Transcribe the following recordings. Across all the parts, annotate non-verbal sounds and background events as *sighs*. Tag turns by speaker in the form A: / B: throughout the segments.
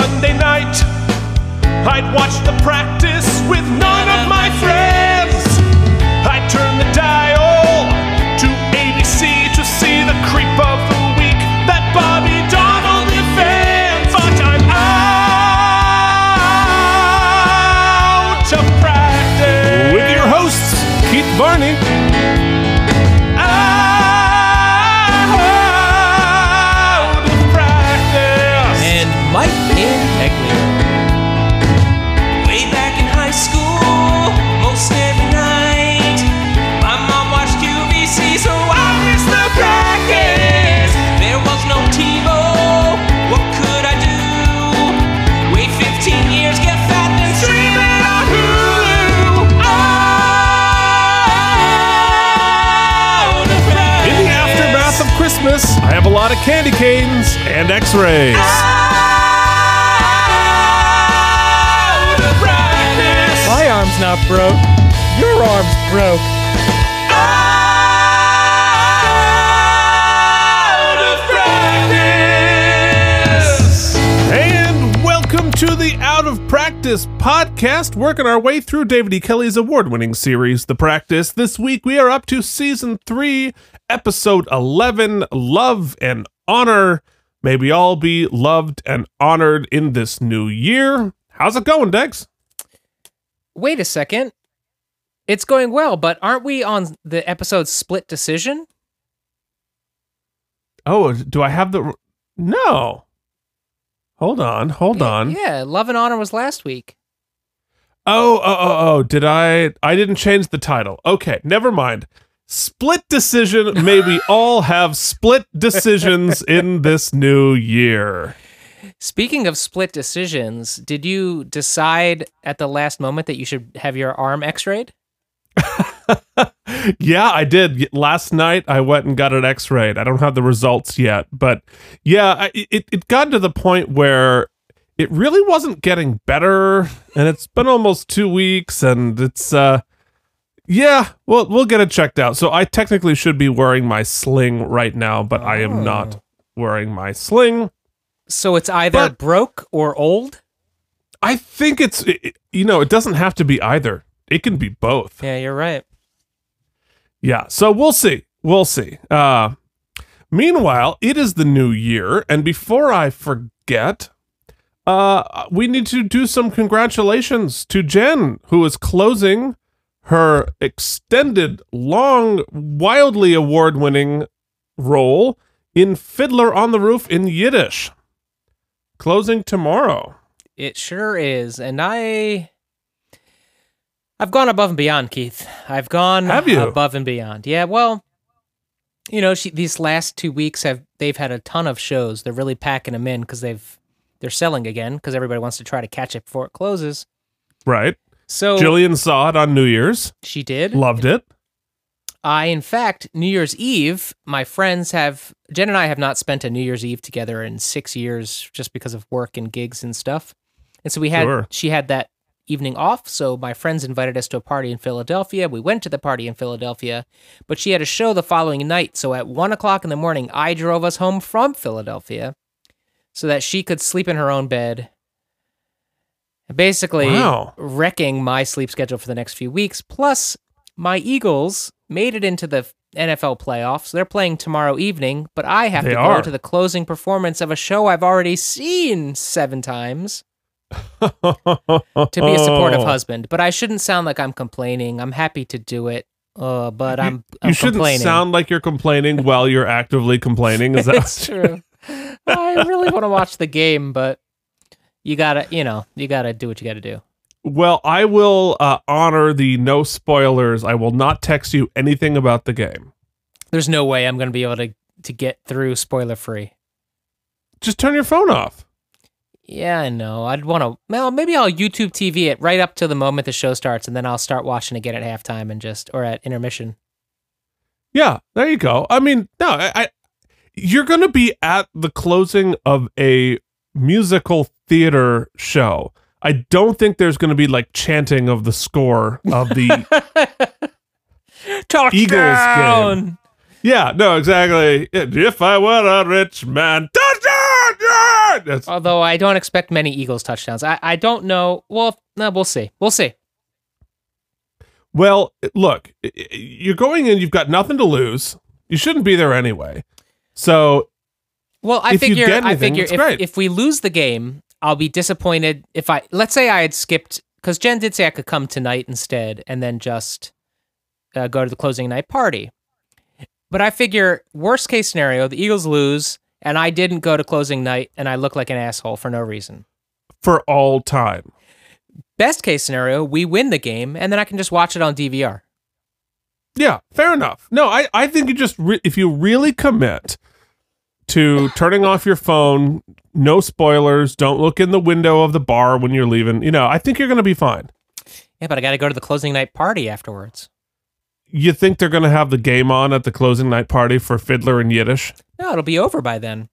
A: night. I'd watch the practice with none of my friends. I'd turn the dial to ABC to see the creep of the week that Bobby Donald defends. But I'm out of practice.
B: With your hosts, Keith Barney.
A: out of practice.
C: And Mike Integlia.
D: Way back in high school, most every night, my mom watched QVC, so I missed the practice. There was no TiVo. What could I do? Wait 15 years, get fat, then stream it on Hulu. Oh, Out of practice.
B: In the aftermath of Christmas, I have a lot of candy canes and x rays.
D: Out of practice.
C: My arm's not broke. Your arm's broke.
D: Out of practice.
B: And welcome to the Out of Practice podcast, working our way through David E. Kelly's award winning series, The Practice. This week we are up to season three, episode 11 Love and Honor. May we all be loved and honored in this new year. How's it going, Dex?
C: Wait a second. It's going well, but aren't we on the episode Split Decision?
B: Oh, do I have the. No. Hold on, hold on.
C: Yeah, Love and Honor was last week.
B: Oh, oh, oh, oh, did I? I didn't change the title. Okay, never mind. Split decision. May we all have split decisions in this new year.
C: Speaking of split decisions, did you decide at the last moment that you should have your arm x rayed?
B: Yeah, I did. Y- Last night I went and got an x ray. I don't have the results yet, but yeah, I, it, it got to the point where it really wasn't getting better. And it's been almost two weeks, and it's, uh, yeah, well, we'll get it checked out. So I technically should be wearing my sling right now, but I am not wearing my sling.
C: Oh. So it's either
B: But-
C: broke or old?
B: I think it's, it, it- you know, it doesn't have to be either, it can be both.
C: Yeah, you're right.
B: Yeah, so we'll see. We'll see. Uh, meanwhile, it is the new year, and before I forget, uh, we need to do some congratulations to Jen, who is closing her extended, long, wildly award winning role in Fiddler on the Roof in Yiddish. Closing tomorrow.
C: It sure is. And I I've gone above and beyond, Keith. I've gone
B: Have you?
C: above and beyond. Yeah, well, you know, she, these last 2 weeks have they've had a ton of shows. They're really packing them in cuz they've they're selling again cuz everybody wants to try to catch it before it closes.
B: Right.
C: So
B: Jillian saw it on New Year's,
C: she did.
B: loved it.
C: I, in fact, New Year's Eve, my friends have, Jen and I have not spent a New Year's Eve together in six years just because of work and gigs and stuff. And so we had,
B: Sure.
C: she had that evening off. So my friends invited us to a party in Philadelphia. We went to the party in Philadelphia, but she had a show the following night. So at one o'clock in the morning, I drove us home from Philadelphia so that she could sleep in her own bed. Basically,
B: Wow.
C: wrecking my sleep schedule for the next few weeks. Plus, my Eagles made it into the NFL playoffs. They're playing tomorrow evening, but I have
B: They
C: to go
B: are.
C: to the closing performance of a show I've already seen seven times
B: *laughs*
C: to be a supportive
B: Oh.
C: husband. But I shouldn't sound like I'm complaining. I'm happy to do it, uh, but I'm, I'm
B: you shouldn't
C: complaining.
B: sound like you're complaining while you're actively complaining. *laughs* Is
C: it's
B: that
C: *laughs* true. I really want to watch the game, but you gotta, you know, you gotta do what you gotta do.
B: well? I will uh, honor the no spoilers. I will not text you anything about the game.
C: There's no way I'm gonna be able to to get through spoiler free.
B: Just turn your phone off.
C: Yeah, I know. I'd want to. Well, maybe I'll YouTube TV it right up to the moment the show starts, and then I'll start watching again at halftime and just or at intermission.
B: Yeah, there you go. I mean, no, I, I you're going to be at the closing of a musical theater show. I don't think there's going to be like chanting of the score of the
C: Touchdown!
B: Yeah, no, exactly. If I were a rich man, touchdown! That's,
C: Although I don't expect many Eagles touchdowns. I, I don't know. Well, no, we'll see. We'll see.
B: well, look, i- i- you're going in. You've got nothing to lose. You shouldn't be there anyway. So
C: Well, Oh, I
B: If you
C: figure
B: get
C: I
B: anything,
C: figure
B: it's
C: if,
B: great.
C: if we lose the game, I'll be disappointed if I let's say I had skipped cuz Jen did say I could come tonight instead and then just uh, go to the closing night party. But I figure worst case scenario, the Eagles lose and I didn't go to closing night and I look like an asshole for no reason.
B: for all time,
C: Best case scenario, we win the game and then I can just watch it on DVR.
B: yeah, fair enough. No, I, I think you just re- if you really commit to turning off your phone, no spoilers, don't look in the window of the bar when you're leaving. You know, I think you're going to be fine.
C: Yeah, but I got to go to the closing night party afterwards.
B: You think they're going to have the game on at the closing night party for Fiddler and Yiddish?
C: No, it'll be over by then.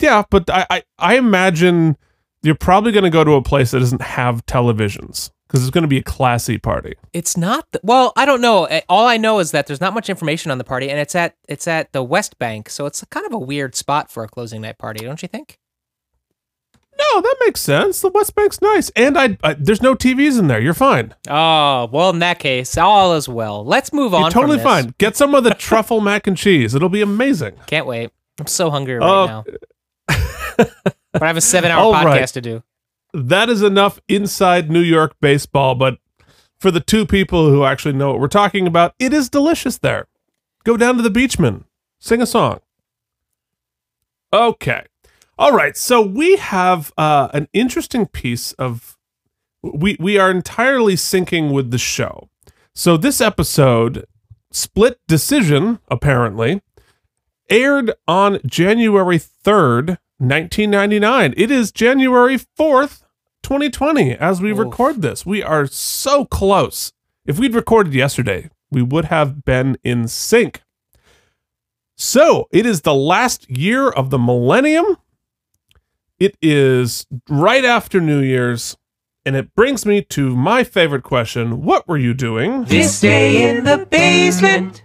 B: Yeah, but I, I, I imagine you're probably going to go to a place that doesn't have televisions because it's going to be a classy party.
C: It's not the, well. I don't know. Uh, All I know is that there's not much information on the party, and it's at it's at the West Bank, so it's kind of a weird spot for a closing night party, don't you think?
B: No, that makes sense. The West Bank's nice, and I, I there's no TVs in there. You're fine.
C: Oh well, in that case, all is well. Let's move on.
B: You're
C: from
B: totally
C: this.
B: fine. Get some
C: *laughs*
B: of the truffle mac and cheese. It'll be amazing.
C: Can't wait. I'm so hungry right
B: Oh.
C: now. but I have a seven-hour
B: *laughs* All
C: podcast
B: right.
C: to do.
B: That is enough inside New York baseball. But for the two people who actually know what we're talking about, it is delicious there. Go down to the Beachman, sing a song. Okay. All right. So we have uh, an interesting piece of we we are entirely syncing with the show. So this episode, Split Decision, apparently, aired on January 3rd, 1999. It is January 4th, 2020, as we
C: Oof.
B: record this. We are so close. If we'd recorded yesterday, we would have been in sync. So it is the last year of the millennium. It is right after New Year's. And it brings me to my favorite question What were you doing?
D: This day in the basement.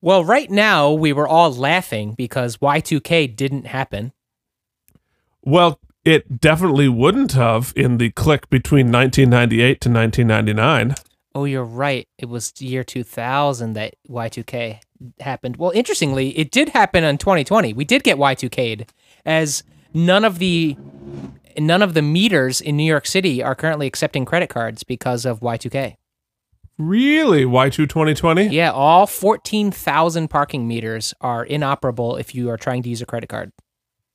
C: Well, right now we were all laughing because Y2K didn't happen.
B: Well, it definitely wouldn't have in the click between 1998 to 1999.
C: Oh, you're right. It was the year 2000 that Y2K happened. Well, interestingly, it did happen in 2020. We did get Y2K'd as none of the none of the meters in New York City are currently accepting credit cards because of Y2K.
B: Really? Y2 2020?
C: Yeah, all 14,000 parking meters are inoperable if you are trying to use a credit card.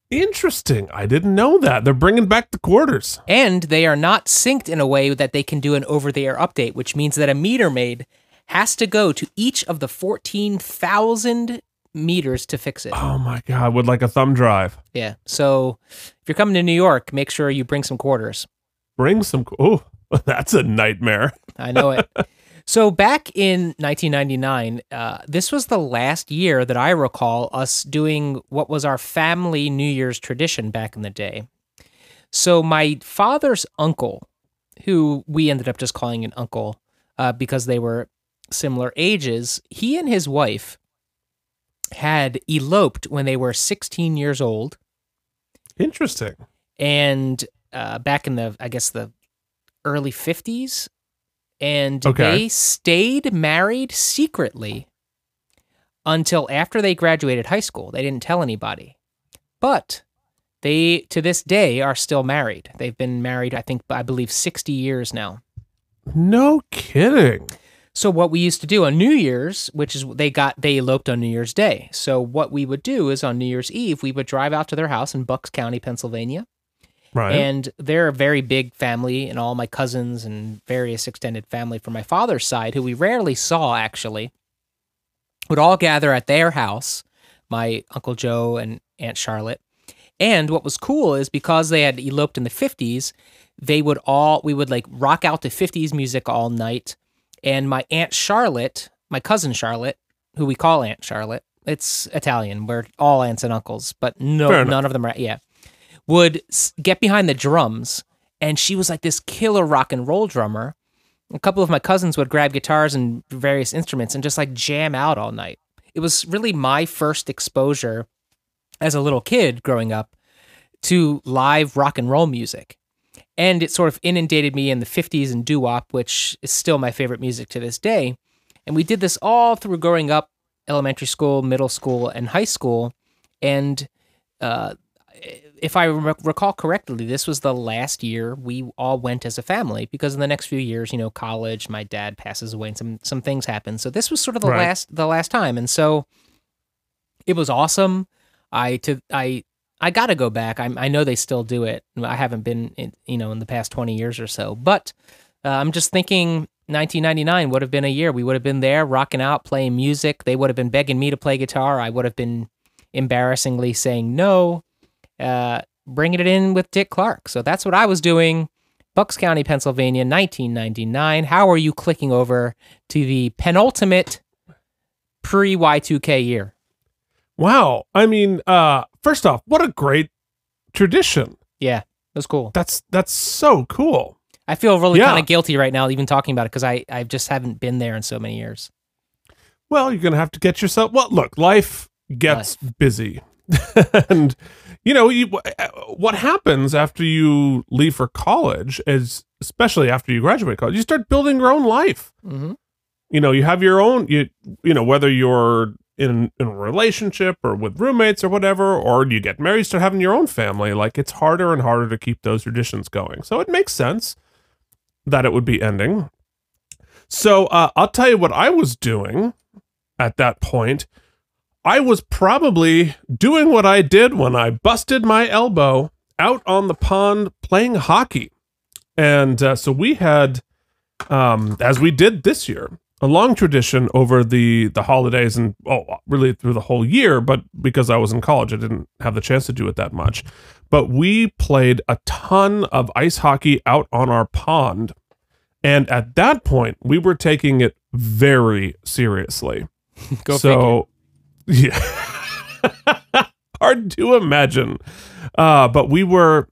B: Interesting. I didn't know that. They're bringing back the quarters.
C: And they are not synced in a way that they can do an over the air update, which means that a meter maid has to go to each of the 14,000 meters to fix it.
B: Oh my God, would like a thumb drive.
C: Yeah. So if you're coming to New York, make sure you bring some quarters.
B: Bring some. Oh, *laughs* that's a nightmare.
C: *laughs* I know it. so back in 1999, uh, this was the last year that I recall us doing what was our family New Year's tradition back in the day. So my father's uncle, who we ended up just calling an uncle uh, because they were similar ages, he and his wife had eloped when they were 16 years old.
B: Interesting.
C: and uh, back in the I guess the early fifties, and
B: Okay.
C: they stayed married secretly until after they graduated high school. They didn't tell anybody, but they to this day are still married. They've been married, I think, I believe, sixty years now.
B: No kidding.
C: So what we used to do on New Year's, which is they got they eloped on New Year's Day. So what we would do is on New Year's Eve, we would drive out to their house in Bucks County, Pennsylvania.
B: Right.
C: And they're a very big family, and all my cousins and various extended family from my father's side, who we rarely saw actually, would all gather at their house, my Uncle Joe and Aunt Charlotte. And what was cool is because they had eloped in the 50s, they would all, we would like rock out to 50s music all night. And my Aunt Charlotte, my cousin Charlotte, who we call Aunt Charlotte, it's Italian. We're all aunts and uncles, but
B: Fair
C: no,
B: enough.
C: none of them are, yeah would s- get behind the drums and she was like this killer rock and roll drummer A couple of my cousins would grab guitars and various instruments and just like jam out all night. It was really my first exposure as a little kid growing up to live rock and roll music. And it sort of inundated me in the 50s and doo wop, which is still my favorite music to this day. And we did this all through growing up elementary school, middle school, and high school. And uh, if I re- recall correctly, this was the last year we all went as a family because in the next few years, you know, college, my dad passes away and some, some things happen. So this was sort of the
B: Right.
C: last the last time. And so it was awesome. I to I I gotta go back. I'm, I know they still do it. I haven't been, in, you know, in the past twenty years or so. But uh, I'm just thinking, 1999 would have been a year. We would have been there, rocking out, playing music. They would have been begging me to play guitar. I would have been embarrassingly saying no, uh, bringing it in with Dick Clark. So that's what I was doing. Bucks County, Pennsylvania, 1999. How are you clicking over to the penultimate pre Y2K year?
B: Wow. I mean, uh, first off, what a great tradition.
C: Yeah, it was cool.
B: That's that's so cool.
C: I feel really
B: Yeah.
C: kind of guilty right now, even talking about it, because I, I just haven't been there in so many years.
B: Well, you're gonna have to get yourself. Well, look, life gets busy, *laughs* and you know you, uh, what happens after you leave for college is, especially after you graduate college, you start building your own life.
C: Mm-hmm.
B: you know you have your own you you know whether you're in in a relationship or with roommates or whatever or you get married start having your own family like it's harder and harder to keep those traditions going so it makes sense that it would be ending so uh, i'll tell you what i was doing at that point i was probably doing what i did when i busted my elbow out on the pond playing hockey and uh, so we had um, as we did this year, a long tradition over the the holidays and oh, really through the whole year. But because I was in college, I didn't have the chance to do it that much. But we played a ton of ice hockey out on our pond, and at that point, we were taking it very seriously.
C: Go
B: so, yeah, *laughs* hard to imagine. Uh, but we were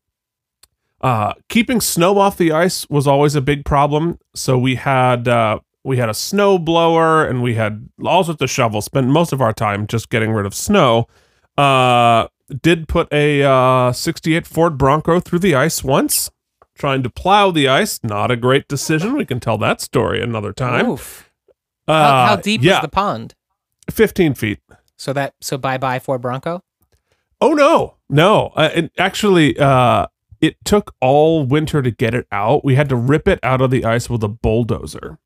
B: uh, keeping snow off the ice was always a big problem. So we had uh, we had a snow blower and we had all sorts of shovels. Spent most of our time just getting rid of snow. Uh, did put a uh, 68 Ford Bronco through the ice once, trying to plow the ice. Not a great decision. We can tell that story another time.
C: Oof. How, how
B: Uh,
C: deep
B: yeah,
C: is the pond?
B: 15 feet.
C: So that so bye bye Ford Bronco.
B: Oh no, no. Uh, and actually, uh, it took all winter to get it out. We had to rip it out of the ice with a bulldozer,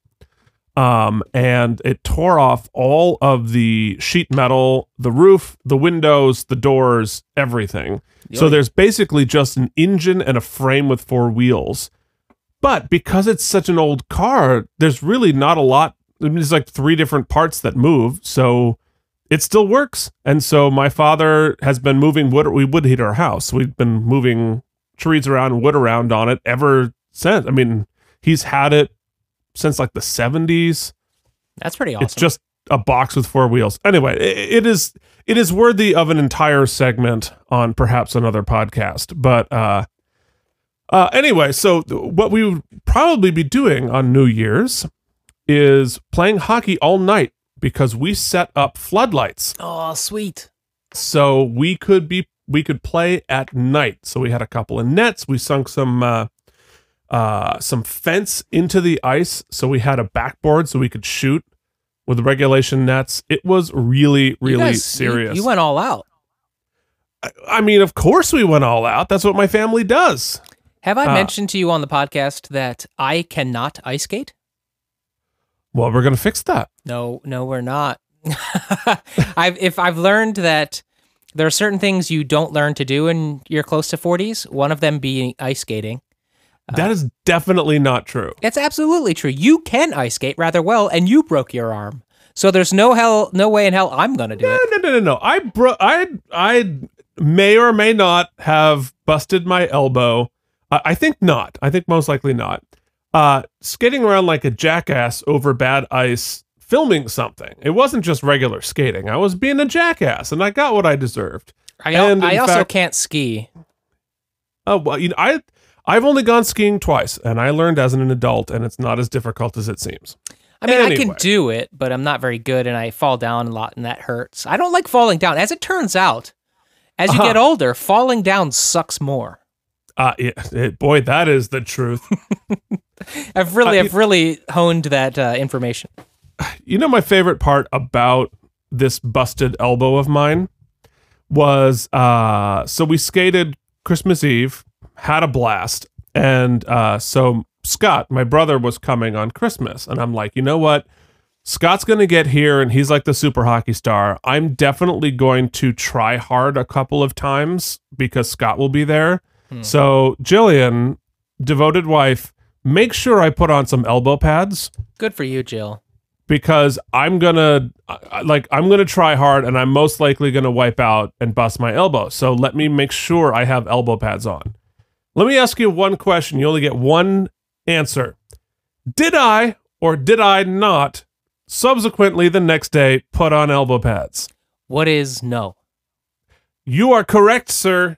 B: um, and it tore off all of the sheet metal, the roof, the windows, the doors, everything. So
C: Yoink.
B: there's basically just an engine and a frame with four wheels. But because it's such an old car, there's really not a lot. I mean, there's like three different parts that move, so it still works. And so my father has been moving wood. We wood heat our house. We've been moving trees around, wood around on it ever since. I mean, he's had it since like the 70s.
C: That's pretty awesome.
B: It's just a box with four wheels. Anyway, i it is it is worthy of an entire segment on perhaps another podcast. But uh, uh, anyway, so th- what we would probably be doing on New Year's is playing hockey all night because we set up floodlights
C: oh sweet.
B: so we could be we could play at night so we had a couple of nets we sunk some uh uh some fence into the ice so we had a backboard so we could shoot with regulation nets it was really
C: You
B: really
C: guys- you-
B: serious
C: You, went all out.
B: i mean of course we went all out that's what my family does
C: Have I
B: Uh,
C: mentioned to you on the podcast that I cannot ice skate?
B: well we're gonna fix that
C: No, no, we're not. *laughs* I've if I've learned that there are certain things you don't learn to do when you're close to 40s. One of them being ice skating. Uh,
B: that is definitely not true
C: It's absolutely true. You can ice skate rather well, and you broke your arm. So there's no hell, no way in hell I'm gonna do
B: no
C: it.
B: no no no no i bro i i may or may not have busted my elbow I i think not i think most likely not uh skating around like a jackass over bad ice filming something it wasn't just regular skating i was being a jackass and i got what i deserved
C: I, al-
B: And in
C: I also
B: fact-
C: can't ski.
B: oh well you know i I've only gone skiing twice, and I learned as an adult, and it's not as difficult as it seems.
C: I mean, I
B: Anyway.
C: can do it, but I'm not very good, and I fall down a lot, and that hurts. I don't like falling down. As it turns out, as you
B: Uh-huh.
C: get older, falling down sucks more.
B: Uh, it, it- boy, that is the truth.
C: I've really,
B: Uh,
C: I've really honed that uh, information.
B: you know, my favorite part about this busted elbow of mine was uh, so we skated Christmas Eve, had a blast. And uh, so Scott, my brother, was coming on Christmas. And I'm like, you know what? Scott's going to get here and he's like the super hockey star. I'm definitely going to try hard a couple of times because Scott will be there.
C: Hmm.
B: So, Jillian, devoted wife, make sure I put on some elbow pads
C: Good for you, Jill.
B: because I'm gonna I- I- like I'm gonna try hard and I'm most likely gonna wipe out and bust my elbow. So let me make sure I have elbow pads on. Let me ask you one question. You only get one answer. Did I or did I not subsequently the next day put on elbow pads?
C: What is no?
B: You are correct, sir.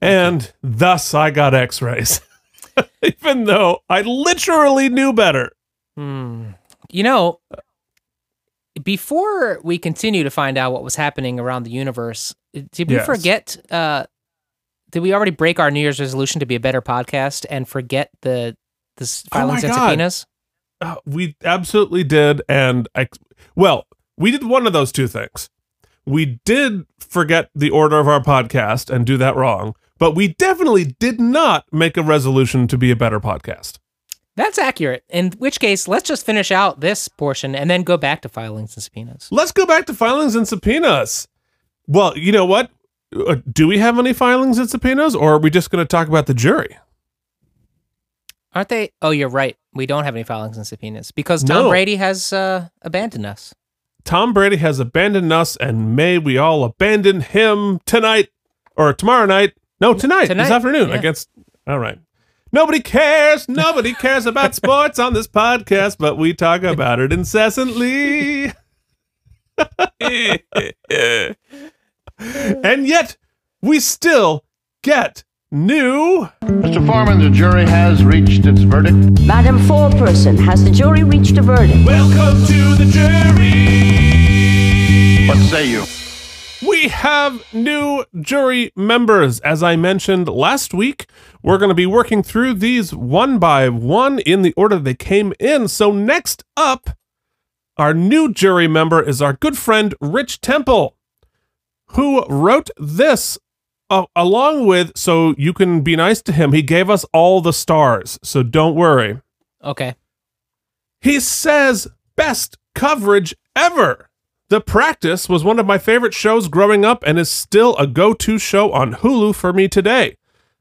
B: And thus I got x-rays. *laughs* Even though I literally knew better.
C: Hmm. You know, before we continue to find out what was happening around the universe, did we
B: Yes.
C: forget? Uh, did we already break our New Year's resolution to be a better podcast and forget the the s-
B: Oh my
C: filings and
B: God.
C: subpoenas?
B: Uh, we absolutely did, and I. Well, we did one of those two things. We did forget the order of our podcast and do that wrong, but we definitely did not make a resolution to be a better podcast.
C: That's accurate. In which case, let's just finish out this portion and then go back to filings and subpoenas.
B: Let's go back to filings and subpoenas. Well, you know what? Uh, Do we have any filings and subpoenas, or are we just going to talk about the jury?
C: Aren't they? Oh, you're right. We don't have any filings and subpoenas because Tom
B: No.
C: Brady has uh, abandoned us.
B: Tom Brady has abandoned us, and may we all abandon him tonight or tomorrow night. No, tonight,
C: Tonight,
B: this afternoon
C: yeah.
B: against. All right. Nobody cares. Nobody cares
C: *laughs*
B: about sports on this podcast, but we talk about it
C: *laughs*
B: incessantly. and yet, we still get new.
E: Mr. Foreman, the jury has reached its verdict.
F: Madam Foreperson, has the jury reached a verdict?
A: Welcome to the jury.
E: What say you?
B: We have new jury members. As I mentioned last week, we're going to be working through these one by one in the order they came in. So, next up, our new jury member is our good friend Rich Temple, who wrote this uh, along with, so you can be nice to him. He gave us all the stars, so don't worry.
C: Okay.
B: He says, best coverage ever. The Practice was one of my favorite shows growing up and is still a go to show on Hulu for me today.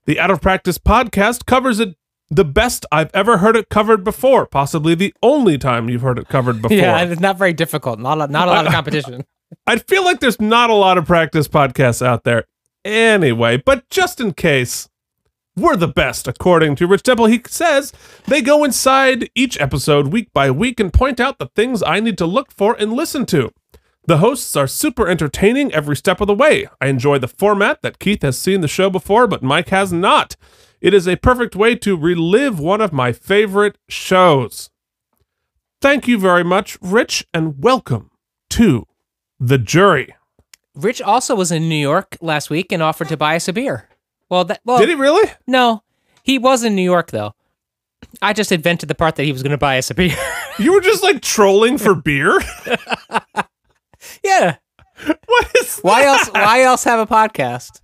B: The Out of Practice podcast covers it the best I've ever heard it covered before, possibly the only time you've heard it covered before.
C: *laughs* Yeah, it's not very difficult. Not a, not a lot of competition.
B: I feel like there's not a lot of practice podcasts out there anyway, but just in case, we're the best, according to Rich Temple. He says they go inside each episode week by week and point out the things I need to look for and listen to. The hosts are super entertaining every step of the way. I enjoy the format that Keith has seen the show before, but Mike has not. It is a perfect way to relive one of my favorite shows. Thank you very much, Rich, and welcome to the *laughs* jury.
C: Rich also was in New York last week and offered to buy us a beer. Well, that well,
B: Did he really?
C: no, he was in New York though. I just invented the part that he was going to buy us a beer. *laughs*
B: You were just like trolling for *laughs* beer?
C: yeah.
B: what is
C: Why else? Why else have a podcast?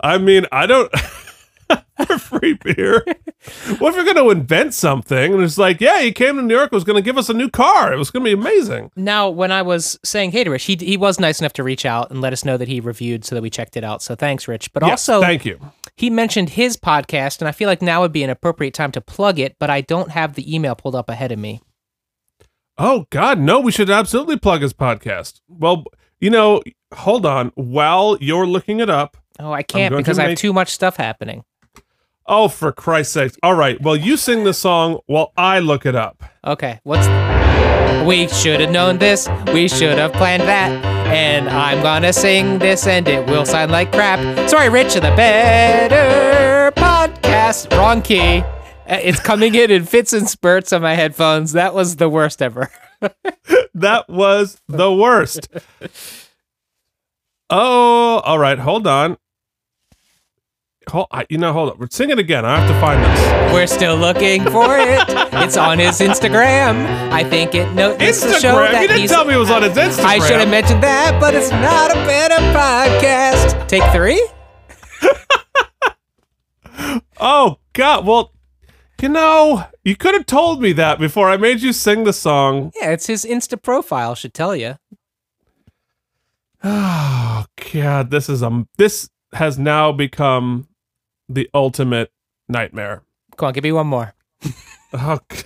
B: I mean, I don't *laughs* for free beer. What if you're going to invent something and it's like, yeah, he came to New York, was going to give us a new car. It was going to be amazing.
C: Now, when I was saying hey to Rich, he he was nice enough to reach out and let us know that he reviewed, so that we checked it out. So thanks, Rich. But
B: Yes,
C: also,
B: thank you.
C: he mentioned his podcast, and I feel like now would be an appropriate time to plug it. But I don't have the email pulled up ahead of me.
B: Oh God, no! We should absolutely plug his podcast. Well, you know, hold on. While you're looking it up,
C: Oh, I can't
B: going to
C: because I have
B: make-
C: too much stuff happening.
B: oh for Christ's sake! All right, well, you sing the song while I look it up.
C: Okay, what's. We should have known this, we should have planned that, and I'm gonna sing this and it will sound like crap. Sorry, Rich of the Better Podcast. fast, wrong key. Uh, It's coming in in fits and spurts on my headphones. That was the worst ever.
B: That was the worst. Oh, all right. Hold on. Hold, I, you know, hold up. Sing it again. I have to find this.
C: We're still looking for it. It's on his Instagram. I think it no. This will show
B: Instagram.
C: that
B: You didn't
C: he's-
B: tell me it was on his Instagram.
C: I should have mentioned that, but it's not a better podcast. Take three.
B: Oh God. Well, you know, you could have told me that before I made you sing the song.
C: Yeah, it's his Insta profile. Should tell you.
B: Oh *sighs* God, this is um. This has now become the ultimate nightmare.
C: Come on, give me one more.
B: *laughs* Oh, g-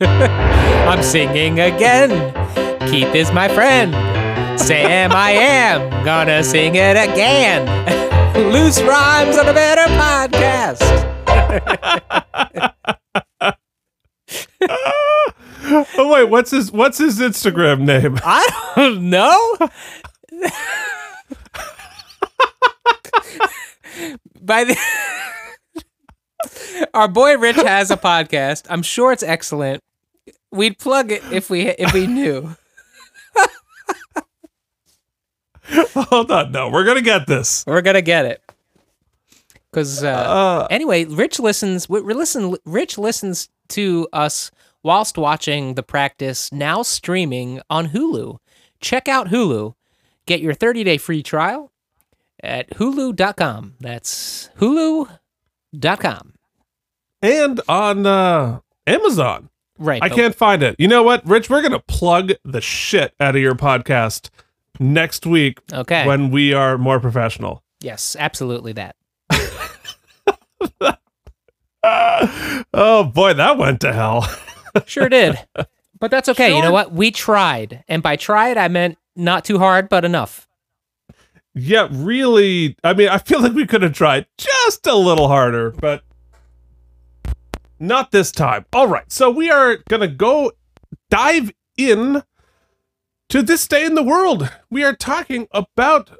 C: I'm singing again. Keith is my friend. Sam, I am gonna sing it again. *laughs* Loose rhymes on a better podcast.
B: oh wait, what's his what's his Instagram name?
C: I don't know.
B: *laughs*
C: *laughs* By the our boy Rich has a podcast. I'm sure it's excellent. We'd plug it if we if we knew.
B: *laughs* Hold on, no, we're gonna get this.
C: We're gonna get it. Cause uh,
B: Uh,
C: anyway, Rich listens. we- we Listen, Rich listens to us whilst watching the practice now streaming on Hulu. Check out Hulu. Get your 30-day free trial at Hulu.com. That's Hulu.com.
B: and on uh, Amazon,
C: Right.
B: I
C: but-
B: can't find it. You know what, Rich? We're gonna plug the shit out of your podcast next week
C: Okay.
B: when we are more professional.
C: yes, absolutely that.
B: Oh boy, that went to hell. *laughs*
C: Sure did. But that's okay. You know what? We tried, and by tried I meant not too hard, but enough.
B: yeah, really. I mean, I feel like we could have tried just a little harder, but not this time. All right, so we are gonna go dive in to this day in the world. We are talking about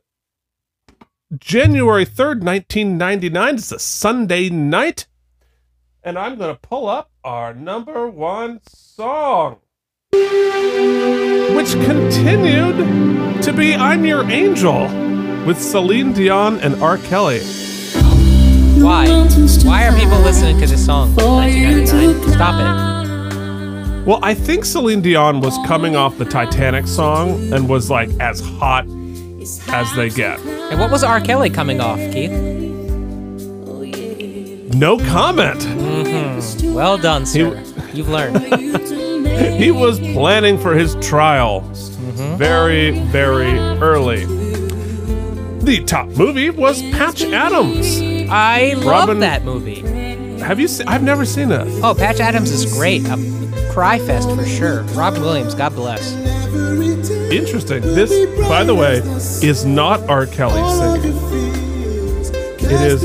B: January third, nineteen ninety nine. It's a Sunday night, and I'm gonna pull up our number one song which continued to be I'm Your Angel with Celine Dion and R. Kelly.
C: Why? Why are people listening to this song? 1999. Stop
B: Well, I think Celine Dion was coming off the Titanic song and was like as hot as they get.
C: it. And what was R. Kelly coming off, Keith?
B: No comment.
C: Mm-hmm. Well done, sir.
B: *laughs*
C: You've learned.
B: He was planning for his trial
C: Mm-hmm.
B: very, very early. The top movie was Patch Adams.
C: I love
B: Robin-
C: that movie.
B: Have you seen? I've never seen it.
C: Oh, Patch Adams is great. A cry fest for sure. Robin Williams, God bless.
B: Interesting. This, by the way, is not R. Kelly singing. It is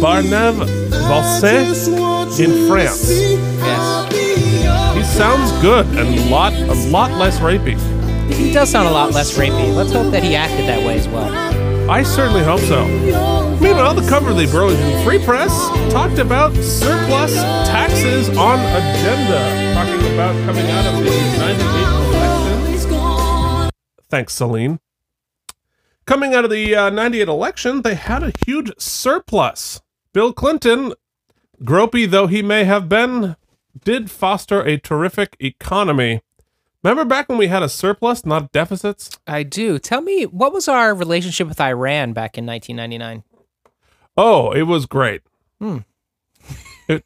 B: Barnave Valset in France.
C: Yes.
B: He sounds good and a lot, a lot less rapey.
C: He does sound a lot less rapey. Let's hope that he acted that way as well.
B: I certainly hope so. Meanwhile, the cover of the Burlington Free Press talked about surplus taxes on agenda, talking about coming out of the 98 election. Thanks, Celine. Coming out of the uh, 98 election, they had a huge surplus. Bill Clinton, gropey though he may have been, did foster a terrific economy. Remember back when we had a surplus, not deficits?
C: I do. Tell me, what was our relationship with Iran back in 1999?
B: Oh, it was great.
C: Hmm.
B: *laughs* It,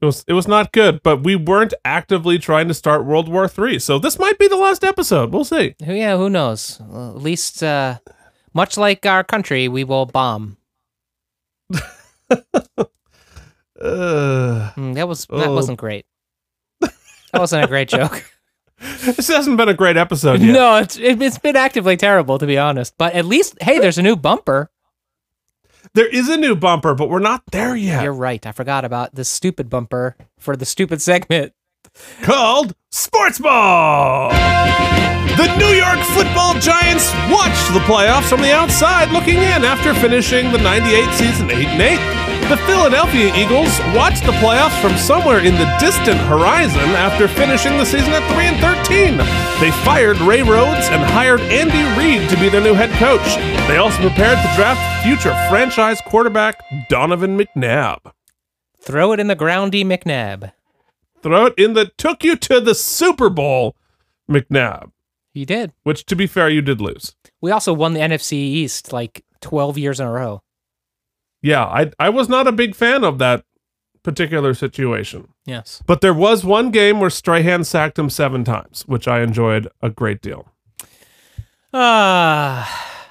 B: it was it was not good, but we weren't actively trying to start World War III. So this might be the last episode. We'll see.
C: Who, yeah, who knows? Well, at least, uh, much like our country, we will bomb.
B: Uh,
C: Mm, that was that
B: Oh.
C: wasn't great. That wasn't
B: *laughs*
C: a great joke.
B: this hasn't been a great
C: *laughs*
B: episode yet.
C: No, it's it, it's been actively terrible to be honest. But at least, hey, there's a new bumper.
B: There is a new bumper, but we're not there yet.
C: You're right. I forgot about the stupid bumper for the stupid segment.
B: called Sports Ball. The New York football giants watched the playoffs from the outside looking in after finishing the 98 season 8 and 8. The Philadelphia Eagles watched the playoffs from somewhere in the distant horizon after finishing the season at 3 and 13. They fired Ray Rhodes and hired Andy Reid to be their new head coach. They also prepared to draft future franchise quarterback Donovan McNabb.
C: Throw it in the groundy McNabb.
B: Throw it in the took you to the Super Bowl McNabb,
C: He did.
B: which to be fair, you did lose.
C: We also won the NFC East like 12 years in a row.
B: Yeah, I, I was not a big fan of that particular situation.
C: Yes.
B: But there was one game where Strahan sacked him seven times, which I enjoyed a great deal.
C: Ah,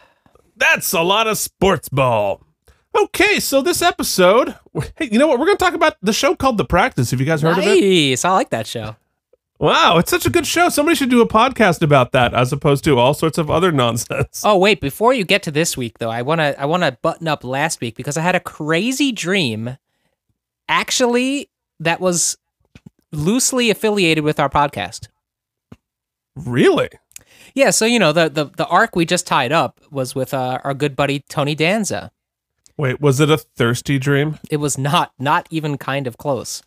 B: That's a lot of sports ball. Okay, so this episode, hey, you know what? We're going to talk about the show called The Practice. Have you guys heard of it?
C: nice. I like that show.
B: Wow, it's such a good show. Somebody should do a podcast about that as opposed to all sorts of other nonsense.
C: Oh wait, before you get to this week though, I want to I want to button up last week because I had a crazy dream actually that was loosely affiliated with our podcast.
B: Really?
C: Yeah, so you know the the, the arc we just tied up was with uh, our good buddy Tony Danza.
B: Wait, was it a thirsty dream?
C: It was not not even kind of close.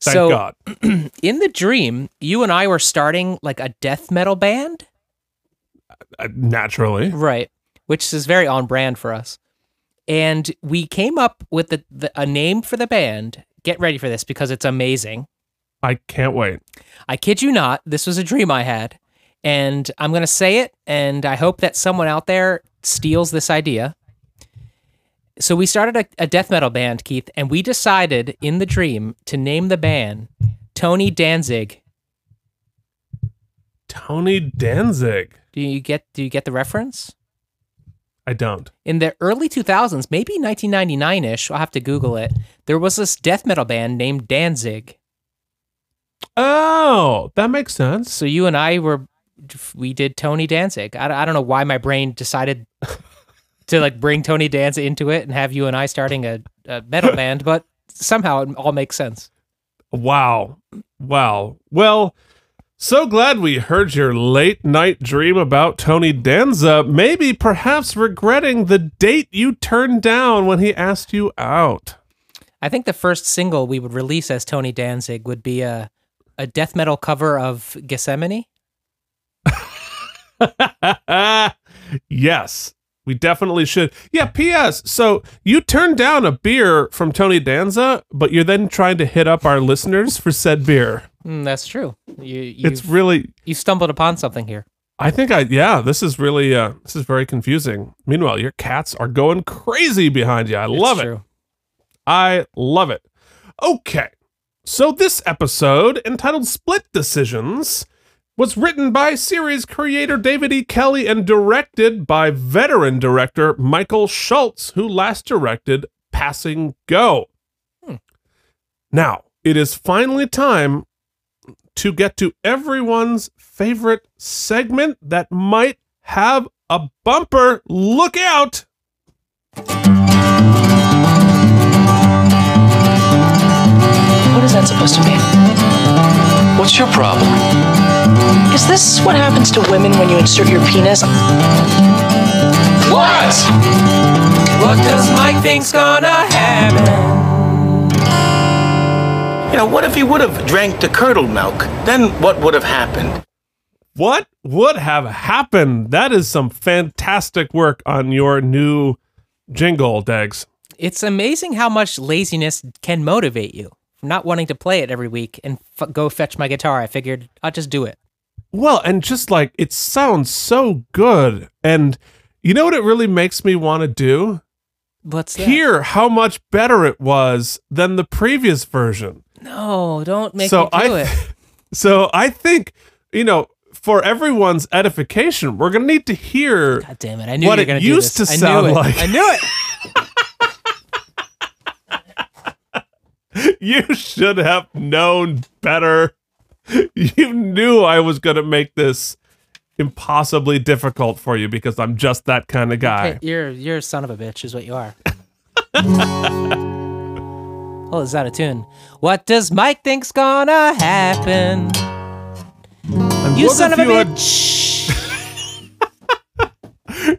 B: Thank
C: so
B: God.
C: *clears throat* in the dream, you and I were starting like a death metal band,
B: Uh, Naturally.
C: right? Which is very on brand for us. And we came up with the, the, a name for the band. Get ready for this because it's amazing.
B: I can't wait.
C: I kid you not, this was a dream I had. And I'm going to say it, and I hope that someone out there steals this idea. So, we started a, a death metal band, Keith, and we decided in the dream to name the band Tony Danzig.
B: Tony Danzig.
C: Do you get do you get the reference?
B: I don't.
C: In the early 2000s, maybe 1999-ish, I'll have to google it. There was this death metal band named Danzig.
B: Oh, that makes sense.
C: So you and I were we did Tony Danzig. I, I don't know why my brain decided to like bring Tony Danzig into it and have you and I starting a, a
B: *laughs*
C: metal band, but somehow it all makes sense.
B: Wow. Wow. Well, so glad we heard your late night dream about Tony Danza, maybe perhaps regretting the date you turned down when he asked you out. *laughs*
C: I think the first single we would release as Tony Danzig would be a a death metal cover of Gethsemane.
B: yes, we definitely should. Yeah, P.S. So you turned down a beer from Tony Danza, but you're then trying to hit up our listeners for said beer.
C: Mm, that's true. You
B: It's
C: you've-
B: really
C: you stumbled upon something here.
B: I think I yeah, this is really uh this is very confusing. Meanwhile, your cats are going crazy behind you. I
C: It's
B: love it.
C: true.
B: I love it. Okay. So this episode entitled Split Decisions was written by series creator David E. Kelly and directed by veteran director Michael Schultz, who last directed Passing Go.
C: Hmm.
B: Now, it is finally time to get to everyone's favorite segment that might have a bumper. Look out!
G: What is that supposed to mean?
H: What's your problem?
G: Is this what happens to women when you insert your penis?
H: What?
D: What does Mike think's gonna happen?
E: You know, what if he would have drank the curdled milk? Then what would have happened?
B: What would have happened? That is some fantastic work on your new jingle, Dags.
C: It's amazing how much laziness can motivate you. From not wanting to play it every week and f- go fetch my guitar, I figured I'll just do it.
B: Well, and just like it sounds so good. And you know what it really makes me want to do?
C: What's that?
B: Hear how much better it was than the previous version.
C: No, don't make
B: So
C: me do
B: I-
C: it.
B: *laughs* So I think, you know, for everyone's edification, we're going to need to hear.
C: God damn it! I knew
B: What
C: you were
B: it
C: gonna
B: used
C: do this.
B: to
C: I knew
B: sound
C: it.
B: like.
C: I knew it.
B: *laughs* You should have known better. You knew I was going to make this impossibly difficult for you because I'm just that kind of guy.
C: Hey, you're you're a son of a bitch, is what
B: *laughs*
C: you are. oh, is that a tune? What does Mike think's gonna happen?
B: And
C: You
B: what
C: son
B: if
C: of a
B: you had-
C: bitch.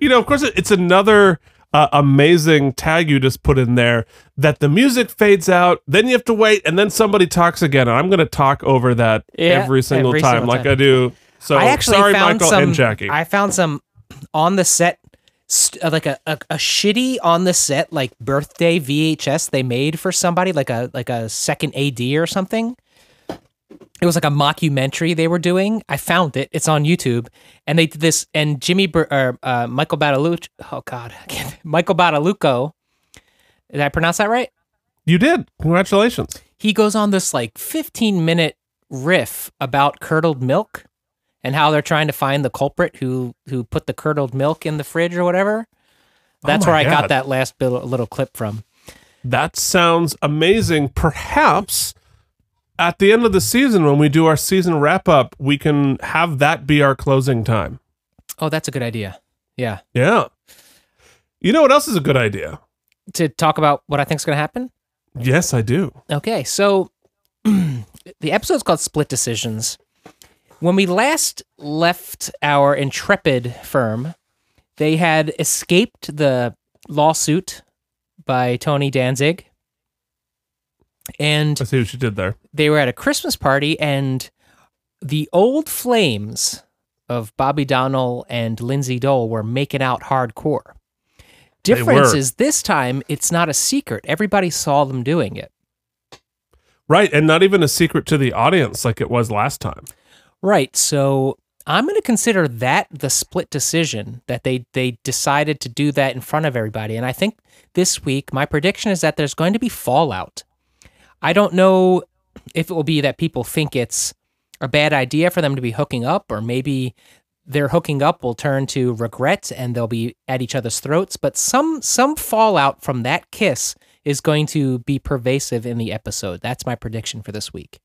B: you know, of course, it- it's another uh, amazing tag you just put in there that the music fades out, then you have to wait, and then somebody talks again. And I'm going to talk over that
C: Yeah,
B: every single
C: every
B: time,
C: single
B: like
C: time.
B: I do. So
C: I actually
B: sorry,
C: found
B: Michael
C: some.
B: and Jackie.
C: I found some on the set, st- uh, like a, a a shitty on the set like birthday VHS they made for somebody, like a like a second AD or something. It was like a mockumentary they were doing. I found it. It's on YouTube, and they did this. And Jimmy Bur- or uh, Michael Badalucci. Oh God, I can't, *laughs* Michael Badalucco. Did I pronounce that right?
B: you did. Congratulations.
C: he goes on this like 15 minute riff about curdled milk and how they're trying to find the culprit who who put the curdled milk in the fridge or whatever. That's
B: Oh my
C: where I
B: God.
C: got that last bit, little clip from.
B: That sounds amazing. Perhaps at the end of the season, when we do our season wrap up, we can have that be our closing time.
C: Oh, that's a good idea. Yeah.
B: Yeah. You know what else is a good idea?
C: To talk about what I think's going to happen.
B: Yes, I do.
C: Okay, so *clears throat* the episode's called Split Decisions. When we last left our intrepid firm, they had escaped the lawsuit by Tony Danzig. And
B: I see what you did there.
C: they were at a Christmas party, and the old flames of Bobby Donnell and Lindsay Dole were making out hardcore. Difference
B: were.
C: is this time it's not a secret. Everybody saw them doing it.
B: Right, and not even a secret to the audience like it was last time.
C: Right. So I'm going to consider that the split decision that they they decided to do that in front of everybody. And I think this week my prediction is that there's going to be fallout. I don't know if it will be that people think it's a bad idea for them to be hooking up or maybe their hooking up will turn to regret and they'll be at each other's throats, but some some fallout from that kiss is going to be pervasive in the episode. That's my prediction for this week.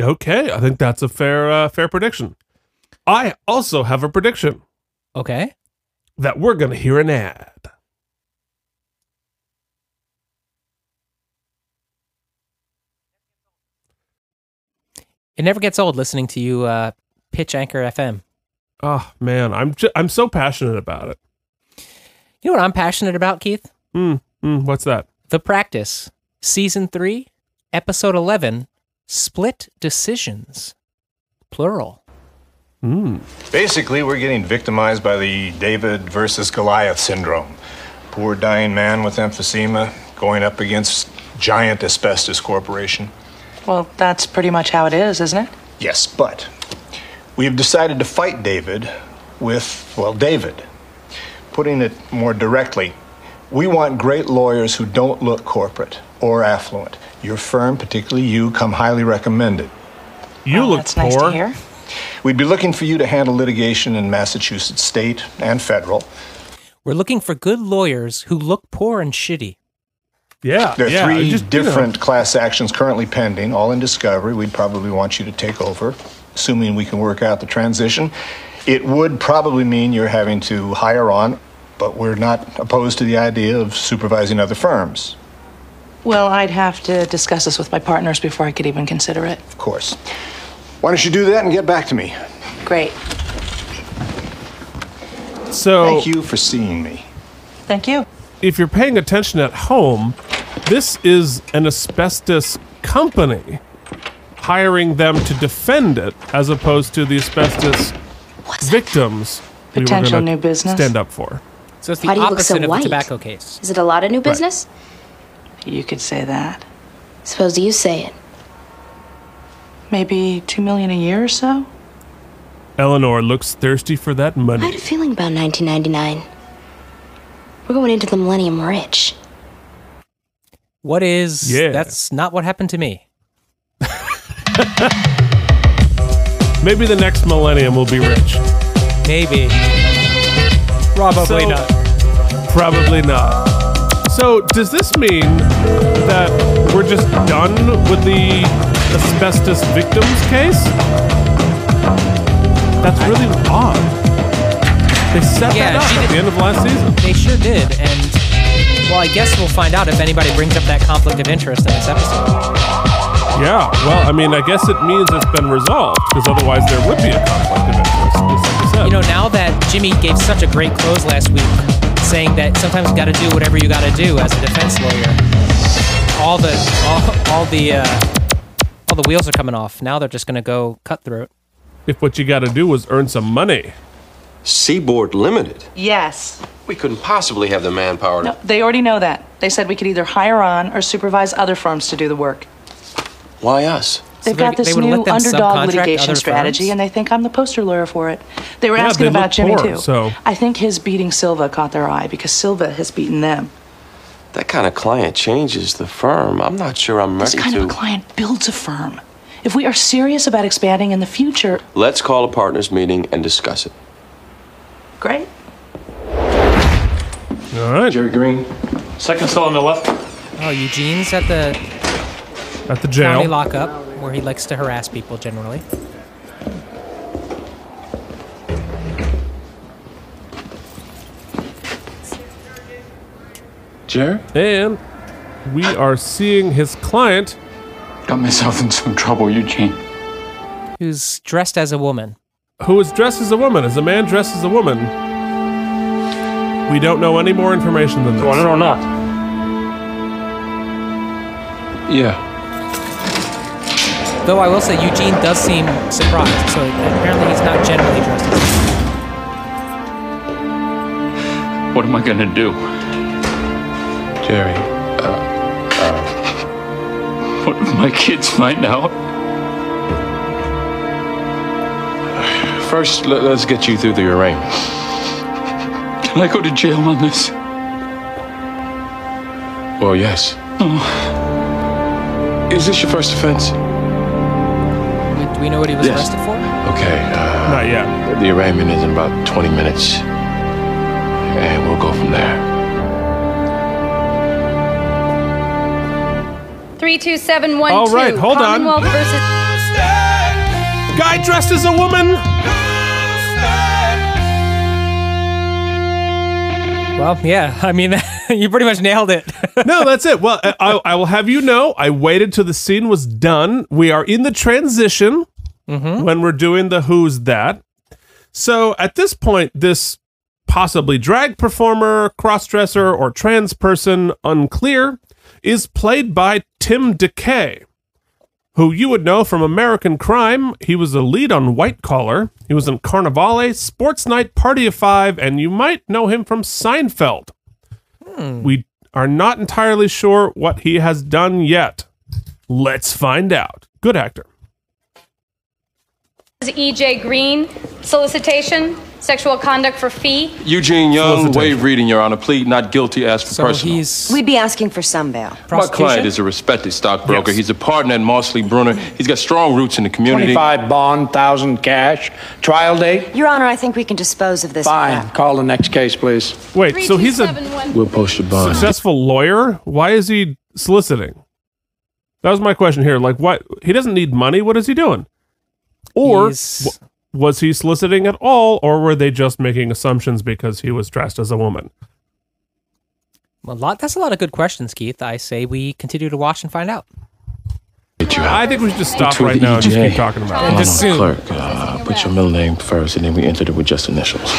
B: Okay, I think that's a fair uh, fair prediction. I also have a prediction
C: Okay?
B: that we're going to hear an ad.
C: It never gets old listening to you uh, pitch Anchor FM.
B: Oh man, I'm ju- I'm so passionate about it.
C: You know what I'm passionate about, Keith?
B: Mm, mm, what's that?
C: The Practice, Season 3, Episode 11, Split Decisions, plural.
B: Hmm.
I: Basically, we're getting victimized by the David versus Goliath syndrome. Poor dying man with emphysema going up against giant asbestos corporation.
G: Well, that's pretty much how it is, isn't it?
I: Yes, but we have decided to fight David with, well, David. Putting it more directly, we want great lawyers who don't look corporate or affluent. Your firm, particularly you, come highly recommended.
B: You
G: Well,
B: look
G: Oh, that's
B: poor.
G: nice to hear.
I: We'd be looking for you to handle litigation in Massachusetts state and federal.
C: We're looking for good lawyers who look poor and shitty.
B: Yeah,
I: There are
B: yeah,
I: three
B: just, you know.
I: different class actions currently pending, all in discovery. We'd probably want you to take over, assuming we can work out the transition. It would probably mean you're having to hire on, but we're not opposed to the idea of supervising other firms,
G: Well, I'd have to discuss this with my partners before I could even consider it.
I: of course. Why don't you do that and get back to me?
G: Great.
B: So
I: Thank you for seeing me.
G: Thank you.
B: if you're paying attention at home, this is an asbestos company hiring them to defend it as opposed to the asbestos victims we were
G: Potential
B: gonna
G: new business.
B: stand up for.
C: So it's the
J: Why do you look so
C: opposite of
J: white?
C: the tobacco case.
J: Is it a lot of new business?
G: You could say that.
J: Suppose you say it.
G: Maybe two million a year or so?
B: Eleanor looks thirsty for that
J: I had
B: money.
J: a feeling about 1999. We're going into the millennium rich.
C: What is.
B: Yeah.
C: That's not what happened to me.
B: Maybe the next millennium will be rich.
C: Maybe. Probably
B: So-
C: not.
B: Probably not. So, does this mean that we're just done with the asbestos victims case? That's really odd. They set
C: Yeah,
B: that up
C: she
B: at
C: did-
B: the end of last season.
C: They sure did. And, well, I guess we'll find out if anybody brings up that conflict of interest in this episode.
B: Yeah, well, I mean, I guess it means it's been resolved, because otherwise there would be a conflict of interest. just like you said.
C: You know, now that Jimmy gave such a great close last week, saying that sometimes you got to do whatever you got to do as a defense lawyer. All the all, all the uh, all the wheels are coming off. Now they're just going to go cutthroat.
B: If what you got to do was earn some money.
K: Seaboard Limited?
G: Yes.
K: We couldn't possibly have the manpower to.
G: No, they already know that. They said we could either hire on or supervise other firms to do the work.
K: Why us?
G: They've got this new underdog litigation strategy, and they think I'm the poster lawyer for it. They were
K: Yeah,
G: asking
K: they
G: about
K: look
G: Jimmy
K: poor,
G: too.
K: so-
G: I think his beating Silva caught their eye because Silva has beaten them.
K: That kind of client changes the firm. I'm not sure I'm
G: This
K: ready
G: kind
K: to.
G: of a client builds a firm. If we are serious about expanding in the future,
K: Let's call a partners meeting and discuss it.
G: great.
B: All right.
K: Jerry Green.
L: Second stall on the left.
C: Oh, Eugene's at the
B: at the
C: county
B: jail.
C: lockup where he likes to harass people generally.
B: Jerry? And we are seeing his client.
L: Got myself in some trouble, Eugene.
C: Who's dressed as a woman?
B: Who is dressed as a woman? Is a man dressed as a woman? We don't know any more information than this.
L: Want it or not? Yeah.
C: Though I will say Eugene does seem surprised, so apparently he's not generally dressed as a woman.
L: What am I gonna do? Jerry.
F: uh,
L: What if my kids find out?
K: First, let, us get you through the arraignment.
L: Can I go to jail on this?
K: Well, yes.
L: Oh.
K: Is this your first offense?
C: Do we know what he was
K: Yes.
C: arrested for?
K: Okay. Uh,
B: Not yet.
K: The arraignment is in about 20 minutes. And we'll go from there.
M: 32712.
B: All right, hold on.
M: Commonwealth versus.
B: Guy dressed as a woman.
C: Well, yeah. I mean, *laughs* you pretty much nailed it. *laughs*
B: no, that's it. Well, I- I, I will have you know, I waited till the scene was done. We are in the transition
C: Mm-hmm.
B: when we're doing the who's that. So at this point, this possibly drag performer, crossdresser, or trans person, unclear, is played by Tim DeKay who you would know from American Crime. He was a lead on White Collar. He was in Carnivale, Sports Night, Party of Five, and you might know him from Seinfeld. We are not entirely sure what he has done yet. Let's find out. Good actor.
M: E.J. E Green, solicitation, sexual conduct for fee.
K: Eugene Young, waive reading, Your Honor. Plead not guilty as for personal.
N: We'd be asking for some bail.
K: My client is a respected stockbroker. He's a partner at Mosley Bruner. He's got strong roots in the community.
O: 25 bond, 1,000 cash. Trial date?
N: Your Honor, I think we can dispose of this.
O: Fine. Call the next case, please.
B: Wait, so he's a
K: We'll
O: Oh,
K: post a bond.
B: successful lawyer. Why is he soliciting? That was my question here. Like, why he doesn't need money? What is he doing? Or
C: He's-
B: w- was he soliciting at all, or were they just making assumptions because he was dressed as a woman?
C: A lot. That's a lot of good questions, Keith. I say we continue to watch and find out.
B: I think we should just stop
K: Between
B: right
K: the
B: now and just
K: EJ.
B: keep talking about
K: Hold
B: it.
K: on, Clerk, uh, put your middle name first, and then we entered it with just initials.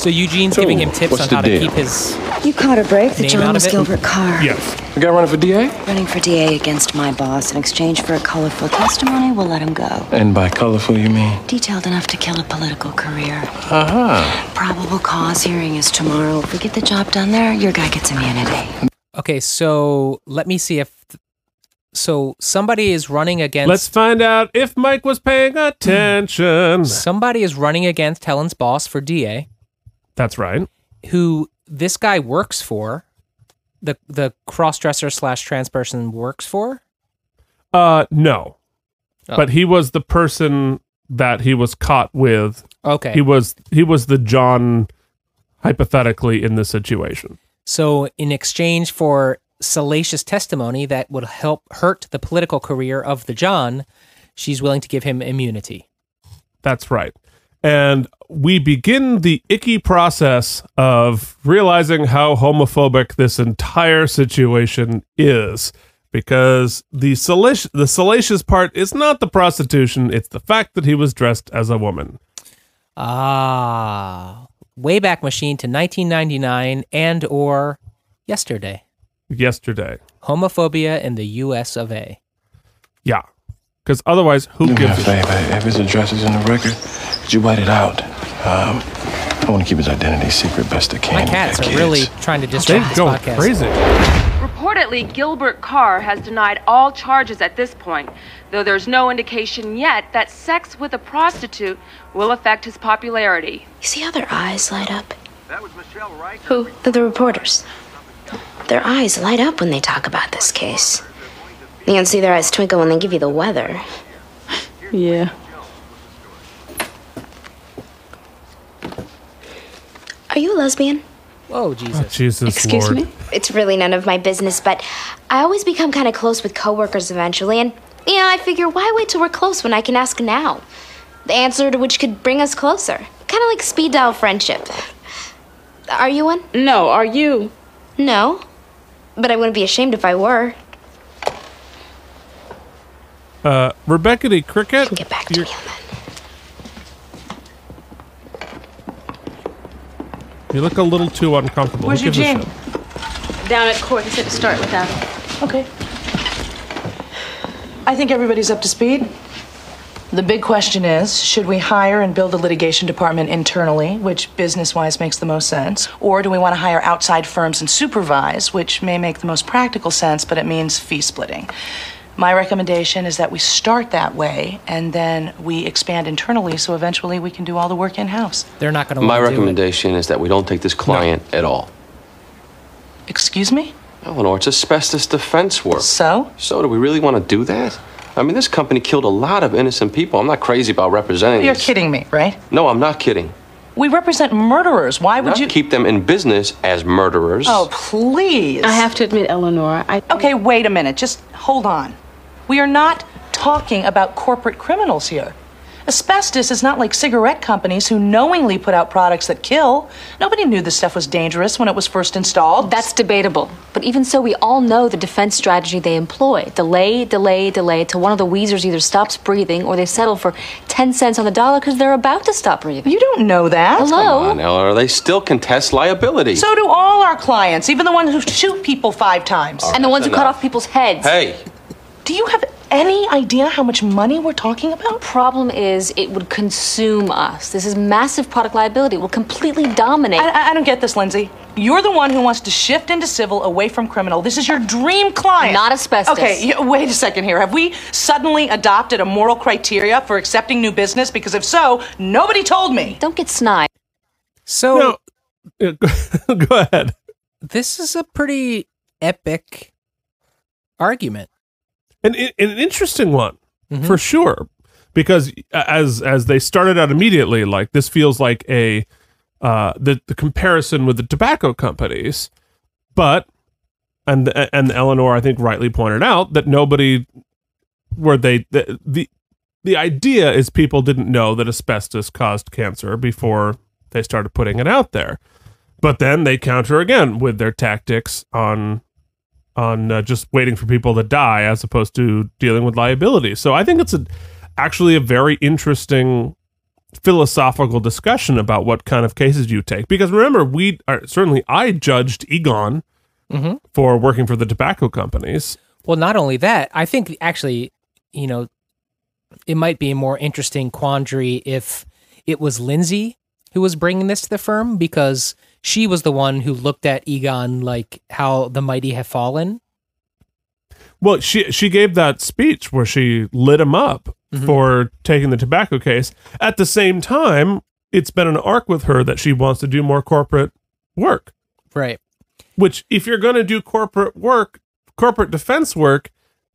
C: So Eugene's
K: So,
C: giving him tips
K: what's
C: on
K: the
C: how
K: deal?
C: to keep his.
N: You caught a break that
C: Name
N: your
C: out
N: name
C: of
N: was
C: it?
N: Gilbert Carr.
B: Yes.
K: The guy running for DA?
N: Running for DA against my boss in exchange for a colorful testimony, we'll let him go.
K: And by colorful, you mean?
N: Detailed enough to kill a political career.
K: Uh-huh.
N: Probable cause hearing is tomorrow. If we get the job done there, your guy gets immunity.
C: Okay, so let me see if. So somebody is running against. Hmm.
B: Let's find out if Mike was paying attention.
C: Somebody is running against Helen's boss for DA.
B: That's right.
C: Who this guy works for? The the crossdresser slash trans person works for.
B: Uh, no,
C: Oh.
B: but he was the person that he was caught with.
C: Okay.
B: he was he was the John hypothetically in this situation.
C: So in exchange for salacious testimony that would help hurt the political career of the John, she's willing to give him immunity.
B: That's right. And we begin the icky process of realizing how homophobic this entire situation is because the salacious, the salacious part is not the prostitution, it's the fact that he was dressed as a woman.
C: Ah, Wayback Machine to 1999 and or Yesterday.
B: Yesterday.
C: Homophobia in the U.S. of A.
B: Yeah. Because otherwise, who
P: Do me a
B: gives a
P: favor. If his address is in the record, could you write it out? Um, I want to keep his identity secret best I can.
Q: Oh,
C: My cats are really trying to disrupt this podcast.
R: Reportedly, Gilbert Carr has denied all charges at this point, though there's no indication yet that sex with a prostitute will affect his popularity.
J: You see how their eyes light up? Who? The, the reporters. Their eyes light up when they talk about this case. You can see their eyes twinkle when they give you the weather.
R: Yeah.
J: Are you a lesbian?
C: Whoa, Jesus.
B: Oh, Jesus Lord.
J: It's really none of my business, but I always become kind of close with coworkers eventually, and you know, I figure why wait till we're close when I can ask now? The answer to which could bring us closer. Kind of like speed dial friendship. Are you one? No, are you? No. But I wouldn't be ashamed if I were.
B: Uh, Rebecca D. Cricket.
J: get back
B: to
J: me
B: You look a little too uncomfortable.
R: Where's
B: Who
R: your
B: gives
R: jam?
B: a shit?
R: Down at court. He said to start with that. Okay.
G: I think everybody's up to speed. The big question is should we hire and build a litigation department internally, which business wise makes the most sense? Or do we want to hire outside firms and supervise, which may make the most practical sense, but it means fee splitting? My recommendation is that we start that way and then we expand internally so eventually we can do all the work in house.
C: They're not going to
Q: My
C: want to do it.
Q: recommendation is that we don't take this client at all.
G: Excuse me?
Q: Eleanor, it's asbestos defense work.
G: So?
Q: So, do we really want to do that? I mean, this company killed a lot of innocent people. I'm not crazy about representing
G: You're
Q: these-
G: kidding me, right?
Q: No, I'm not kidding.
G: We represent murderers. Why would
Q: not
G: you?
Q: keep them in business as murderers.
G: Oh, please. I have
R: to admit, Eleanor, I.
G: Okay, wait a minute. Just hold on. We are not talking about corporate criminals here. Asbestos is not like cigarette companies who knowingly put out products that kill. Nobody knew this stuff was dangerous when it was first installed.
S: That's debatable. But even so, we all know the defense strategy they employ delay, delay, delay till one of the wheezers either stops breathing or they settle for 10 cents on the dollar because they're about to stop breathing.
G: You don't know that.
S: Hello?
Q: Come on, Eleanor, they still contest liability.
G: So do all our clients, even the ones who shoot people five times.
Q: All right, And the ones who that's cut enough. off
S: people's heads.
Q: hey,
G: Do you have any idea how much money we're talking about?
S: Problem is, it would consume us. This is massive product liability. It will completely dominate.
G: I, I- I don't get this, Lindsay. You're the one who wants to shift into civil away from criminal. This is your dream client.
S: Not asbestos.
G: Okay, y- wait a second here. Have we suddenly adopted a moral criteria for accepting new business? Because if so, nobody told me.
S: Don't get snide.
C: So
B: Yeah, go- *laughs* go ahead.
C: this is a pretty epic argument.
B: an, an interesting one for sure because as as they started out immediately like this feels like a uh the, the comparison with the tobacco companies but and and eleanor i think rightly pointed out that nobody were they the, the the idea is people didn't know that asbestos caused cancer before they started putting it out there but then they counter again with their tactics on on uh, just waiting for people to die as opposed to dealing with liability. So I think it's a, actually a very interesting philosophical discussion about what kind of cases you take. Because remember, we are, certainly I judged Egon for working for the tobacco companies.
C: Well, not only that, I think actually, you know, it might be a more interesting quandary if it was Lindsay who was bringing this to the firm because she was the one who looked at Egon like how the mighty have fallen.
B: Well, she she gave that speech where she lit him up
C: Mm-hmm.
B: for taking the tobacco case. At the same time, it's been an arc with her that she wants to do more corporate work.
C: Right.
B: Which, if you're going to do corporate work, corporate defense work,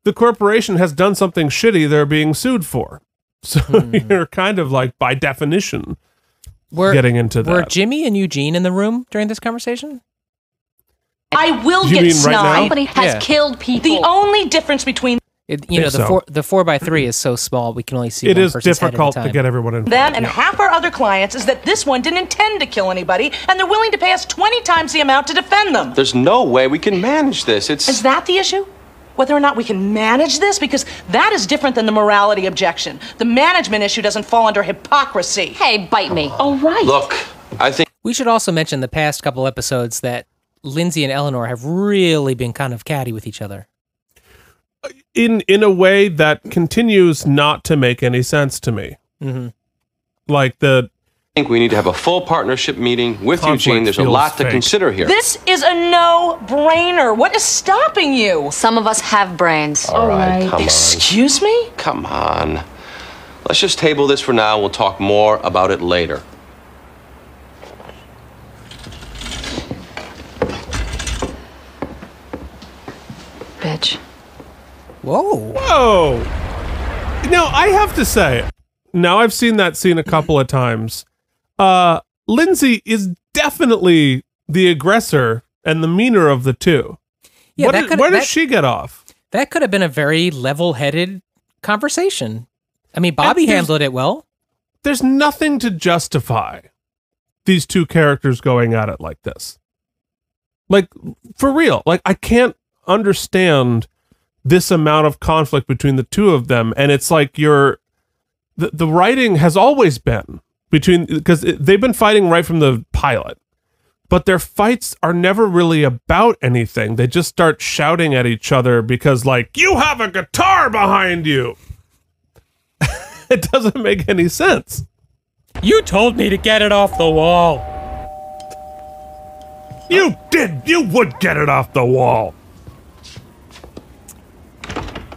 B: the corporation has done something shitty they're being sued for. *laughs* So
C: Hmm.
B: you're kind of like, by definition,
C: Were,
B: getting into
C: Were
B: that.
C: Jimmy and Eugene in the room during this conversation?
G: I will
B: You
G: get
B: mean right
G: snide.
B: now? Nobody
C: has Yeah.
G: killed people. The only difference between
C: It, you know,
B: Think
C: the
B: so.
C: four the four by three is so small we can only see.
B: it
C: one
B: is
C: person's head at a
B: difficult to
C: time.
B: get everyone involved.
G: them and
B: yeah.
G: half our other clients is that this one didn't intend to kill anybody, and they're willing to pay us 20 times the amount to defend them.
Q: there's no way we can manage this. It's
G: Is that the issue? Whether or not we can manage this? Because that is different than the morality objection. The management issue doesn't fall under hypocrisy. Hey,
S: bite me.
G: All right.
Q: look. I think
C: We should also mention the past couple episodes that Lindsay and Eleanor have really been kind of catty with each other.
B: in in a way that continues not to make any sense to me.
C: Mm-hmm.
B: Like the
Q: I think we need to have a full partnership meeting with
B: Conflict
Q: Eugene. There's a
B: feels
Q: lot to
B: fake.
Q: consider here.
G: This is a no brainer. What is stopping you? Oh
S: Some of us have brains.
Q: All right, come on.
G: Excuse me?
Q: Come on. Let's just table this for now. We'll talk more about it later.
N: Bitch.
C: Whoa.
B: Whoa. Now I have to say, now I've seen that scene a couple of times. Uh Lindsay is definitely the aggressor and the meaner of the two.
C: Yeah,
B: What
C: that
B: is-
C: could-
B: where does
C: that-
B: she get off?
C: That could have been a very level-headed conversation. I mean, Bobby
B: And there's-
C: handled it well.
B: There's nothing to justify these two characters going at it like this. Like for real. Like I can't understand this amount of conflict between the two of them and it's like you're the, the writing has always been between because they've been fighting right from the pilot but their fights are never really about anything they just start shouting at each other because like you have a guitar behind you *laughs* it doesn't make any sense
C: you told me to get it off the wall
B: you did you would get it off the wall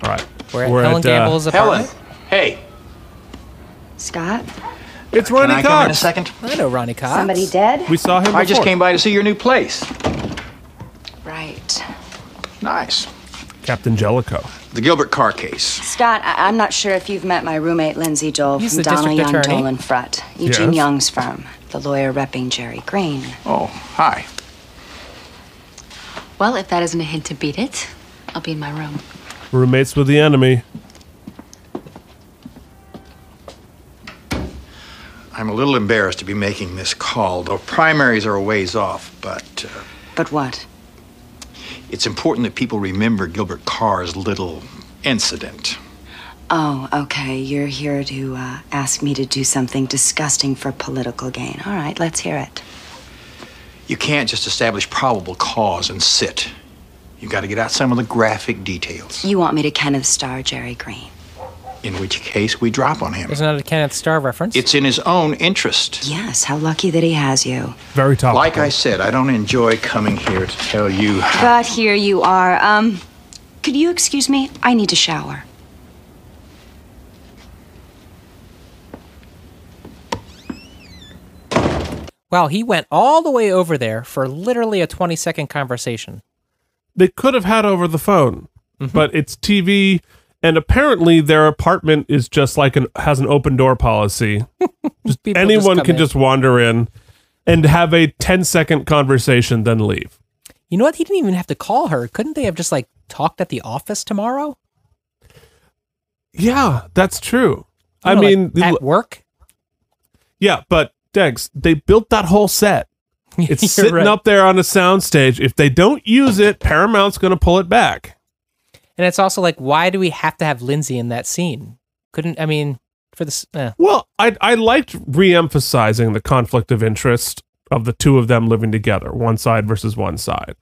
B: all right
C: we're at
B: We're
C: Helen
B: at, uh,
C: Gamble's
B: Helen.
C: apartment.
E: Hey.
N: Scott?
B: it's
E: Can
B: ronnie
E: I
B: cox
E: come in a second?
C: I know Ronnie Cox.
N: Somebody dead?
B: we saw him
E: I just
B: before.
E: came by to see your new place.
N: Right.
E: Nice.
B: captain jellicoe
E: The Gilbert Carr case.
N: Scott, I- I'm not sure if you've met my roommate, Lindsay Dole,
C: He's
N: from
C: the
N: Donnelly
C: district
N: Young
C: attorney.
N: Dole and Frutt, Eugene
E: Yes.
N: Young's firm, the lawyer repping Jerry Green.
E: Oh, hi.
S: Well, if that isn't a hint to beat it, I'll be in my room.
B: roommates with the enemy
T: I'm a little embarrassed to be making this call, though primaries are a ways off, but. Uh,
N: but what?
T: It's important that people remember Gilbert Carr's little incident.
N: Oh, okay. You're here to uh, ask me to do something disgusting for political gain. All right, let's hear it.
T: You can't just establish probable cause and sit. You've got to get out some of the graphic details,
N: You want me to Kenneth Starr Jerry Green.
T: in which case we drop on him.
C: There's not a Kenneth Starr reference.
T: It's in his own interest.
N: Yes, how lucky that he has you.
B: Very topical.
T: Like I said, I don't enjoy coming here to tell you.
N: But here you are. Um, could you excuse me? I need to shower.
C: Wow, he went all the way over there for literally a 20 second conversation.
B: they could have had over the phone,
C: Mm-hmm.
B: but it's TV, and apparently their apartment is just like an has an open door
C: *laughs*
B: policy. Just
C: People just
B: anyone
C: come
B: can
C: in.
B: just wander in and have a 10 second conversation, then leave.
C: You know what? He didn't even have to call her. Couldn't they have just like talked at the office tomorrow?
B: Yeah, that's true.
C: You
B: I
C: know, like,
B: mean,
C: at work.
B: yeah, but Dex, they built that whole
C: *laughs*
B: set. It's sitting
C: right.
B: up there on a soundstage. If they don't use it, Paramount's going to pull it back.
C: And it's also like, why do we have to have Lindsay in that scene? Couldn't I mean for this? Eh.
B: Well, I I liked re-emphasizing the conflict of interest of the two of them living together, one side versus one side.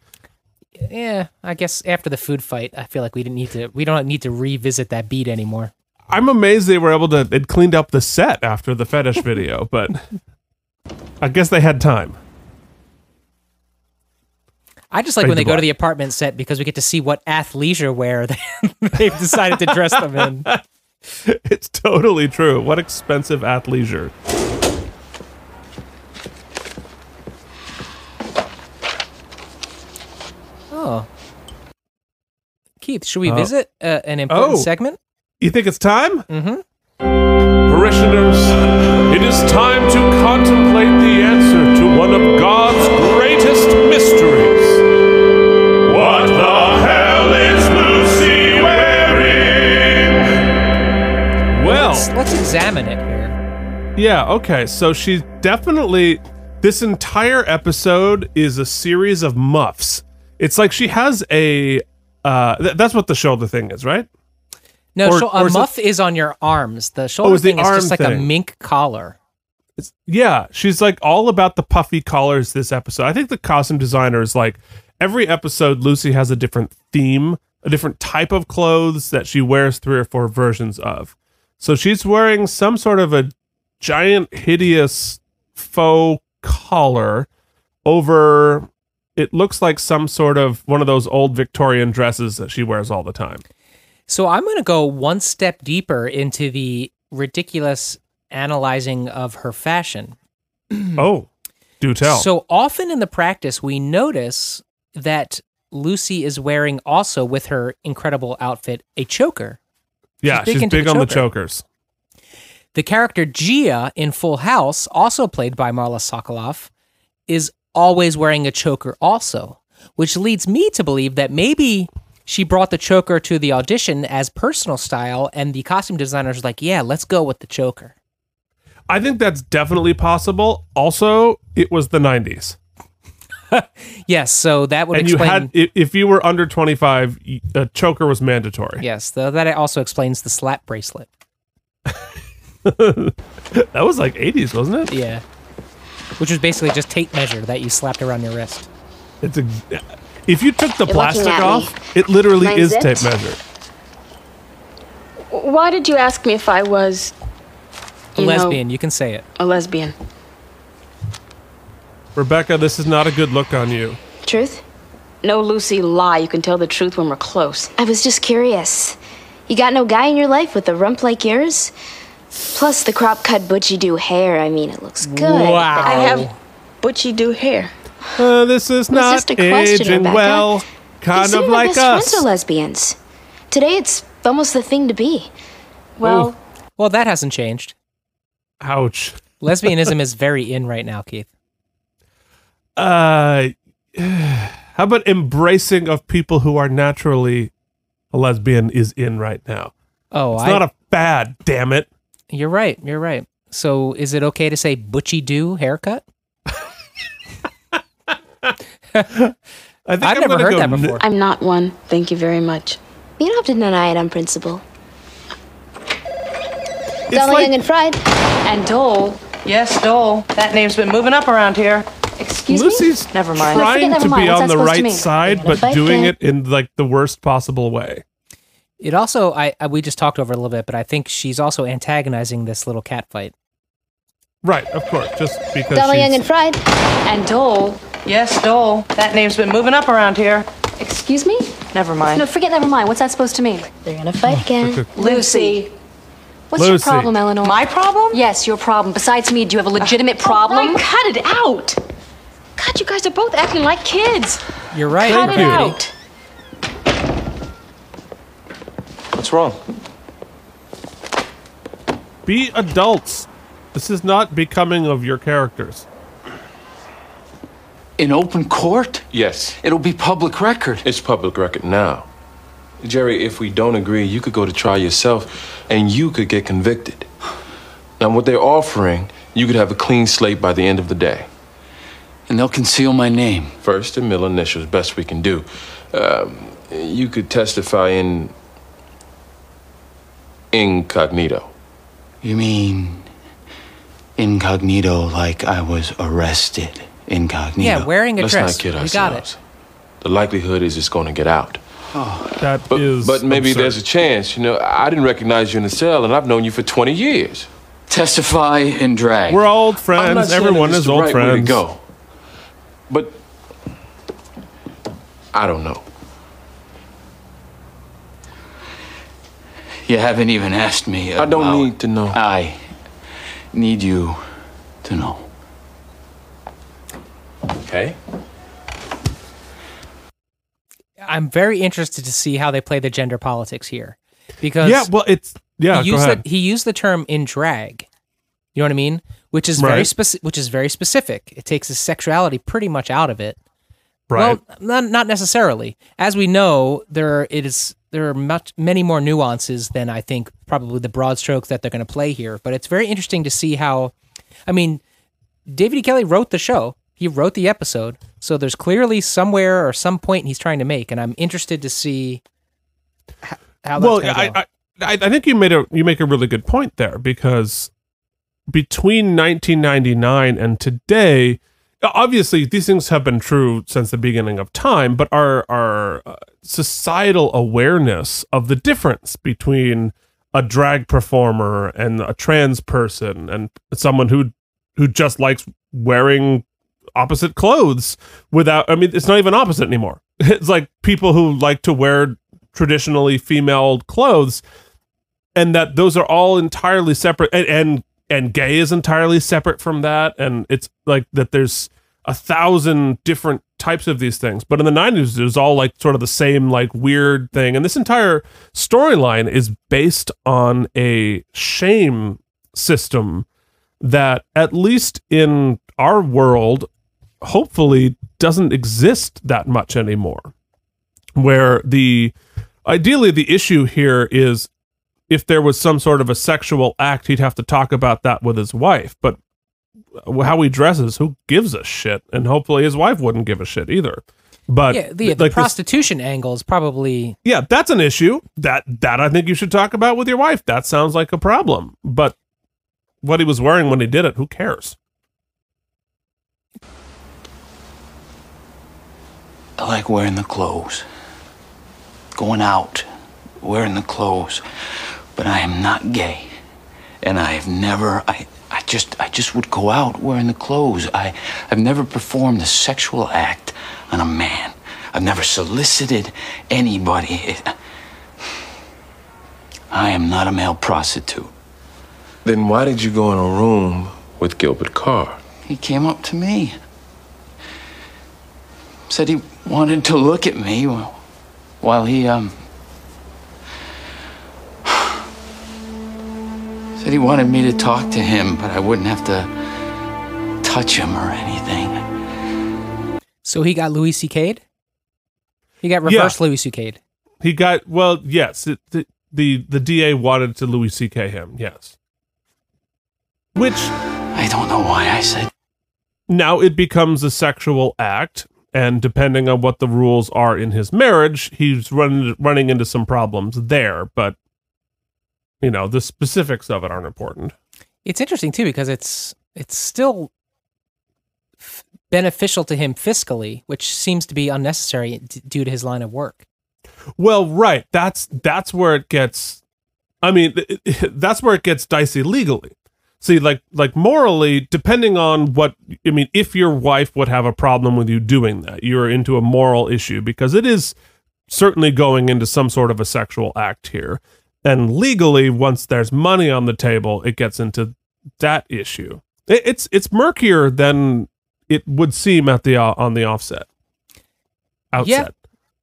C: Yeah, I guess after the food fight, I feel like we didn't need to. We don't need to revisit that beat anymore.
B: I'm amazed they were able to. It cleaned up the set after the fetish *laughs* video, but I guess they had time.
C: I just like
B: Fade
C: when
B: to
C: they go to
B: black.
C: the apartment set because we get to see what athleisure wear *laughs* they- they've decided to dress them in.
B: It's totally true. What expensive athleisure.
C: Oh, Keith, should we
B: Oh.
C: visit uh, an important
B: Oh.
C: segment?
B: You think it's time?
C: Mm-hmm.
B: Parishioners, it is time to contemplate the answer to one of God's greatest mysteries.
A: What the hell is Lucy
B: *laughs*
A: wearing?
B: Well,
C: let's, let's examine it here.
B: Yeah, okay. So she's definitely this entire episode is a series of muffs. It's like she has a uh th- that's what the shoulder thing is, right?
C: No,
B: Or-
C: shou-
B: or
C: a
B: is
C: muff
B: it-
C: is on your arms. The shoulder
B: it's the
C: thing is
B: arm
C: just like a
B: thing.
C: mink collar.
B: It's, yeah, she's like all about the puffy collars this episode. I think the costume designer is like every episode, Lucy has a different theme, a different type of clothes that she wears three or four versions of. So she's wearing some sort of a giant, hideous faux collar over it looks like some sort of one of those old Victorian dresses that she wears all the time.
C: So I'm going to go one step deeper into the ridiculous analyzing of her fashion.
B: *clears throat* oh, do tell.
C: So often in the practice, we notice that Lucy is wearing also with her incredible outfit a choker.
B: Yeah, she's big, she's big the on choker. the chokers.
C: The character Gia in Full House, also played by Marla Sokoloff, is always wearing a choker also, which leads me to believe that maybe she brought the choker to the audition as personal style and the costume designer's like, "Yeah, let's go with the choker."
B: I think that's definitely possible. Also, it was the 90s.
C: yes, so that would
B: and
C: explain.
B: You had, if you were under 25, a choker was mandatory.
C: Yes, though that also explains the slap bracelet.
B: *laughs* that was like 80s, wasn't it?
C: Yeah. Which was basically just tape measure that you slapped around your wrist.
B: It's a, if you took the You're plastic off, me. it literally Mine's is it? tape measure.
U: Why did you ask me if I was
C: a lesbian? Know, you can say it.
U: A lesbian.
B: Rebecca, this is not a good look on you.
U: Truth? No, Lucy, lie. You can tell the truth when we're close.
J: I was just curious. You got no guy in your life with a rump like yours? Plus the crop cut butchie do hair. I mean, it looks good.
U: Wow. I have butchie do hair.
B: Uh, this is not just a question, aging Rebecca. well. Kind
J: Consider
B: of like
J: my best
B: us.
J: friends are lesbians. Today it's almost the thing to be.
U: Well,
C: Ooh. well, that hasn't changed.
B: Ouch. *laughs*
C: Lesbianism is very in right now, Keith.
B: Uh, *sighs* how about embracing of people who are naturally a lesbian is in right now?
C: Oh,
B: it's
C: I,
B: not a fad. Damn it.
C: You're right. You're right. So, is it okay to say butchy do haircut?
B: *laughs* I think
C: I've
B: am
C: never heard
B: go
C: that before.
U: I'm not one. Thank you very much.
J: You don't have to deny it on principle.
B: It's
J: Donald
B: like-
J: Young and Fried.
U: And Dole.
G: Yes, Dole. That name's been moving up around here.
J: Excuse me?
B: Lucy's
G: Never mind.
J: Forget
B: trying
J: never
B: to
J: mind.
B: be
J: What's
B: on
J: that
B: the
J: supposed to
B: right
J: mean?
B: side, but
J: Fight
B: doing
J: back.
B: it in like the worst possible way.
C: It also, I, I we just talked over it a little bit, but I think she's also antagonizing this little cat fight.
B: Right, of course, just because
J: Donald
B: she's,
J: Young and Fried.
U: And Dole.
G: Yes, Dole. That name's been moving up around here.
S: Excuse me?
G: Never mind.
S: No, forget never mind. What's that supposed to mean?
J: They're gonna fight again.
U: Lucy.
S: What's your
B: Lucy.
S: problem, Eleanor?
G: My problem?
S: yes, your problem. Besides me, do you have a legitimate problem?
U: Brian, cut it out. God, you guys are both acting like kids.
C: You're right.
U: Cut it
B: you.
U: out.
Q: What's wrong?
B: be adults. This is not becoming of your characters.
L: In open court?
K: Yes,
L: It'll be public record.
K: it's public record now. Jerry, if we don't agree, you could go to trial yourself and you could get convicted. Now, what they're offering, you could have a clean slate by the end of the day.
L: And they'll conceal my name.
K: First and middle initials, best we can do. Um, you could testify in incognito.
L: You mean incognito, like I was arrested? Incognito.
C: Yeah, wearing a
K: Let's
C: dress.
K: not kid
C: we
K: ourselves.
C: got it.
K: The likelihood is it's going to get out.
B: That is,
K: But, but maybe
B: absurd.
K: there's a chance. You know, I didn't recognize you in the cell, and I've known you for 20 years.
L: Testify in drag.
B: we're old
K: I'm not
B: friends.
K: saying
B: Everyone
K: that it's
B: is
K: the
B: old
K: right
B: friends.
K: Way to go. But I don't know.
L: You haven't even asked me.
K: I don't
L: about-
K: need to know.
L: I need you to know.
K: Okay.
C: I'm very interested to see how they play the gender politics here, because
B: Yeah, well, it's yeah.
C: he
B: go
C: used
B: ahead.
C: the he used the term in drag. You know what I mean? Which is very
B: Right.
C: specific. Which is very specific. It takes his sexuality pretty much out of it.
B: right.
C: Well, not, not necessarily. As we know, there are, it is there are much many more nuances than I think probably the broad strokes that they're going to play here. But it's very interesting to see how. I mean, David E. Kelly wrote the show. He wrote the episode, so there's clearly somewhere or some point he's trying to make, and I'm interested to see h- how that's
B: well,
C: going to
B: I, I I I think you made a you make a really good point there because between 1999 and today, obviously these things have been true since the beginning of time, but our our uh, societal awareness of the difference between a drag performer and a trans person and someone who who just likes wearing opposite clothes without I mean it's not even opposite anymore. *laughs* It's like people who like to wear traditionally female clothes and that those are all entirely separate and, and and gay is entirely separate from that and it's like that there's a thousand different types of these things but in the 90s it was all like sort of the same like weird thing and this entire storyline is based on a shame system that at least in our world hopefully doesn't exist that much anymore where the ideally the issue here is if there was some sort of a sexual act, he'd have to talk about that with his wife. But how he dresses, who gives a shit? And hopefully his wife wouldn't give a shit either. But
C: yeah, the, the
B: like this-
C: prostitution angle is probably
B: yeah, that's an issue that that I think you should talk about with your wife. That sounds like a problem. But what he was wearing when he did it, who cares?
F: I like wearing the clothes. Going out, wearing the clothes. But I am not gay. And I've never I I just I just would go out wearing the clothes. I I've never performed a sexual act on a man. I've never solicited anybody. It- I am not a male prostitute.
K: Then why did you go in a room with Gilbert Carr?
F: He came up to me. Said he wanted to look at me wh- while he um *sighs* Said he wanted me to talk to him, but I wouldn't have to touch him or anything.
C: so he got Louis C.K.'d. He got reverse Louis C.K.'d.
B: He got well, yes. It, the, the the DA wanted to Louis C.K. him, yes. Which I
F: don't know why I said.
B: Now it becomes a sexual act, and depending on what the rules are in his marriage, he's running running into some problems there. But you know, the specifics of it aren't important.
C: It's interesting too because it's it's still f- beneficial to him fiscally, which seems to be unnecessary d- due to his line of work.
B: Well, right. That's that's where it gets. I mean, it- it- *laughs* that's where it gets dicey legally. See, like like morally, depending on what I mean, if your wife would have a problem with you doing that, you're into a moral issue because it is certainly going into some sort of a sexual act here. And legally, once there's money on the table, it gets into that issue. It- it's it's murkier than it would seem at the uh, on the offset. Outset.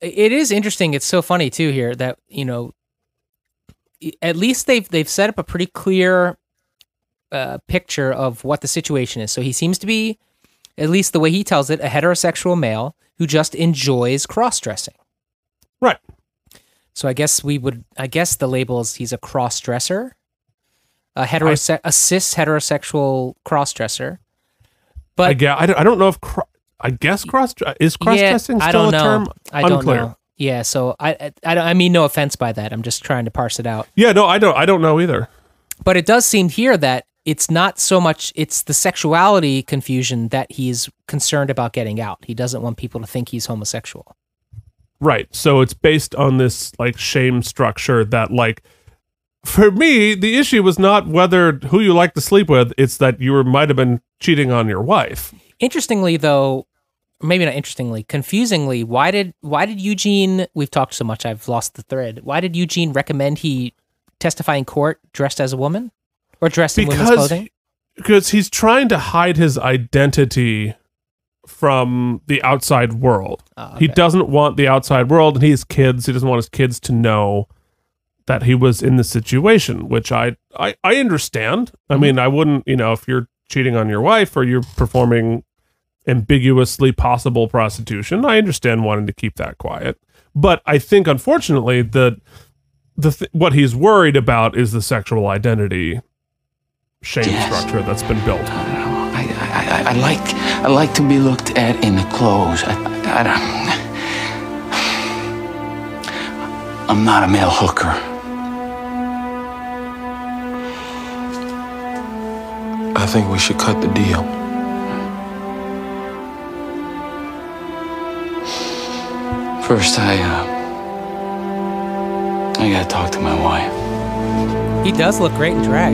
C: Yeah, it is interesting. It's so funny too here that you know, i- at least they've they've set up a pretty clear uh, picture of what the situation is. So he seems to be, at least the way he tells it, a heterosexual male who just enjoys cross dressing.
B: Right.
C: So I guess we would. I guess the label is he's a cross dresser, a heterose- a cis heterosexual cross dresser. But
B: I, guess, I, don't, I don't know if cro- I guess cross uh, is cross dressing
C: Yeah,
B: still
C: I don't
B: a
C: know.
B: term.
C: I don't
B: Unclear.
C: know. Yeah, so I, I I don't I mean no offense by that. I'm just trying to parse it out.
B: Yeah, no, I don't. I don't know either.
C: But it does seem here that it's not so much it's the sexuality confusion that he's concerned about getting out. He doesn't want people to think he's homosexual.
B: Right. So it's based on this like shame structure that like for me the issue was not whether who you like to sleep with, it's that you were might have been cheating on your wife.
C: Interestingly though, maybe not interestingly, confusingly, why did why did Eugene we've talked so much I've lost the thread. Why did Eugene recommend he testify in court dressed as a woman or dressed in women's
B: Because
C: clothing?
B: because he's trying to hide his identity from the outside world. He doesn't want the outside world and his kids, he doesn't want his kids to know that he was in the situation, which I I, I understand. I mean, I wouldn't, you know, if you're cheating on your wife or you're performing ambiguously possible prostitution, I understand wanting to keep that quiet. But I think unfortunately the the th- what he's worried about is the sexual identity shame structure that's been built.
F: I, I, I like I like to be looked at in the clothes. I, I, I don't. *sighs* I'm not a male hooker.
K: I think we should cut the deal.
F: First, I, uh, I gotta talk to my wife.
C: He does look great in drag.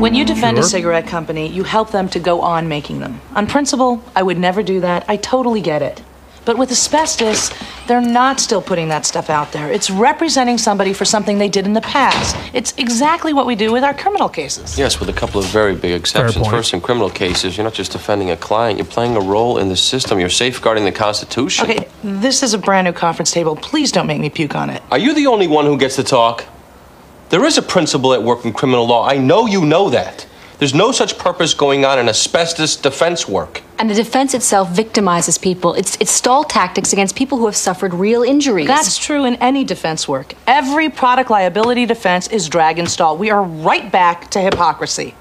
G: When you defend a
C: Sure.
G: cigarette company, you help them to go on making them. On principle, I would never do that. I totally get it. But with asbestos, they're not still putting that stuff out there. It's representing somebody for something they did in the past. It's exactly what we do with our criminal cases.
Q: Yes, with a couple of very big exceptions.
G: point.
Q: First, in criminal cases, you're not just defending a client, you're playing a role in the system. You're safeguarding the Constitution.
G: Okay, this is a brand new conference table. Please don't make me puke on it.
Q: Are you the only one who gets to talk? There is a principle at work in criminal law. I know you know that. There's no such purpose going on in asbestos defense work.
S: And the defense itself victimizes people. It's, it's stall tactics against people who have suffered real injuries.
G: That's true in any defense work. Every product liability defense is drag and stall. We are right back to hypocrisy.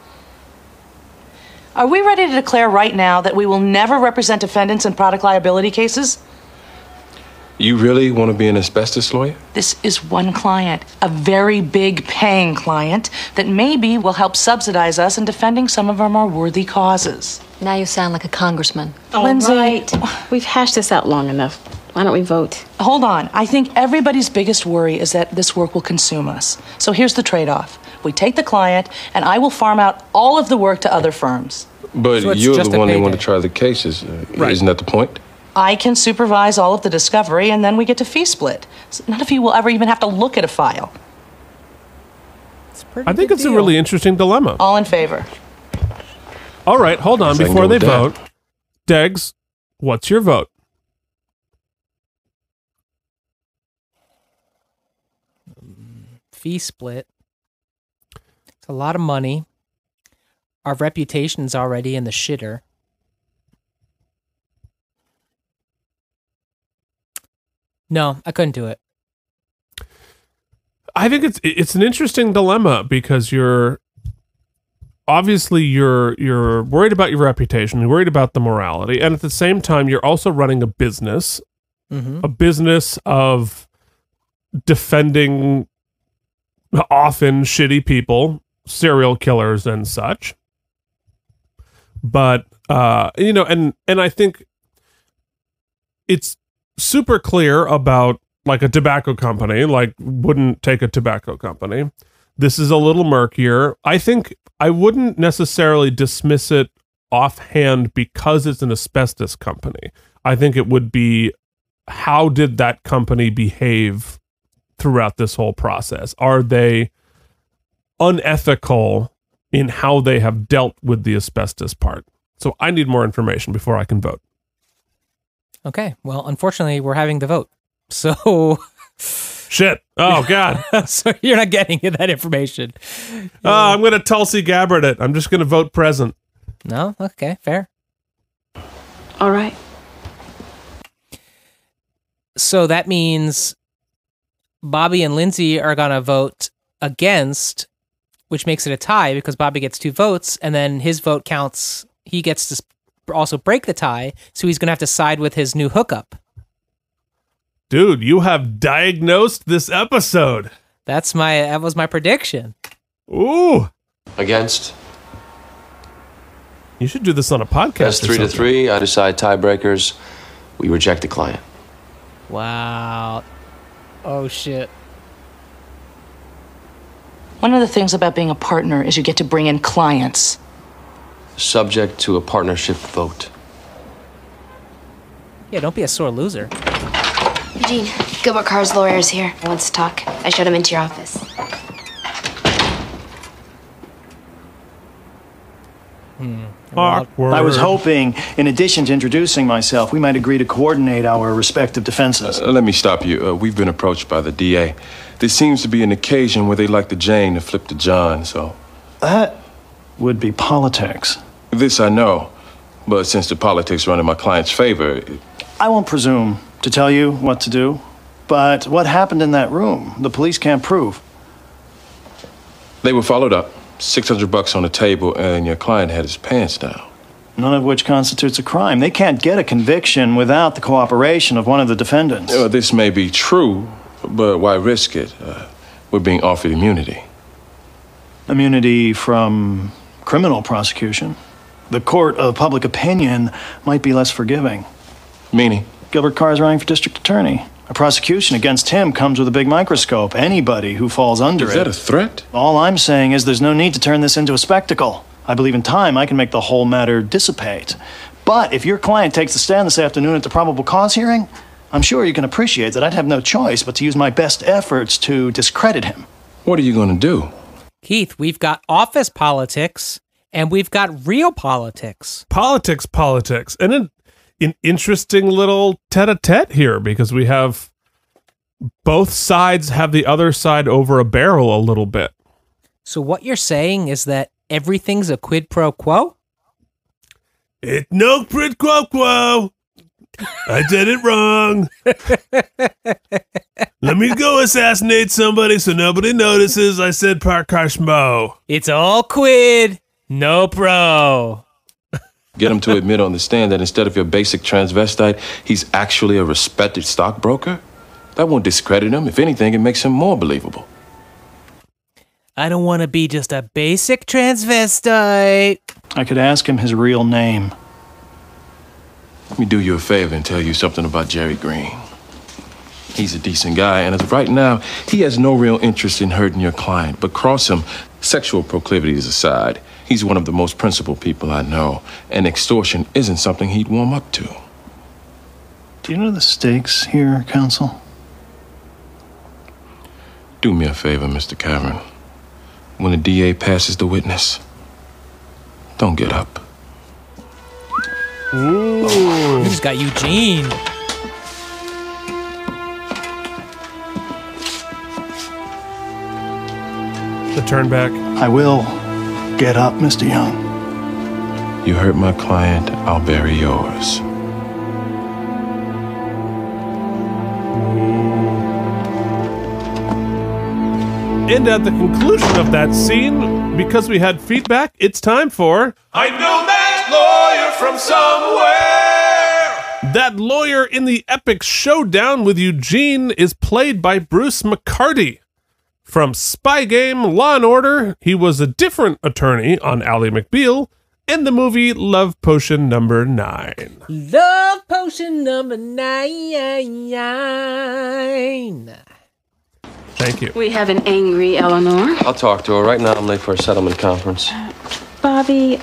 G: Are we ready to declare right now that we will never represent defendants in product liability cases?
K: You really want to be an asbestos lawyer?
G: This is one client, a very big paying client, that maybe will help subsidize us in defending some of our more worthy causes.
S: Now you sound like a congressman.
C: Oh,
G: Lindsay.
U: We've Oh, hashed this out long enough. Why don't we vote?
G: Hold on. I think everybody's biggest worry is that this work will consume us. So here's the trade off we take the client, and I will farm out all of the work to other firms.
K: But
G: So it's
K: you're
G: just
K: the
G: a
K: one that
G: payday.
K: want to try the cases. uh, Isn't that the point?
G: I can supervise all of the discovery, and then we get to fee split. So none of you will ever even have to look at a file.
B: I think it's a really interesting dilemma.
G: All in favor?
B: All right, hold on
G: Guess I can
B: before
G: go
B: they
G: with
B: vote.
G: that.
B: Deggs, what's your vote?
C: Fee split. It's a lot of money. Our reputation's already in the shitter. No, I couldn't do it.
B: I think it's it's an interesting dilemma because you're obviously you're you're worried about your reputation, you're worried about the morality, and at the same time you're also running a business,
A: Mhm.
B: a business of defending often shitty people, serial killers and such. But uh you know, and and I think it's super clear about like a tobacco company, like wouldn't take a tobacco company. This is a little murkier. I think I wouldn't necessarily dismiss it offhand because it's an asbestos company. I think it would be how did that company behave throughout this whole process? Are they unethical in how they have dealt with the asbestos part? So I need more information before I can vote.
C: Okay. Well, unfortunately, we're having the vote. So. *laughs*
B: Shit. Oh, God. *laughs*
C: so you're not getting that information.
B: Oh, I'm going to Tulsi Gabbard it. I'm just going to vote present.
C: No? Okay, fair.
U: All right.
C: So that means Bobby and Lindsay are going to vote against, which makes it a tie because Bobby gets two votes and then his vote counts. He gets to sp- also break the tie. So he's going to have to side with his new hookup.
B: Dude, you have diagnosed this episode.
C: That's my, that was my prediction.
B: Ooh.
Q: Against?
B: You should do this on a podcast.
Q: That's
B: or
Q: three to
B: something.
Q: three. I decide tiebreakers. We reject the client.
C: Wow. Oh, shit.
G: One of the things about being a partner is you get to bring in clients.
Q: Subject to a partnership vote.
C: Yeah, don't be a sore loser.
J: Eugene, Gilbert Carr's lawyer is here. He wants to talk. I showed him into your office.
C: Hmm.
B: Uh, Awkward.
H: I was hoping, in addition to introducing myself, we might agree to coordinate our respective defenses.
K: Uh, let me stop you. Uh, we've been approached by the DA. There seems to be an occasion where they like the Jane to flip the John, so.
H: That would be politics.
K: This I know, but since the politics run in my client's favor, it-
H: I won't presume to tell you what to do, but what happened in that room, the police can't prove.
K: they were followed up. 600 bucks on the table, and your client had his pants down.
H: None of which constitutes a crime. They can't get a conviction without the cooperation of one of the defendants.
K: Uh, this may be true, but why risk it? Uh, we're being offered immunity.
H: Immunity from criminal prosecution. The court of public opinion might be less forgiving.
K: Meaning?
H: Gilbert Carr is running for district attorney. A prosecution against him comes with a big microscope. Anybody who falls under
K: Is
H: it.
K: that a threat?
H: All I'm saying is there's no need to turn this into a spectacle. I believe in time I can make the whole matter dissipate. But if your client takes the stand this afternoon at the probable cause hearing, I'm sure you can appreciate that I'd have no choice but to use my best efforts to discredit him.
K: What are you going to do?
C: Keith, we've got office politics and we've got real politics.
B: Politics, politics. And an, an interesting little tete a tete here because we have both sides have the other side over a barrel a little bit.
C: So what you're saying is that everything's a quid pro quo?
B: It no quid pro quo. I did it wrong. Let me go assassinate somebody so nobody notices I said Parkashmo.
C: It's all quid, no pro.
K: Get him to admit on the stand that instead of your basic transvestite, he's actually a respected stockbroker? That won't discredit him. If anything, it makes him more believable.
C: I don't want to be just a basic transvestite.
H: I could ask him his real name.
K: Let me do you a favor and tell you something about Jerry Green. He's a decent guy, and as of right now, he has no real interest in hurting your client. But cross him, sexual proclivities aside, he's one of the most principled people I know, and extortion isn't something he'd warm up to.
H: Do you know the stakes here, counsel?
K: Do me a favor, Mr. Cameron. When the DA passes the witness, don't get up.
C: Ooh. He's got Eugene.
B: The turn back.
H: I will get up, Mr. Young.
K: You hurt my client, I'll bury yours.
B: And at the conclusion of that scene, because we had feedback, it's time for
A: I know that lawyer from somewhere.
B: That lawyer in the epic showdown with Eugene is played by Bruce McCarty. From Spy Game, Law and Order, he was a different attorney on Ally McBeal and the movie Love Potion Number 9.
C: Love potion number nine.
B: Thank you.
U: We have an angry Eleanor.
Q: I'll talk to her. Right now, I'm late for a settlement conference.
U: Bobby,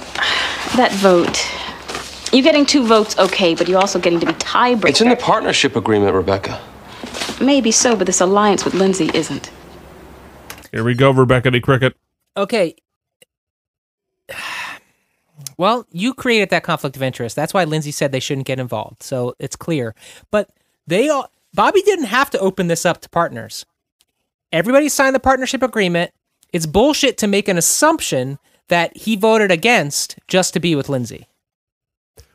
U: that vote. You getting two votes, okay, but you're also getting to be tiebreaker.
Q: It's in the partnership agreement, Rebecca.
U: Maybe so, but this alliance with Lindsay isn't.
B: Here we go, Rebecca D. Cricket.
C: Okay. Well, you created that conflict of interest. That's why Lindsay said they shouldn't get involved. So it's clear. But they all Bobby didn't have to open this up to partners. Everybody signed the partnership agreement. It's bullshit to make an assumption that he voted against just to be with Lindsay.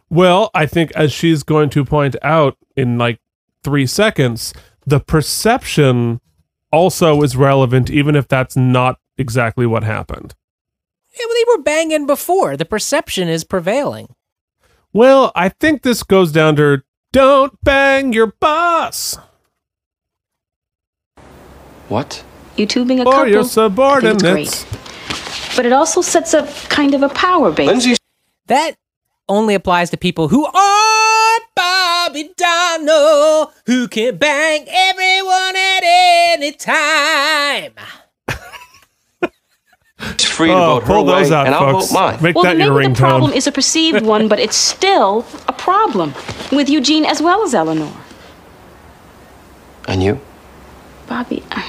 B: Well, I think as she's going to point out in like three seconds, the perception also is relevant, even if that's not exactly what happened.
C: Yeah, well, they were banging before. The perception is prevailing.
B: Well, I think this goes down to don't bang your boss
Q: What?
U: You two being a
B: or
U: couple.
B: your
U: I think
B: subordinates.
U: it's great. But it also sets up kind of a power base.
Q: Lindsay,
C: That only applies to people who are Bobby Donald, who can bang everyone at any time.
Q: she's free to
B: Oh,
Q: vote her
B: pull
Q: way,
B: those out,
Q: and I'll
B: folks.
Q: vote mine.
B: Make
U: well,
B: that
U: maybe
B: your
U: the problem
B: ringtone.
U: is a perceived one, but it's still a problem with Eugene as well as Eleanor.
Q: And you?
U: Bobby, uh,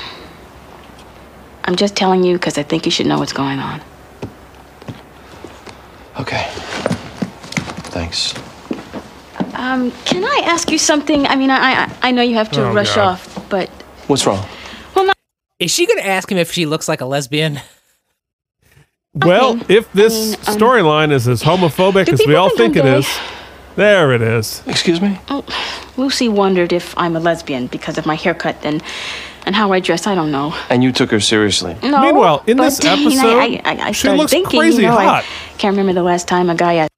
U: I'm just telling you because I think you should know what's going on.
Q: Okay. Thanks.
U: Um, can I ask you something? I mean, I I, I know you have to
Q: Oh,
U: rush
Q: God.
U: off, but
Q: What's wrong?
C: Is she going to ask him if she looks like a lesbian?
B: Well, if this
U: I mean, um,
B: storyline is as homophobic
U: do
B: as we
U: people
B: all
U: think
B: think it
U: I'm gay?
B: is, there it is.
Q: Excuse me?
U: oh, Lucy wondered if I'm a lesbian because of my haircut and and how I dress. I don't know.
Q: And you took her seriously.
U: No,
B: Meanwhile, in
U: but,
B: this
U: you know,
B: episode,
U: I, I, I
B: she
U: started
B: looks
U: thinking, you
B: crazy
U: know, I
B: hot.
U: can't remember the last time a guy asked.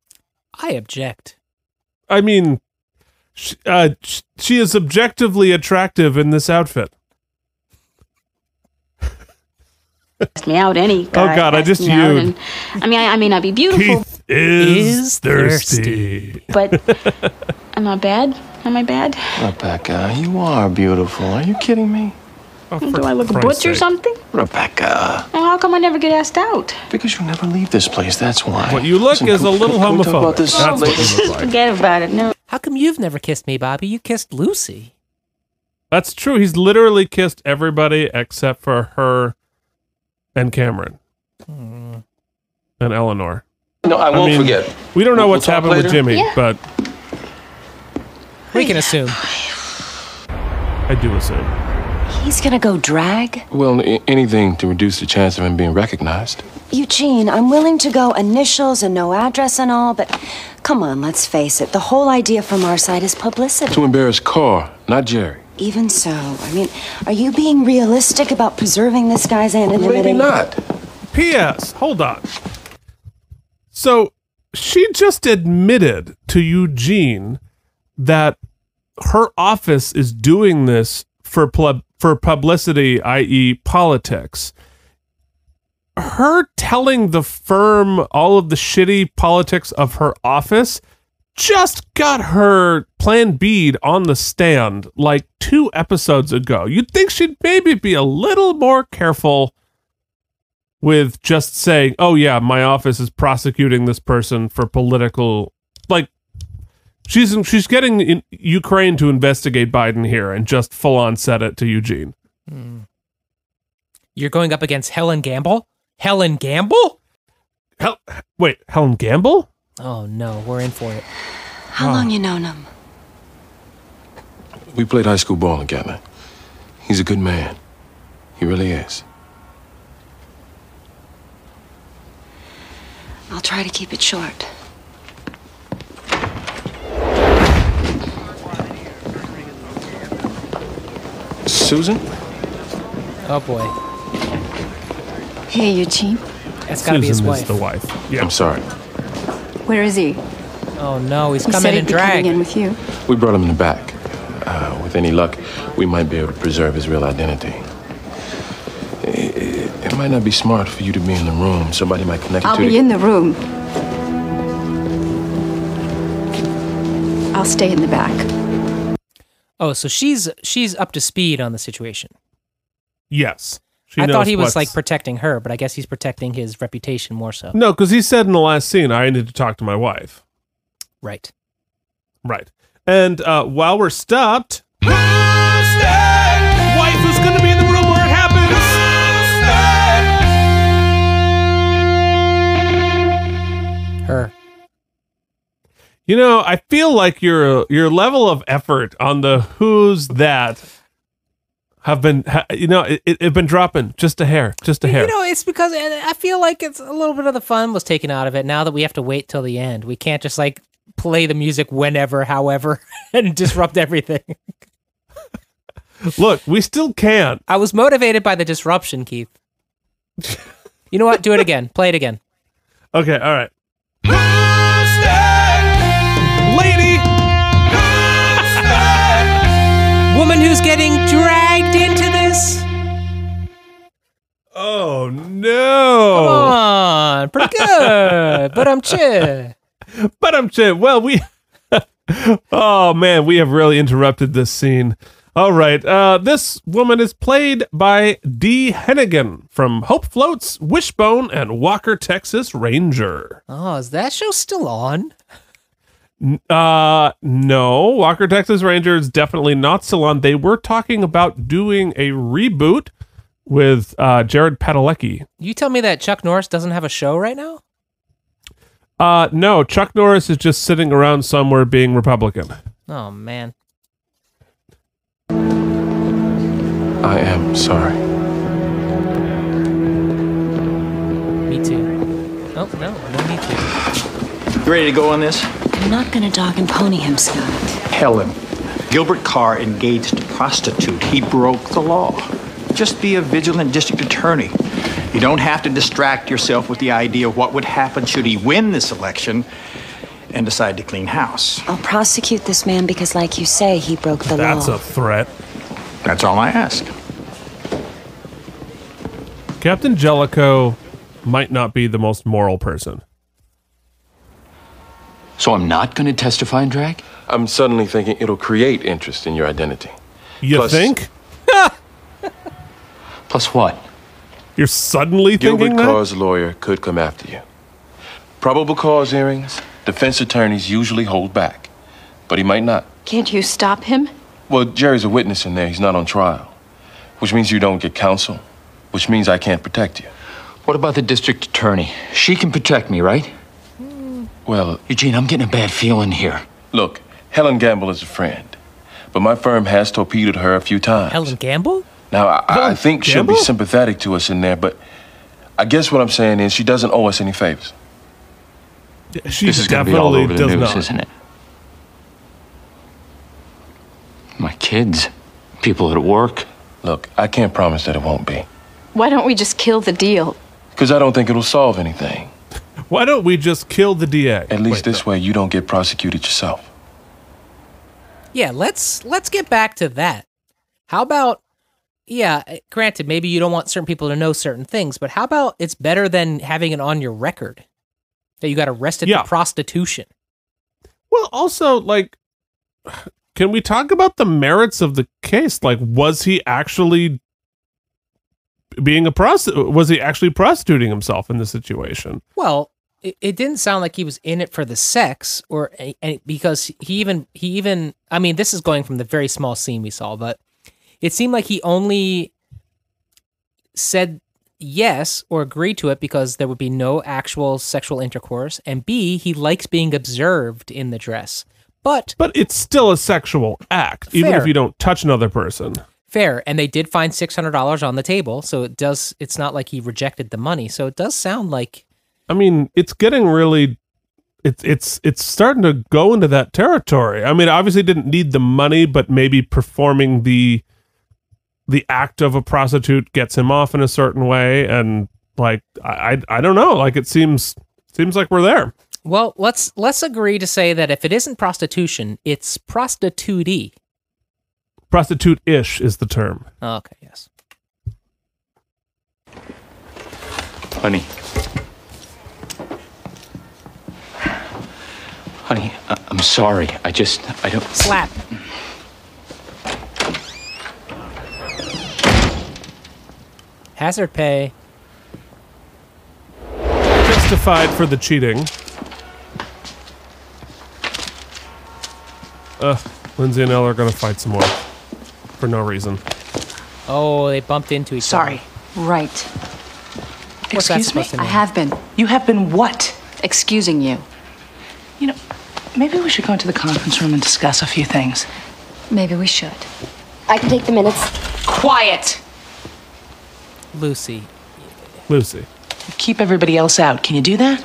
C: I object.
B: I mean, sh uh, sh- she is objectively attractive in this outfit.
U: asked me out. Any guy
B: Oh, God, I
U: asked
B: just
U: me out,
B: yewed.
U: and- I mean, I, I may not be beautiful,
B: Keith is, thirsty.
U: but I'm not bad. Am I bad?
P: Rebecca, you are beautiful. Are you kidding me?
Q: Oh,
B: Oh,
U: Do I look a butch or something?
P: Rebecca,
U: Well, how come I never get asked out?
P: because you never leave this place, that's why.
B: What you look is a little
P: can we talk
B: homophobic.
P: about this
B: That's what you
U: *laughs*
B: look like.
U: Forget about it. No.
C: How come you've never kissed me, Bobby? You kissed Lucy.
B: That's true. He's literally kissed everybody except for her and Cameron
C: Hmm.
B: and Eleanor.
Q: No, I won't forget.
B: We don't know
Q: We'll-
B: what's
Q: we'll talk
B: happened with
Q: later.
B: Jimmy,
Q: Yeah.
B: but
C: We can assume.
B: I do assume.
D: He's gonna go drag?
K: Well, a- anything to reduce the chance of him being recognized.
D: Eugene, I'm willing to go initials and no address and all, but come on, let's face it. The whole idea from our side is publicity.
K: To embarrass Carr, not Jerry.
D: Even so, I mean, are you being realistic about preserving this guy's anonymity?
K: Maybe not.
B: P.S. Hold on. So she just admitted to Eugene that her office is doing this for pub- for publicity, i.e., politics. Her telling the firm all of the shitty politics of her office just got her plan B on the stand like two episodes ago. You'd think she'd maybe be a little more careful with just saying, "Oh yeah, my office is prosecuting this person for political like she's in, she's getting in Ukraine to investigate Biden here and just full on said it to Eugene."
C: You're going up against Helen Gamble? Helen Gamble?
B: Hel- wait, Helen Gamble?
C: Oh no, we're in for it.
D: How long you known him?
K: We played high school ball together. He's a good man. He really is.
D: I'll try to keep it short.
K: Susan?
C: Oh boy.
V: Hey, Eugene.
C: That's gotta be his
B: Susan
C: wife.
B: is the wife. Yeah.
K: I'm sorry.
V: Where is he?
C: Oh no, he's
V: He
C: coming
V: said
C: in
V: he'd be coming
C: drag.
V: in with you.
K: We brought him in the back. Uh, with any luck, we might be able to preserve his real identity. It, it- it might not be smart for you to be in the room. Somebody might connect
V: I'll
K: you to
V: be in the room. I'll stay in the back.
C: Oh, so she's she's up to speed on the situation.
B: Yes. She
C: I
B: knows
C: thought he was
B: what's-
C: like protecting her, but I guess he's protecting his reputation more so.
B: No, cuz he said in the last scene, "I need to talk to my wife."
C: Right.
B: Right. And uh, while we're stopped,
A: Wife who's gonna be in the room where it happens.
C: Her.
B: You know, I feel like your your level of effort on the who's that have been ha- you know it, it, it been dropping just a hair, just a hair.
C: You know, it's because and I feel like it's a little bit of the fun was taken out of it. Now that we have to wait till the end, we can't just like play the music whenever, however, *laughs* and disrupt everything.
B: Look, we still can't.
C: I was motivated by the disruption, Keith. You know what? Do it again. Play it again.
B: Okay, all right.
A: Lady.
C: Woman who's getting dragged into this.
B: Oh no!
C: Come on, pretty good. but I'm chill.
B: But I'm chill. Well, we. *laughs* oh man, we have really interrupted this scene. All right, uh, this woman is played by Dee Hennigan from Hope Floats, Wishbone, and Walker, Texas Ranger.
C: Oh, is that show still on?
B: N- Uh, no, Walker Texas Ranger is definitely not still on. They were talking about doing a reboot with uh, Jared Padalecki.
C: You tell me that Chuck Norris doesn't have a show right now?
B: Uh, no, Chuck Norris is just sitting around somewhere being Republican.
C: Oh man.
K: I am sorry.
C: Me too. Oh no, no need to.
T: You ready to go on this?
D: I'm not gonna dog and pony him, Scott.
T: Helen, Gilbert Carr engaged a prostitute. He broke the law. Just be a vigilant district attorney. You don't have to distract yourself with the idea of what would happen should he win this election and decide to clean house.
D: I'll prosecute this man because, like you say, he broke the
B: That's
D: law.
B: a threat.
T: That's all I ask.
B: Captain Jellicoe might not be the most moral person.
K: So I'm not going to testify and drag? I'm suddenly thinking it'll create interest in your identity.
B: You think? *laughs*
K: Plus what?
B: You're suddenly
K: Gilbert
B: thinking that?
K: Carr's lawyer could come after you. Probable cause hearings, defense attorneys usually hold back, but he might not.
V: Can't you stop him?
K: Well, Jerry's a witness in there. He's not on trial, which means you don't get counsel, which means I can't protect you.
F: What about the district attorney? She can protect me, right?
K: Well,
F: Eugene, I'm getting a bad feeling here.
K: look, Helen Gamble is a friend, but my firm has torpedoed her a few times.
C: Helen Gamble?
K: Now, I, I
C: Helen
K: think she'll be
C: Gamble?
K: sympathetic to us in there, but I guess what I'm saying is she doesn't owe us any favors.
B: She
K: This is gonna
B: definitely
K: be all over the
B: does
K: news,
B: not.
K: isn't
F: it? My kids, people at work.
K: Look, I can't promise that it won't be,
V: Why don't we just kill the deal?
K: because I don't think it'll solve anything.
B: *laughs* Why don't we just kill the DA?
K: At least this way you don't get prosecuted yourself.
C: Yeah, let's let's get back to that. How about yeah, eh, granted maybe you don't want certain people to know certain things, but how about it's better than having it on your record that you got arrested for prostitution.
B: Well, also, like, can we talk about the merits of the case? Like, was he actually being a prostitute? Was he actually prostituting himself in this situation?
C: Well, it, it didn't sound like he was in it for the sex or a- a- because he even he even I mean this is going from the very small scene we saw, but it seemed like he only said yes or agreed to it because there would be no actual sexual intercourse and B he likes being observed in the dress. But
B: but it's still a sexual act, even if
C: Fair.
B: you don't touch another person.
C: Fair, and they did find six hundred dollars on the table, so it does. It's not like he rejected the money, so it does sound like
B: I mean, it's getting really it's it's it's starting to go into that territory. I mean, obviously didn't need the money, but maybe performing the the act of a prostitute gets him off in a certain way and like I I, I don't know, like it seems seems like we're there.
C: Well, let's let's agree to say that if it isn't prostitution, it's prostitutee.
B: Prostitute ish is the term.
C: Okay, yes.
F: Honey. Honey, I- uh, I'm sorry. I just, I don't.
C: Slap. Hazard pay.
B: Justified for the cheating. Ugh, Lindsay and Elle are gonna fight some more. For no reason.
C: Oh, they bumped into each
G: Sorry.
V: Right.
G: What's that Excuse supposed me? to
V: I
G: mean?
V: have been.
G: You have been what?
V: Excusing you.
G: You know, maybe we should go into the conference room and discuss a few things.
V: Maybe we should.
J: I can take the minutes.
G: Quiet!
C: other. Lucy.
B: Lucy.
G: Keep everybody else out. Can you do that?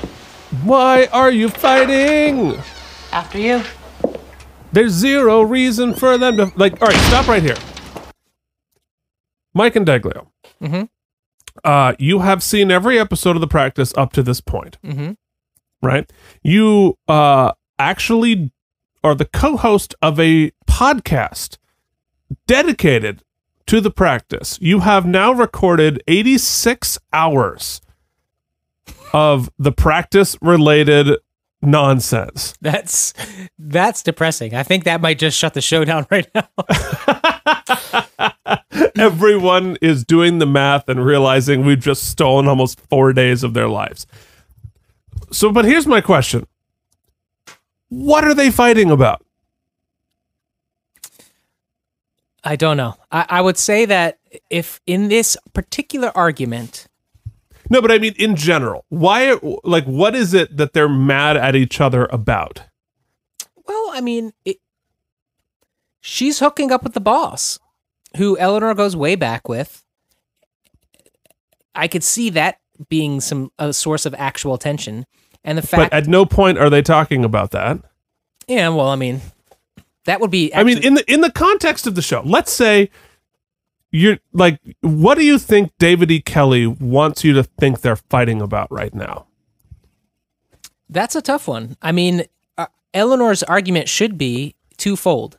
B: Why are you fighting?
G: After you.
B: There's zero reason for them to like. All right, stop right here. Mike and Deglio,
G: Mm-hmm.
C: Mm
B: uh, you have seen every episode of the practice up to this point,
C: hmm. Mm hmm.
B: right? You uh, actually are the co-host of a podcast dedicated to the practice. You have now recorded 86 hours of the practice-related nonsense.
C: That's that's depressing. I think that might just shut the show *laughs* down right now.
B: everyone is doing the math and realizing we've just stolen almost four days of their lives. So, but here's my question What are they fighting about?
C: I don't know. I, I would say that if in this particular argument,
B: No, but I mean, in general, why, like, what is it that they're mad at each other about?
C: well, I mean, it, she's hooking up with the boss, who Eleanor goes way back with. I could see that being some a source of actual tension, and the fact,
B: but at no point are they talking about that.
C: yeah. Well, I mean, that would be.
B: I mean, in the in the context of the show, let's say you're like, what do you think David E. Kelly wants you to think they're fighting about right now?
C: That's a tough one. I mean, uh, Eleanor's argument should be twofold.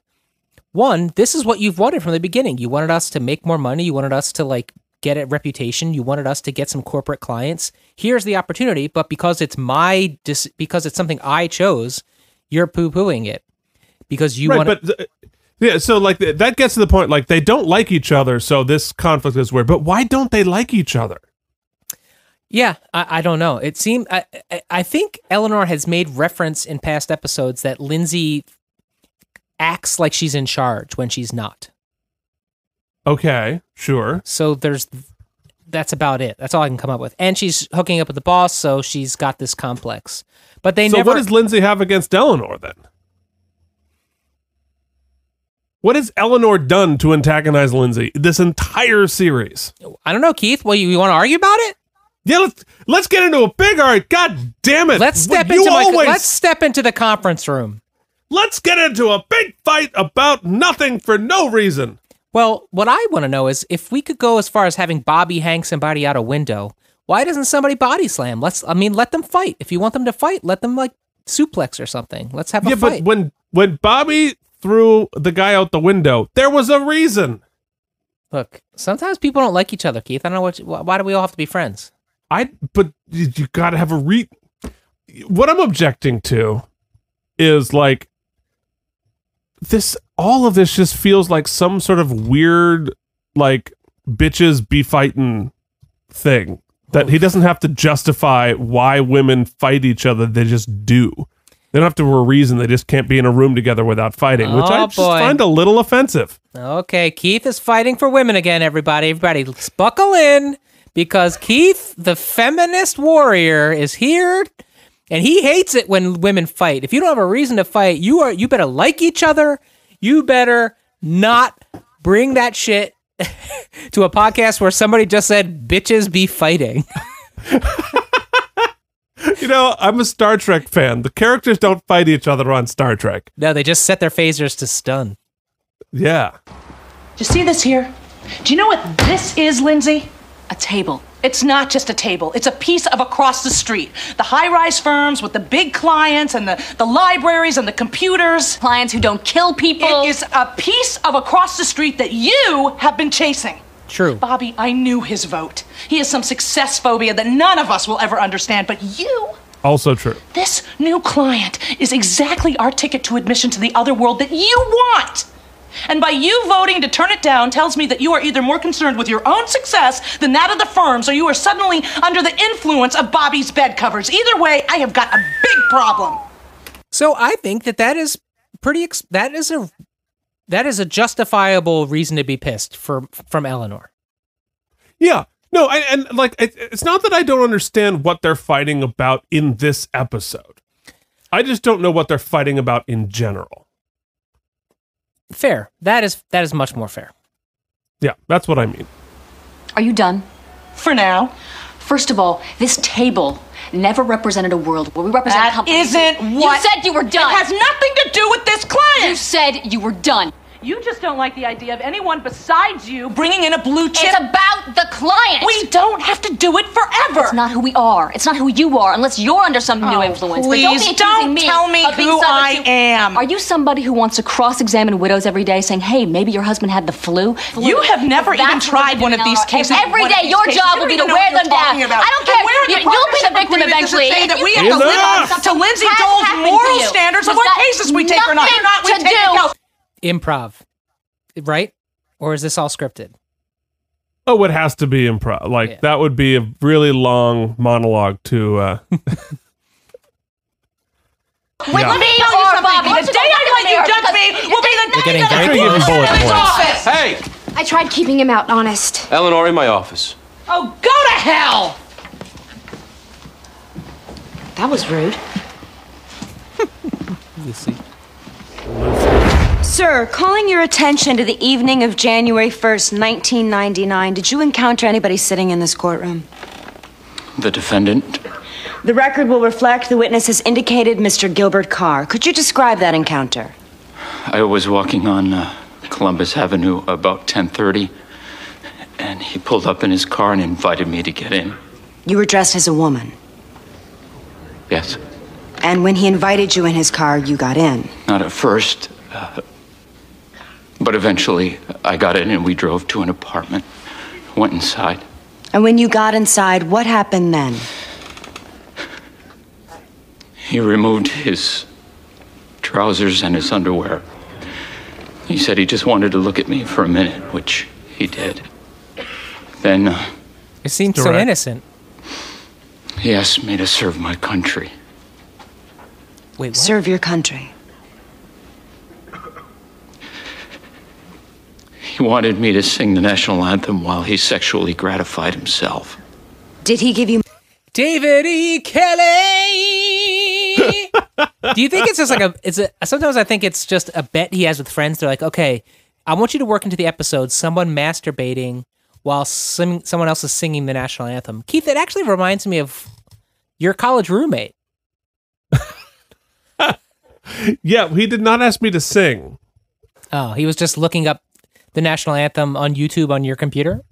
C: One, this is what you've wanted from the beginning. You wanted us to make more money. You wanted us to like get a reputation. You wanted us to get some corporate clients. Here's the opportunity, but because it's my dis- because it's something I chose, you're poo pooing it because you
B: right,
C: want.
B: but th- yeah, so like th- that gets to the point. Like they don't like each other, so this conflict is weird. But why don't they like each other?
C: Yeah, I, I don't know. It seemed I, I- I think Eleanor has made reference in past episodes that Lindsay acts like she's in charge when she's not.
B: Okay, sure.
C: So there's that's about it. That's all I can come up with. And she's hooking up with the boss, so she's got this complex. But they
B: so
C: never
B: what does Lindsay have against Eleanor then? What has Eleanor done to antagonize Lindsay this entire series?
C: I don't know, Keith. Well, you, you want to argue about it?
B: Yeah, let's let's get into a big argument. God damn it!
C: Let's step into my- let's step into the conference room.
B: Let's get into a big fight about nothing for no reason.
C: Well, what I want to know is if we could go as far as having Bobby hang somebody out a window, why doesn't somebody body slam? Let's I mean, let them fight. If you want them to fight, let them like suplex or something. Let's have a
B: yeah,
C: fight.
B: but when when Bobby threw the guy out the window, there was a reason.
C: Look, sometimes people don't like each other, Keith. I don't know what why why do we all have to be friends?
B: I but you, you got to have a re. What I'm objecting to is like this. All of this just feels like some sort of weird, like bitches be fighting thing that he doesn't have to justify why women fight each other. They just do. They don't have to have a reason. They just can't be in a room together without fighting, which I
C: Oh,
B: just
C: boy.
B: find a little offensive.
C: Okay, Keith is fighting for women again, everybody. Everybody buckle in because Keith, the feminist warrior, is here and he hates it when women fight. If you don't have a reason to fight, you are you better like each other. You better not bring that shit *laughs* to a podcast where somebody just said bitches be fighting. *laughs*
B: You know, I'm a Star Trek fan. The characters don't fight each other on Star Trek.
C: No, they just set their phasers to stun.
B: Yeah.
G: Do you see this here? Do you know what this is, Lindsay? A table. It's not just a table. It's a piece of across the street. The high-rise firms with the big clients and the, the libraries and the computers. Clients who don't kill people. It is a piece of across the street that you have been chasing.
C: True.
G: Bobby, I knew his vote. He has some success phobia that none of us will ever understand, but you
B: Also true.
G: this new client is exactly our ticket to admission to the other world that you want. And by you voting to turn it down tells me that you are either more concerned with your own success than that of the firm's, or you are suddenly under the influence of Bobby's bed covers. Either way, I have got a big problem.
C: So I think that that is pretty. Ex- that is a that is a justifiable reason to be pissed for from Eleanor.
B: Yeah. No, I, and like, it, it's not that I don't understand what they're fighting about in this episode. I just don't know what they're fighting about in general.
C: Fair. That is that is much more fair.
B: Yeah, that's what I mean.
V: Are you done?
G: For now.
V: First of all, this table never represented a world where we represent
G: That
V: companies.
G: isn't what-
V: you said. You were done.
G: It has nothing to do with this client.
V: You said you were done.
G: You just don't like the idea of anyone besides you bringing in a blue chip.
V: It's about the client.
G: We don't have to do it forever. Oh,
V: It's not who we are. It's not who you are, unless you're under some new influence. but don't, be
G: please,
V: accusing
G: don't
V: me
G: tell me
V: of being
G: who
V: someone
G: I am.
V: Are you somebody who wants to cross-examine widows every day, saying, "Hey, maybe your husband had the flu"? flu.
G: You have never
V: That's
G: even
V: what
G: tried
V: we're
G: one of
V: doing
G: these
V: now.
G: cases.
V: Every
G: One of
V: day,
G: these
V: your
G: cases.
V: job
G: You
V: will be to
G: don't even know
V: wear
G: what
V: them
G: you're
V: down.
G: talking about.
V: I don't
G: And
V: care.
G: where in
V: You-
G: the
V: you'll be the
G: partnership
V: victim
G: agreement does it
V: eventually.
G: say that we
V: If
G: have to
V: you
G: live
V: have
G: up to
V: something
G: Lindsay
V: has
G: Dole's
V: happened to
G: moral
V: you,
G: standards of
V: was
G: what
V: that
G: cases we take or not.
V: nothing
G: Not we
V: to
G: take
V: do
G: it out.
C: Improv, right? Or is this all scripted?
B: Oh, it has to be improv. Like, that would be a really long monologue to. Uh,
G: Wait,
B: Yeah.
G: let me tell you
V: Or
G: something.
V: Bob, why don't
G: the
V: you go
G: day I
V: look in
G: let you
V: the mirror
G: judge me will be the
B: They're
G: day
B: getting
G: that
B: very
G: I
B: good
G: walk
B: bullet
G: out of his
B: points.
G: office.
Q: Hey,
J: I tried keeping him out honest.
Q: Eleanor in my office.
G: Oh, go to hell!
J: That was *laughs* rude.
C: You see.
D: Sir, calling your attention to the evening of January 1st, 1999, did you encounter anybody sitting in this courtroom?
F: The defendant,
D: The record will reflect the witness has indicated Mr. Gilbert Carr. Could you describe that encounter?
F: I was walking on uh, Columbus Avenue about 10:30, and he pulled up in his car and invited me to get in.
D: You were dressed as a woman,
F: Yes,
D: and when he invited you in his car, you got in.
F: not at first, uh, but eventually I got in and we drove to an apartment
L: Went inside.
D: And when you got inside, what happened then?
L: He removed his trousers and his underwear. He said he just wanted to look at me for a minute, which he did. Then uh,
C: It seems so
L: Direct.
C: innocent.
L: he asked me to serve my country.
C: Wait,
D: Serve your country.
L: He wanted me to sing the national anthem while he sexually gratified himself.
D: Did he give you
C: David E. Kelly? Do you think it's just like a? It's a. Sometimes I think it's just a bet he has with friends. They're like, okay, I want you to work into the episode someone masturbating while sing, someone else is singing the national anthem. Keith, that actually reminds me of your college roommate.
B: *laughs* yeah, he did not ask me to sing.
C: Oh, he was just looking up the national anthem on YouTube on your computer.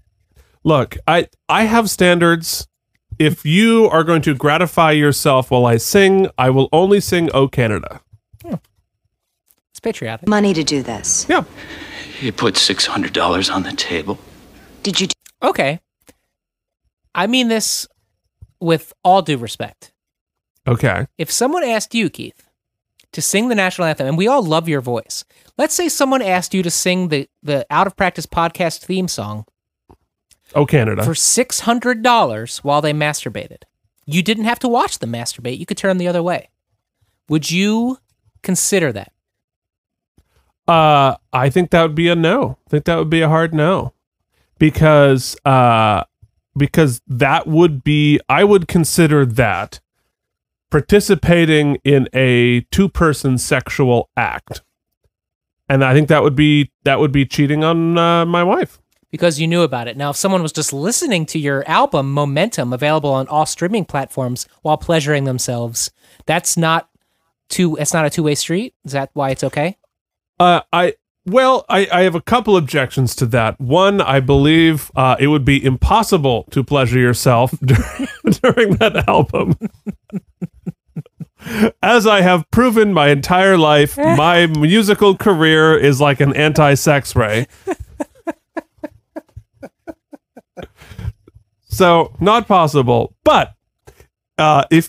B: Look, I I have standards. If you are going to gratify yourself while I sing, I will only sing "O Canada."
C: It's patriotic.
D: money to do this?
B: Yeah.
L: He put $600 on the table.
D: Did you? Do-
C: okay. I mean this with all due respect.
B: Okay.
C: If someone asked you, Keith, to sing the national anthem, and we all love your voice, let's say someone asked you to sing the, the Out of Practice podcast theme song
B: "O Canada."
C: for $600 while they masturbated. You didn't have to watch them masturbate, you could turn the other way. Would you consider that?
B: Uh, I think that would be a no. I think that would be a hard no, because uh, because that would be I would consider that participating in a two-person sexual act, and I think that would be that would be cheating on uh, my wife.
C: because you knew about it. Now, if someone was just listening to your album Momentum, available on all streaming platforms while pleasuring themselves, that's not two. It's not a two way street. Is that why it's okay?
B: Uh, I well, I, I have a couple objections to that. One, I believe uh, it would be impossible to pleasure yourself *laughs* during, during that album. *laughs* As I have proven my entire life, my musical career is like an anti-sex ray. *laughs* so, not possible. But uh, if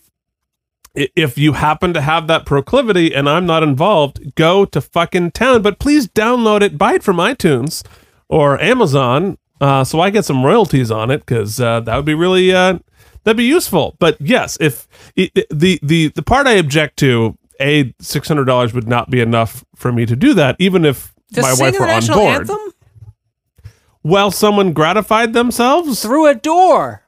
B: i- if you happen to have that proclivity and I'm not involved, go to fucking town. But please download it, buy it from iTunes or Amazon, uh, so I get some royalties on it because uh, that would be really uh, that'd be useful. But yes, if i i- the the the part I object to, a six hundred dollars would not be enough for me to do that, even if
C: To
B: my
C: sing
B: wife
C: the
B: were on
C: national
B: board.
C: anthem
B: Well, someone gratified themselves
C: through a door.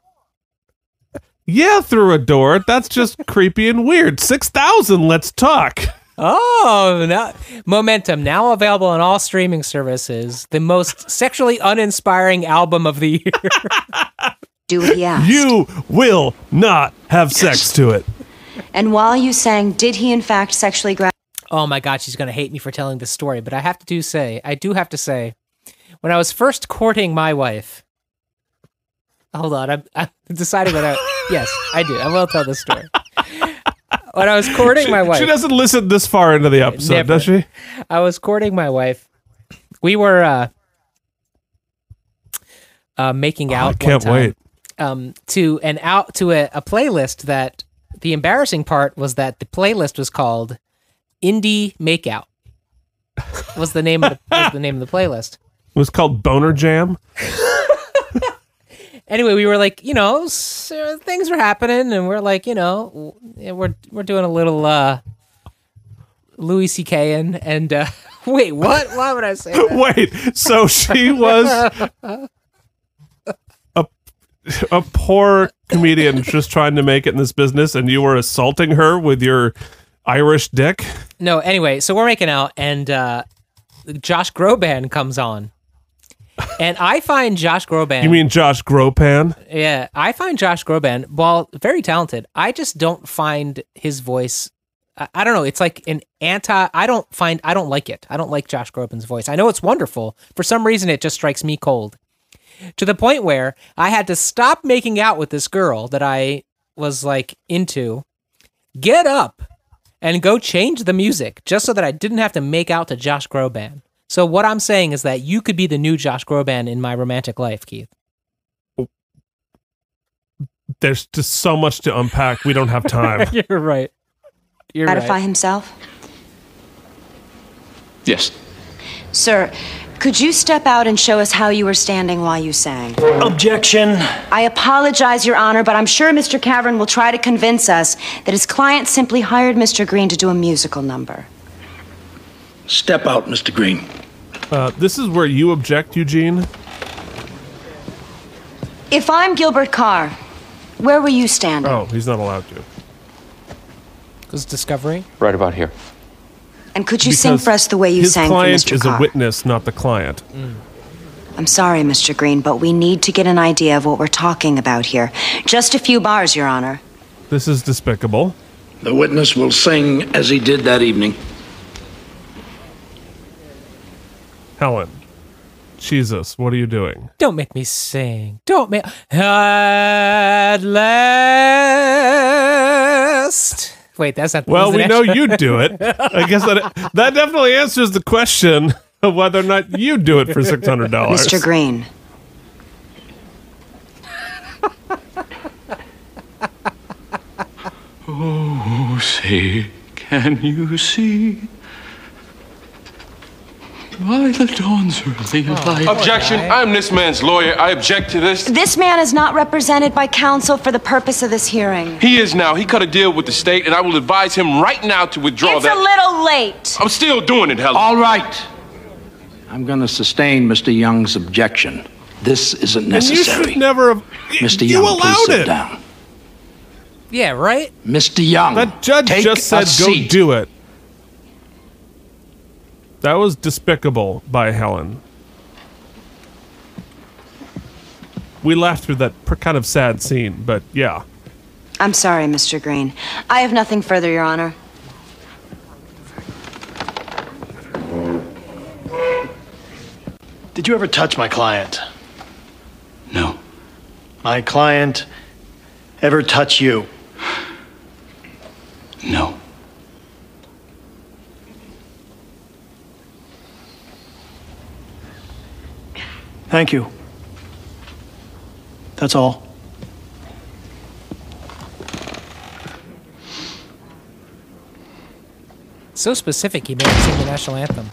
B: Yeah, through a door. That's
C: *laughs*
B: just creepy and weird. Six thousand. Let's talk.
C: Oh, now, Momentum now available on all streaming services. The most sexually uninspiring album of the year.
D: Do what he asked.
B: You will not have sex to it.
D: And while you sang, did he in fact sexually grab?
C: oh my god, she's gonna hate me for telling this story, but I have to do say, I do have to say, when I was first courting my wife, hold on, I'm, I'm deciding whether. yes, I do. I will tell this story. When I was courting my wife,
B: She doesn't listen this far into the episode,
C: Never.
B: does she?
C: I was courting my wife. We were uh, uh, making out. one
B: Oh, can't
C: time,
B: wait.
C: Um, to an out to a, a playlist that the embarrassing part was that the playlist was called "Indie Makeout." Was
B: *laughs*
C: the name of the, was the name of the playlist?
B: It was called Boner Jam. *laughs*
C: anyway, we were like, you know, s- uh, things were happening, and we're like, you know, w- we're we're doing a little uh, Louis C.K. and and uh, *laughs* wait, what? Why would I
B: *laughs*
C: say that?
B: Wait, so she was a a poor comedian just trying to make it in this business, and you were assaulting her with your Irish dick.
C: *laughs* no. Anyway, so we're making out, and uh, Josh Groban comes on, and I find Josh Groban.
B: You mean Josh Gropan?
C: Yeah, I find Josh Groban, while very talented, I just don't find his voice. I, I don't know. It's like an anti. I don't find. I don't like it. I don't like Josh Groban's voice. I know it's wonderful. For some reason, it just strikes me cold. To the point where I had to stop making out with this girl that I was like into, get up and go change the music just so that I didn't have to make out to Josh Groban. So, what I'm saying is that you could be the new Josh Groban in my romantic life, Keith.
B: there's just so much to unpack. We don't have time.
C: *laughs* You're right. You're
D: Ratify himself?
K: Yes.
D: Sir, could you step out and show us how you were standing while you sang?
H: Objection.
D: I apologize, Your Honor, but I'm sure Mr. Cavern will try to convince us that his client simply hired Mr. Green to do a musical number.
A: Step out, Mr. Green.
B: Uh, this is where you object, Eugene.
D: If I'm Gilbert Carr, where were you standing?
B: Oh, he's not allowed to.
C: Because discovery.
K: Right about here.
D: And could you sing
B: Because
D: for us the way you
B: his
D: sang for
B: client
D: Mr.
B: is
D: Carr?
B: a witness, not the client.
C: Mm.
D: I'm sorry, Mr. Green, but we need to get an idea of what we're talking about here. Just a few bars, Your Honor.
B: This is despicable.
A: The witness will sing as he did that evening.
B: Helen, Jesus, what are you doing?
C: Don't make me sing. Don't make. At last. Wait, that's not.
B: Well,
C: was it
B: we
C: *laughs*
B: know
C: extra?
B: you do it. I
O: *laughs*
B: guess that that definitely answers the question of whether or not you do it
D: *laughs*
B: for six hundred dollars.
D: Mr. Green.
K: Oh, say, can you see? By the dawn's
B: Oh,
K: early light.
D: Objection.
K: I'm this man's lawyer. I object to this.
D: This man is not represented by counsel for the purpose of this hearing.
K: He is now. He cut a deal with the state, and I will advise him right now to withdraw
D: It's a little late.
K: I'm still doing it, Helen.
O: All right. I'm going to sustain Mr. Young's objection. This isn't
B: And you should
O: necessary.
B: never have.
O: Mr.
B: You
O: Young,
B: allowed
O: please sit
B: it.
O: down.
C: Yeah, right.
O: Mr. Young,
B: That judge
O: take
B: just said
O: a
B: go
O: seat.
B: do it. That was despicable by Helen. We laughed through that pr- kind of sad scene, but yeah.
D: I'm sorry, Mr. Green. I have nothing further, Your Honor.
H: Did you ever touch my client? No. My client ever touch you?
W: No.
H: Thank you. That's all.
C: So specific, he made it sing the national anthem.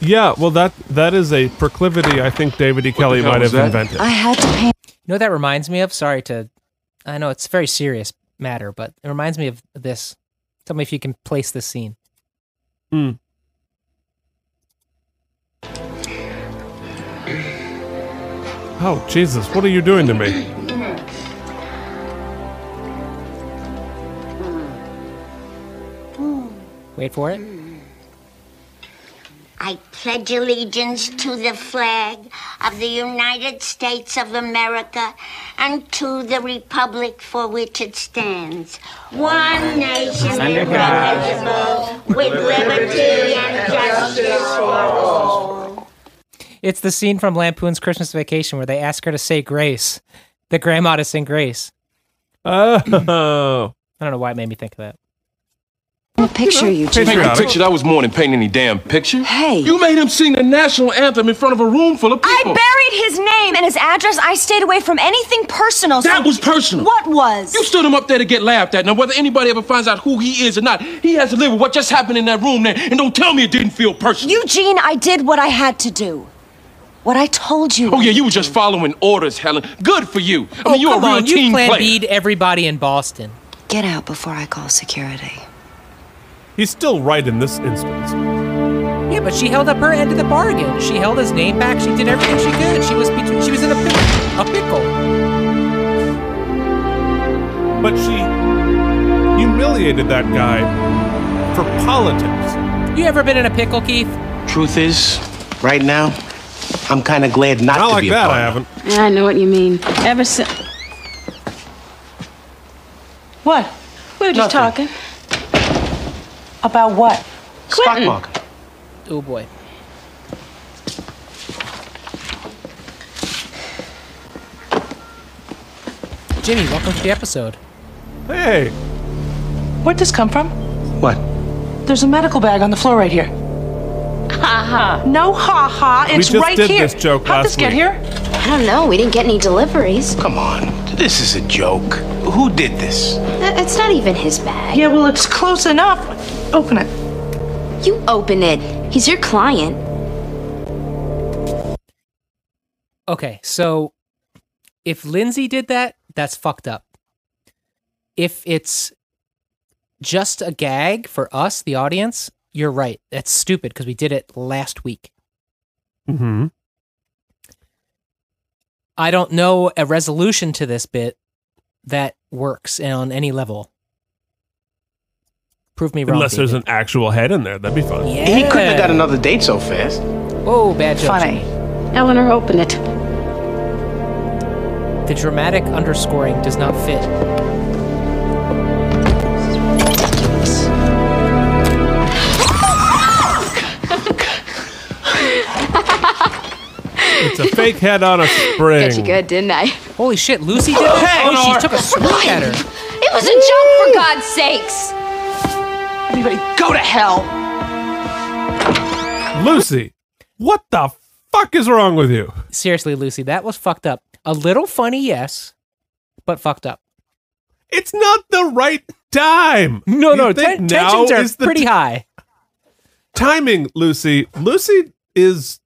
B: Yeah, well, that that is a proclivity I think David E. Kelly
C: hell
B: might
C: was
B: have
C: that?
B: invented.
D: I had to pay.
C: You know what that reminds me of? Sorry to, I know it's a very serious matter, but it reminds me of this. Tell me if you can place this scene.
B: Hmm. Oh, Jesus, what are you doing to me?
C: Wait for it.
X: I pledge allegiance to the flag of the United States of America and to the republic for which it stands. One nation
Y: Under God,
X: indivisible, with liberty and justice for all.
C: It's the scene from Lampoon's Christmas Vacation where they ask her to say grace. The grandma to sing grace.
K: *clears throat*
B: Oh.
C: I don't know why it made me think of that.
D: picture you,
K: Paint
D: Jim.
K: a picture. That was more than painting any damn picture.
D: Hey.
K: You made him sing the national anthem in front of a room full of
D: I
K: people.
D: buried his name and his address. I stayed away from anything personal.
K: That was personal.
D: What was?
K: You stood him up there to get laughed at. Now, whether anybody ever finds out who he is or not, he has to live with what just happened in that room there. And don't tell me it didn't feel personal.
D: Eugene, I did what I had to do. What I told you.
K: Oh, yeah, you were just following orders, Helen. Good for you. I
A: Oh,
K: mean, you're a
C: Oh, come
K: real
C: on, you
K: team
C: plan
K: player.
C: B'd everybody in Boston.
D: Get out before I call security.
B: He's still right in this instance.
C: Yeah, but she held up her end of the bargain. She held his name back. She did everything she could. She was between, she was in a pickle. A pickle.
B: But she humiliated that guy for politics.
C: You ever been in a pickle, Keith?
A: Truth is, right now, I'm kind of glad not, to
B: like
A: be
B: that,
A: a
B: I
A: partner.
B: haven't.
U: I know what you mean. Ever since.
G: What?
U: We were just
G: Nothing. About what?
A: Stock market.
C: Oh boy. Jimmy, welcome to the episode.
B: Hey.
G: Where'd this come from?
A: What?
G: There's a medical bag on the floor right here.
J: Ha ha.
G: No, ha ha.
J: We
G: It's
J: just
G: right
J: did
G: here.
J: this joke
G: How'd
J: last
G: this get
J: week.
G: here?
J: I don't know. We didn't get any deliveries.
A: Come on.
E: This is a joke. Who did this?
J: It's not even his bag.
G: Yeah, well, it's close enough. Open it.
J: You open it. He's your client.
C: Okay, so if Lindsay did that, that's fucked up. If it's just a gag for us, the audience, you're right. That's stupid because we did it last week.
B: Mm-hmm.
C: I don't know a resolution to this bit that works on any level. Prove me wrong.
B: Unless there's
C: David.
B: an actual head in there, that'd be fun.
E: He couldn't have got another date so fast.
C: Oh, bad joke.
E: Funny.
C: Eleanor, open it. The dramatic underscoring does not fit.
B: It's a fake head
C: *laughs*
B: on a spring.
J: Got you good, didn't I?
C: Holy shit, Lucy did that? Oh, she took a swing at her.
J: It was a joke, for God's sakes.
T: Everybody, go to hell.
B: Lucy, what the fuck is wrong with you?
C: Seriously, Lucy, that was fucked up. A little funny, yes, but fucked up.
B: It's not the right time.
C: No,
B: You
C: no,
B: think
C: ten-
B: now
C: tensions are
B: is the
C: pretty
B: t-
C: high.
B: Timing, Lucy. Lucy is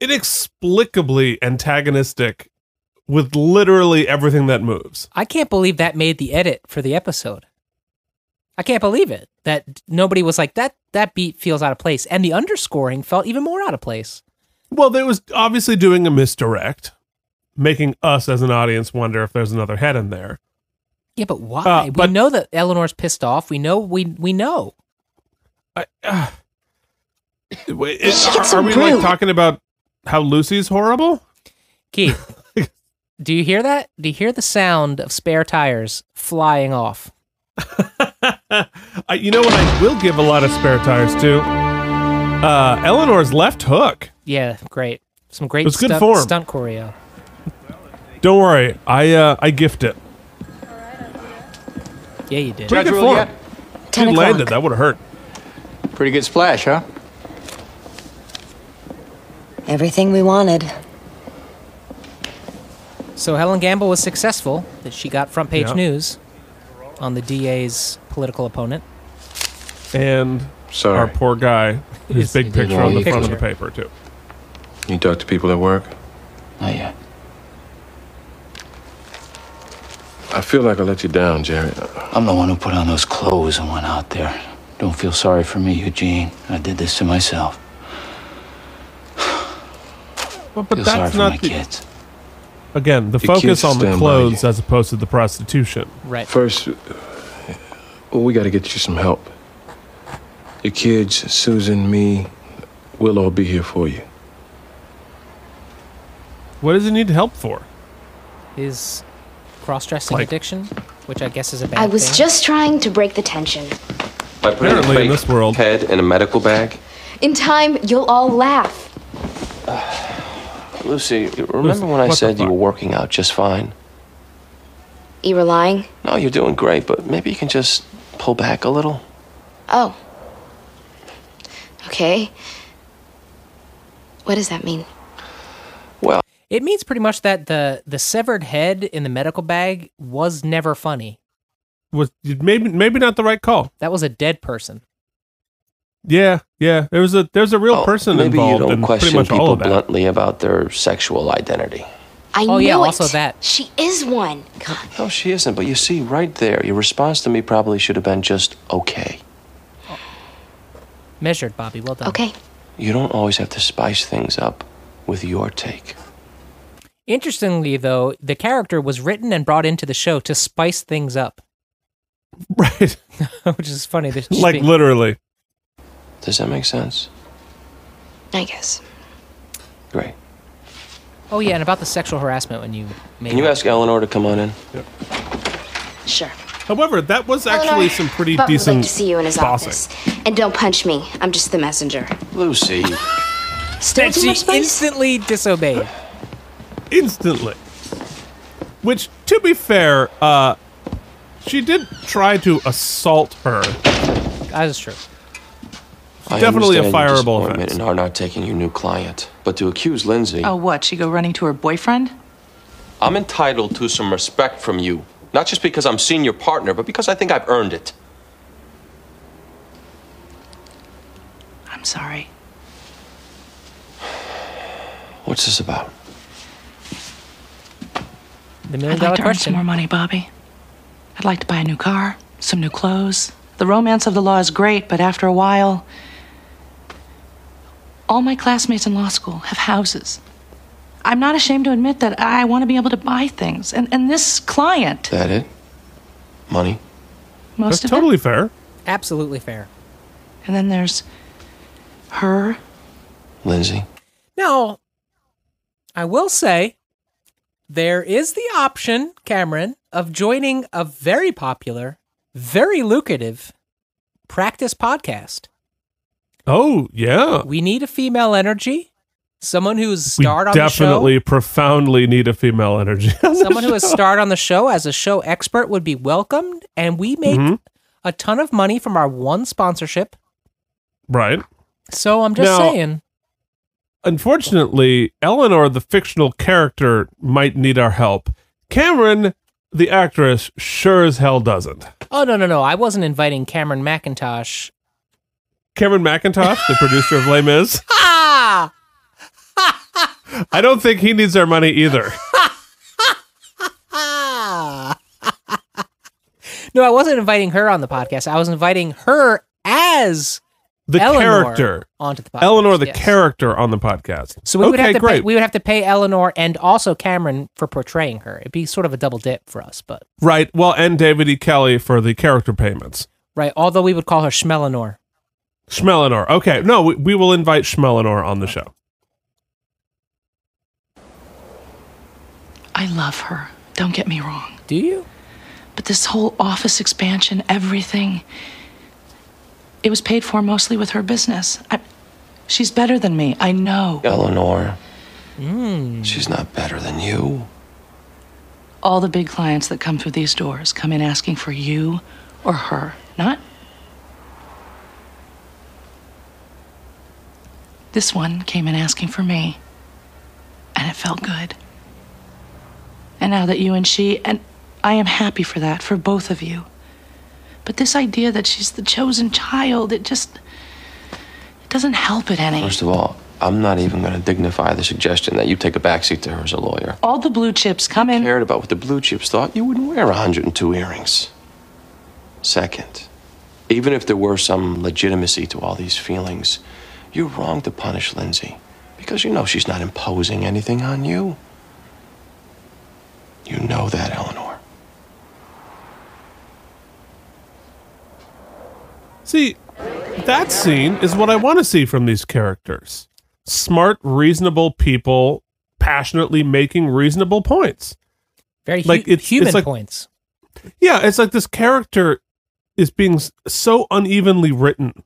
B: inexplicably antagonistic with literally everything that moves.
C: I can't believe that made the edit for the episode. I can't believe it that nobody was like that. That beat feels out of place, and the underscoring felt even more out of place.
B: Well, there was obviously doing a misdirect, making us as an audience wonder if there's another head in there.
C: Yeah, but why?
B: Uh,
C: we know that Eleanor's pissed off. We know. We we know.
B: uh, Wait, is-
C: Shit,
B: are,
C: so
B: are we like
C: rude.
B: talking about how Lucy's horrible?
C: Keith,
B: *laughs*
C: do you hear that? Do you hear the sound of spare tires flying off?
B: I, you know what? I will give a lot of spare tires to uh, Eleanor's left hook.
C: Yeah, great. Some great
B: It's good
C: stunt,
B: form.
C: stunt choreo.
B: Don't worry, I uh, I gift it.
C: Yeah, you did.
B: Pretty good form. If you landed. That would have hurt.
T: Pretty good splash, huh?
N: Everything we wanted.
C: So Helen Gamble was successful that she got front page
B: Yeah.
C: news on the DA's political opponent.
B: And our poor guy, his big picture on the front of the paper too.
K: You talk to people at work? Not yet. I feel like I let you down, Jerry.
F: I'm the one who put on those clothes and went out there. Don't feel sorry for me, Eugene. I did this to myself. feel
B: But,
F: sorry
B: but that's
F: for my
B: not the,
F: kids.
B: again the
K: The
B: focus
K: kids
B: on the
K: stand by
B: clothes as opposed to the prostitution.
C: Right.
K: First, uh, well, we got to get you some help. Your kids, Susan, me, we'll all be here for you.
B: What does he need help for?
C: His cross-dressing
B: Like-
C: addiction, which I guess is a bad
J: I was
C: thing.
J: just trying to break the tension.
Q: By putting a fake head in a medical bag.
J: In time, you'll all laugh.
M: Lucy, remember when I said you were working out just fine?
J: You were lying?
M: No, you're doing great, but maybe you can just pull back a little.
J: Oh. Okay. What does that mean?
M: Well,
C: It means pretty much that the the severed head in the medical bag was never funny.
B: Was maybe maybe not the right call.
C: That was a dead person.
B: Yeah, yeah. There was a there's a real person
M: Oh, maybe you
B: involved
M: don't
B: in pretty
M: question
B: much all
M: people
B: of that.
M: bluntly about their sexual identity.
J: I
M: Oh,
J: knew
M: yeah,
J: it.
M: also
C: that.
J: She is one. God.
M: No, she isn't, but you see, right there, your response to me probably should have been just okay.
C: Measured, Bobby. Well done.
J: Okay.
M: You don't always have to spice things up with your take.
C: Interestingly, though, the character was written and brought into the show to spice
B: *laughs*
C: things up. Right. *laughs* Which is funny. This-
B: Like
C: speak-
B: literally.
M: Does that make sense?
J: I guess.
M: Great.
C: Oh yeah, and about the sexual harassment when you made.
M: Can you ask Eleanor to come on in?
J: Sure.
B: However, that was actually
J: Eleanor,
B: some pretty
J: Bob
B: decent.
J: Would like to see you in his
B: bossing.
J: office. And don't punch me. I'm just the messenger.
M: Lucy.
J: Still
C: And
J: too
C: she
J: much space?
C: instantly disobeyed.
B: instantly. Which, to be fair, uh, she did try to assault her.
C: That is true.
M: I
B: Definitely a
M: understand your
B: fireable
M: disappointment
B: offense.
M: in her not taking your new client, but to accuse Lindsay
G: Oh, what? She go running to her boyfriend?
Q: I'm entitled to some respect from you, not just because I'm senior partner, but because I think I've earned it.
G: I'm sorry.
M: What's this about?
C: The million
G: I'd
C: dollar
G: like to earn some
C: question.
G: more money, Bobby. I'd like to buy a new car, some new clothes. The romance of the law is great, but after a while, all my classmates in law school have houses. I'm not ashamed to admit that I want to be able to buy things, and and this client,
M: That it? Money?
G: most
B: That's
G: of
B: totally
G: it.
B: fair.
C: Absolutely fair.
G: And then there's her.
M: Lindsay?
C: Now, I will say there is the option, Cameron, of joining a very popular, very lucrative practice podcast.
B: Oh, yeah.
C: We need a female energy, someone who's
B: We
C: starred on the show.
B: definitely *laughs* profoundly need a female energy. *laughs* on the
C: Someone who has
B: show.
C: starred on the show as a show expert would be welcomed, and we make
B: Mhm.
C: a ton of money from our one sponsorship.
B: Right.
C: So I'm just
B: Now-
C: saying.
B: Unfortunately, Eleanor, the fictional character, might need our help. Cameron, the actress, sure as hell doesn't.
C: Oh no no no! I wasn't inviting Cameron McIntosh.
B: Cameron McIntosh, the producer of Les Mis,
C: Ah!
B: I don't think he needs our money either.
C: Ah! no, I wasn't inviting her on the podcast. I was inviting her as
B: The
C: Eleanor
B: character
C: onto the podcast.
B: Eleanor, the
C: yes.
B: character on the podcast.
C: So we
B: okay,
C: would have to
B: great.
C: pay, we would have to pay Eleanor and also Cameron for portraying her. It'd be sort of a double dip for us, but
B: right. Well, and David E. Kelly for the character payments.
C: right. Although we would call her Schmelinor.
B: Schmelinor. Okay, no, we, we will invite Schmelinor on the show.
G: I love her. Don't get me wrong.
C: Do you?
G: But this whole office expansion, everything, it was paid for mostly with her business. I, she's better than me. I know.
M: Eleanor.
G: Mm.
M: She's not better than you.
G: All the big clients that come through these doors come in asking for you or her, not. This one came in asking for me, and it felt good. And now that you and she, and I am happy for that, for both of you. But this idea that she's the chosen child, it just. it doesn't help it any.
M: First of all, I'm not even going to dignify the suggestion that you take a backseat to her as a lawyer.
G: All the blue chips come in.
M: Cared about what the blue chips thought, you wouldn't wear 102 earrings. Second, even if there were some legitimacy to all these feelings, you're wrong to punish Lindsay because you know she's not imposing anything on you. You know that, Eleanor.
B: See, that scene is what I want to see from these characters. Smart, reasonable people passionately making reasonable points.
C: Very hu-
B: Like, it's- it's
C: human
B: like-
C: points.
B: Yeah, it's like this character is being s- so unevenly written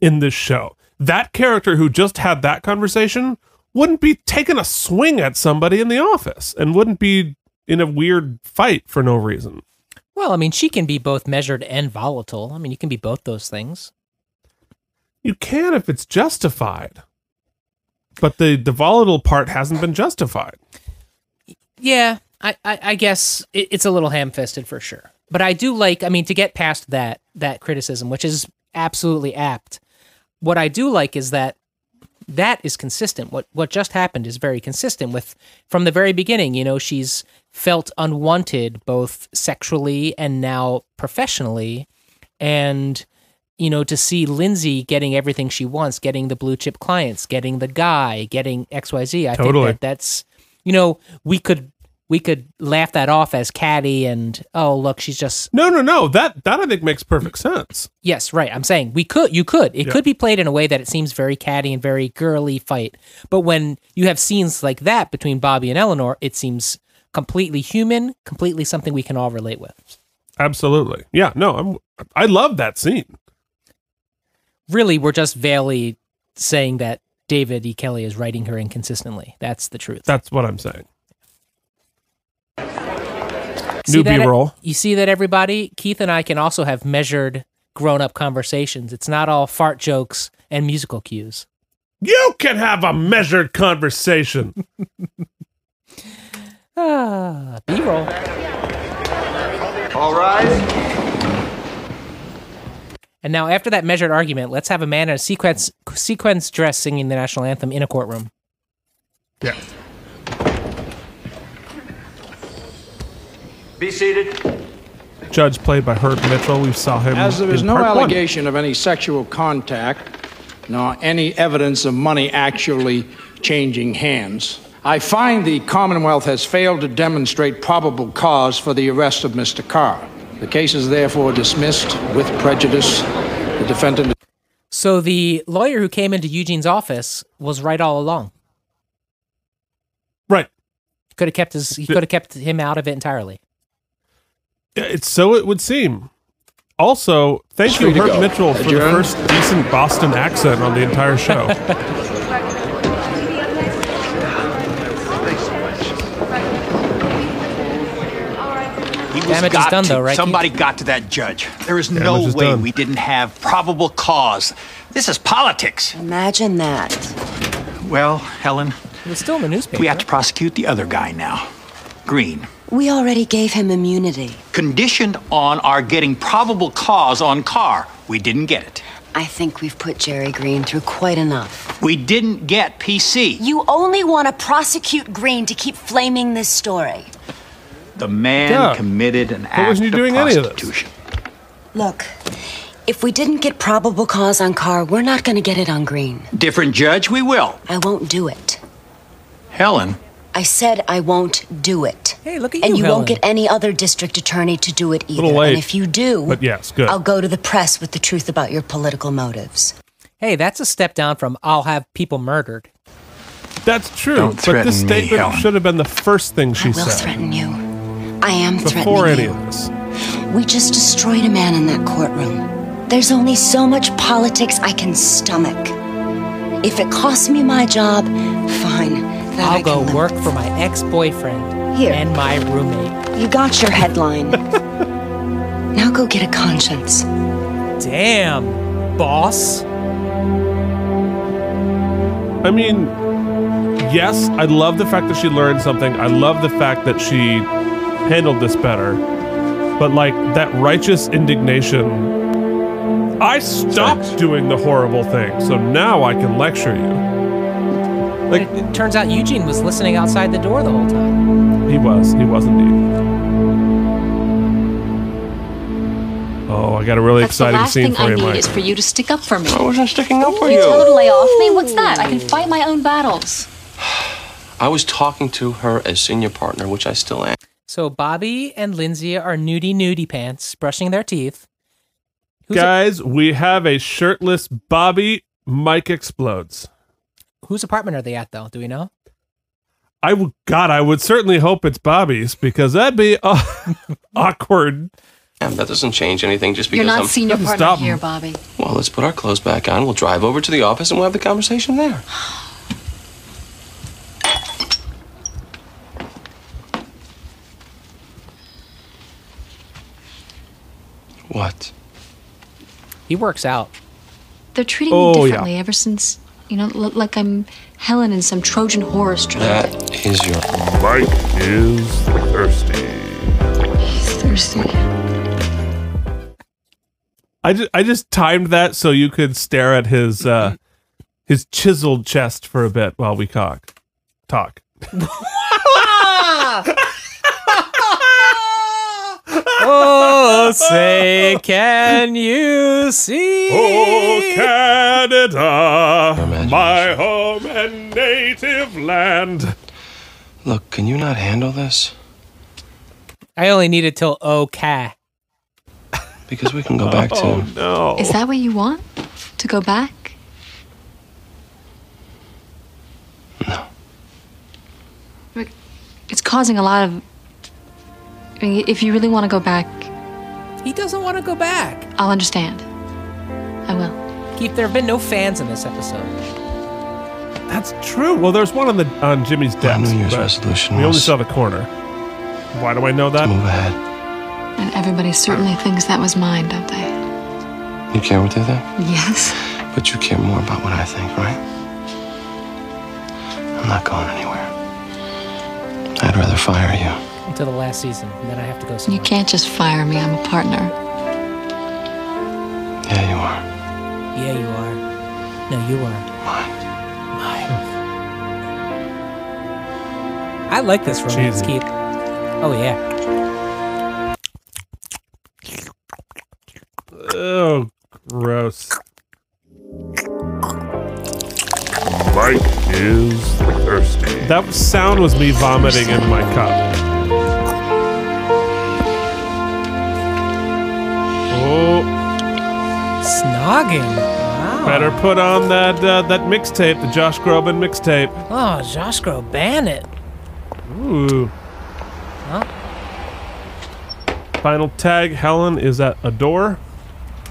B: in this show. That character who just had that conversation wouldn't be taking a swing at somebody in the office and wouldn't be in a weird fight for no reason.
C: Well, I mean, she can be both measured and volatile. I mean, you can be both those things.
B: You can if it's justified. But the, the volatile part hasn't been justified.
C: Yeah, I, I, I guess it, it's a little ham-fisted for sure. But I do like, I mean, to get past that that criticism, which is absolutely apt. What I do like is that that is consistent. What what just happened is very consistent with from the very beginning. You know, she's felt unwanted both sexually and now professionally, and you know to see Lindsay getting everything she wants, getting the blue chip clients, getting the guy, getting X Y Z. I
B: Totally.
C: think that that's you know we could we could laugh that off as catty and oh look she's just
B: No, no, no. That that I think makes perfect sense.
C: Yes, right. I'm saying we could, you could. It
B: Yeah.
C: could be played in a way that it seems very catty and very girly fight. But when you have scenes like that between Bobby and Eleanor, it seems completely human, completely something we can all relate with.
B: Absolutely. Yeah, no, I'm I love that scene.
C: Really, we're just vaguely saying that David E. Kelly is writing her inconsistently. That's the truth.
B: That's what I'm saying.
C: See
B: New
C: that- e-,
B: B-roll.
C: You see that everybody, Keith and I can also have measured grown-up conversations. It's not all fart jokes and musical cues.
O: *laughs*
B: You can have a measured conversation.
C: Ah, B roll.
T: All right.
C: And now, after that measured argument, let's have a man in a sequence sequence dress singing the national anthem in a courtroom.
R: Yeah.
T: Be seated.
B: Judge played by Herb Mitchell. We saw him.
O: As there is
B: in
O: no
B: part one.
O: allegation of any sexual contact, nor any evidence of money actually changing hands, I find the Commonwealth has failed to demonstrate probable cause for the arrest of Mr. Carr. The case is therefore dismissed with prejudice. The defendant.
C: So the lawyer who came into Eugene's office was right all along.
B: Right.
C: Could have kept his. He could have kept him out of it entirely.
B: Yeah, It's so it would seem. Also, thank you,
C: Free to
B: Herb
C: go.
B: Mitchell, for the
O: Adjourn.
B: first decent Boston accent on the entire show.
T: He was
C: Damage is
T: got
C: done,
T: to.
C: though, right,
T: Somebody got to that judge. There is
D: Damage
T: no
D: is
T: way
D: done.
T: we didn't have probable cause. This is politics.
D: Imagine that.
T: Well, Helen.
C: It's still in the newspaper.
T: We have to prosecute the other guy now. Green.
D: We already gave him immunity.
T: Conditioned on our getting probable cause on Carr. We didn't get it.
D: I think we've put Jerry Green through quite enough.
T: We didn't get PC.
D: You only want to prosecute Green to keep flaming this story.
T: The man
D: Yeah.
T: committed an act
D: wasn't he
T: of
D: doing any of this?
T: prostitution.
D: Look, if we didn't get probable cause on Carr, we're not going to get it on Green.
T: Different judge, we will.
D: I won't do it.
T: Helen.
D: I said I won't do it.
C: Hey, look at
D: And
B: you,
D: you
B: Helen.
D: won't get any other district attorney to do it either.
B: Little late.
D: and if you do,
B: But yes, good.
D: I'll go to the press with the truth about your political motives.
C: Hey, that's a step down from "I'll have people murdered."
B: That's true.
C: *laughs* Don't
B: but
C: threaten
B: this
C: me,
B: statement
C: Helen.
B: should have been the first thing she
D: I will
B: said.
D: threaten you. I am
B: Before any
D: threatening you.
B: of this.
D: We just destroyed a man in that courtroom. There's only so much politics I can stomach. If it costs me my job, fine. That I
C: I'll
D: can
C: go
D: live
C: work for my ex-boyfriend
D: Here.
C: and my roommate.
D: You got
B: *laughs*
D: your headline. now go get a conscience.
C: Damn, boss.
B: I mean, yes, I love the fact that she learned something. I love the fact that she handled this better. But like that righteous indignation, I stopped doing the horrible thing, so now I can lecture you.
C: Like, it turns out Eugene was listening outside the door the whole time.
B: He was, he was indeed. Oh, I got a really
V: That's the
B: exciting
V: last
B: scene
V: thing
B: for
V: I
B: you,
V: need
B: Mike.
V: is for you to stick up for me. I
M: wasn't sticking up for
V: You
M: you.
V: told to lay off me. What's that? I can fight my own battles.
M: I was talking to her as senior partner, which I still am.
C: So Bobby and Lindsay are nudie nudie pants, brushing their teeth. Who's
B: Guys, we have a shirtless Bobby. Mike explodes.
C: Whose apartment are they at though? Do we know?
B: I would, God, I would certainly hope it's Bobby's because that'd be *laughs* uh, awkward.
M: Damn, that doesn't change anything just
V: You're
M: because
V: not
M: I'm.
V: senior partner
M: Stop.
V: here, Bobby.
M: Well, let's put our clothes back on. We'll drive over to the office and we'll have the conversation there. What?
C: He works out.
V: They're treating
M: Oh,
V: me
M: yeah.
V: differently ever since, you know, l- like I'm Helen in some Trojan horror story.
M: That is your.
A: Mike is thirsty.
V: Thirsty.
B: I just, I just timed that so you could stare at his uh, his chiseled chest for a bit while we talk. Talk.
C: Ah! oh, say can you see?
A: Oh, Canada, my home and native land.
M: Look, can you not handle this?
C: I only need it till okay.
M: Because we can go back to.
B: *laughs* Oh, no.
V: Is that what you want? To go back? No. It's causing a lot of. I mean, if you really want to go back,
C: He doesn't want to go back.
V: I'll understand. I will.
C: Keith, there have been no fans in this episode.
B: That's true. Well, there's one on the on Jimmy's desk.
M: New Year's
B: but
M: resolution
B: We only
M: was-
B: saw the corner. Why do I know that?
M: Move ahead.
V: And everybody certainly thinks that was mine, don't they?
M: You care what they think?
V: Yes.
M: But you care more about what I think, right? I'm not going anywhere. I'd rather rather fire you.
C: until the last season, and then I have to go.
V: You can't just fire me. I'm a partner.
M: Yeah, you are.
C: Yeah, you are. No, you are. I like this romance, Keith. Oh yeah.
B: Oh, gross.
R: Mike is thirsty.
B: That sound was me vomiting in my cup. Oh,
C: Snogging. Wow.
B: better put on that uh, that mixtape, the Josh Groban mixtape.
C: Oh, Josh Groban
B: Ooh.
C: Huh?
B: Final tag: Helen is at a door.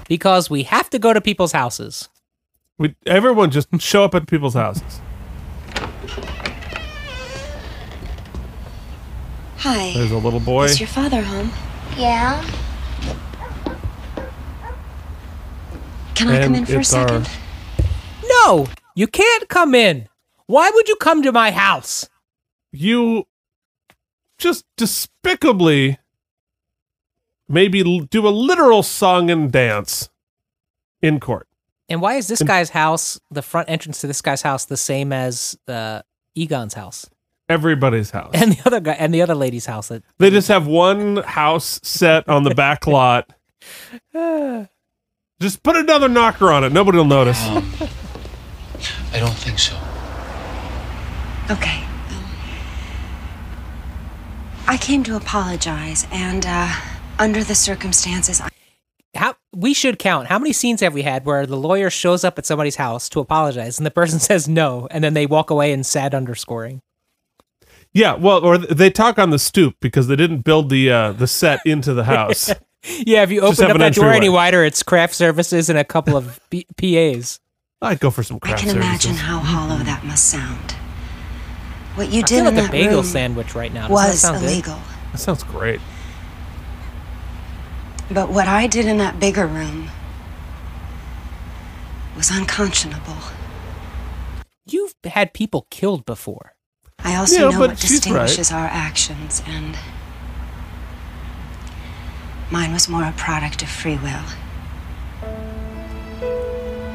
C: Because we have to go to people's houses.
B: We everyone just show up at people's houses.
D: Hi.
B: There's a little boy.
D: Is your father home?
I: Yeah?
D: Can I come in for a second?
C: No, you can't come in. Why would you come to my house?
B: You just despicably maybe l- do a literal song and dance in court.
C: And why is this guy's house, the front entrance to this guy's house, the same as uh, Egon's house
B: Everybody's house.
C: *laughs* and the other guy and the other lady's house? That
B: They just have one house set on the
C: *laughs*
B: back lot. Just put another knocker on it. Nobody will notice.
F: I don't think so.
D: Okay. I came to apologize, and uh, under the circumstances, I-
C: how we should count how many scenes have we had where the lawyer shows up at somebody's house to apologize and the person *laughs* says no and then they walk away in sad underscoring.
B: Yeah, well, or th- they talk on the stoop because they didn't build the uh, the set into the house.
C: *laughs* Yeah, if you
B: Just
C: open
B: have
C: up
B: an
C: that door
B: entryway.
C: any wider, it's craft services and a couple of B- PAs.
B: I'd go for some
D: I
B: craft
D: can
B: services.
D: imagine how
C: Mm-hmm.
D: hollow that must sound. What you
C: I feel
D: did in
C: like a
D: that
C: bagel
D: room
C: sandwich right now. Doesn't that
D: Mm. was
C: sound good?
D: illegal.
B: That sounds great.
D: But what I did in that bigger room was unconscionable.
C: You've had people killed before.
D: I also
C: Yeah,
D: know
C: but
D: what
C: she's
D: distinguishes our actions, and mine was more a product of free will.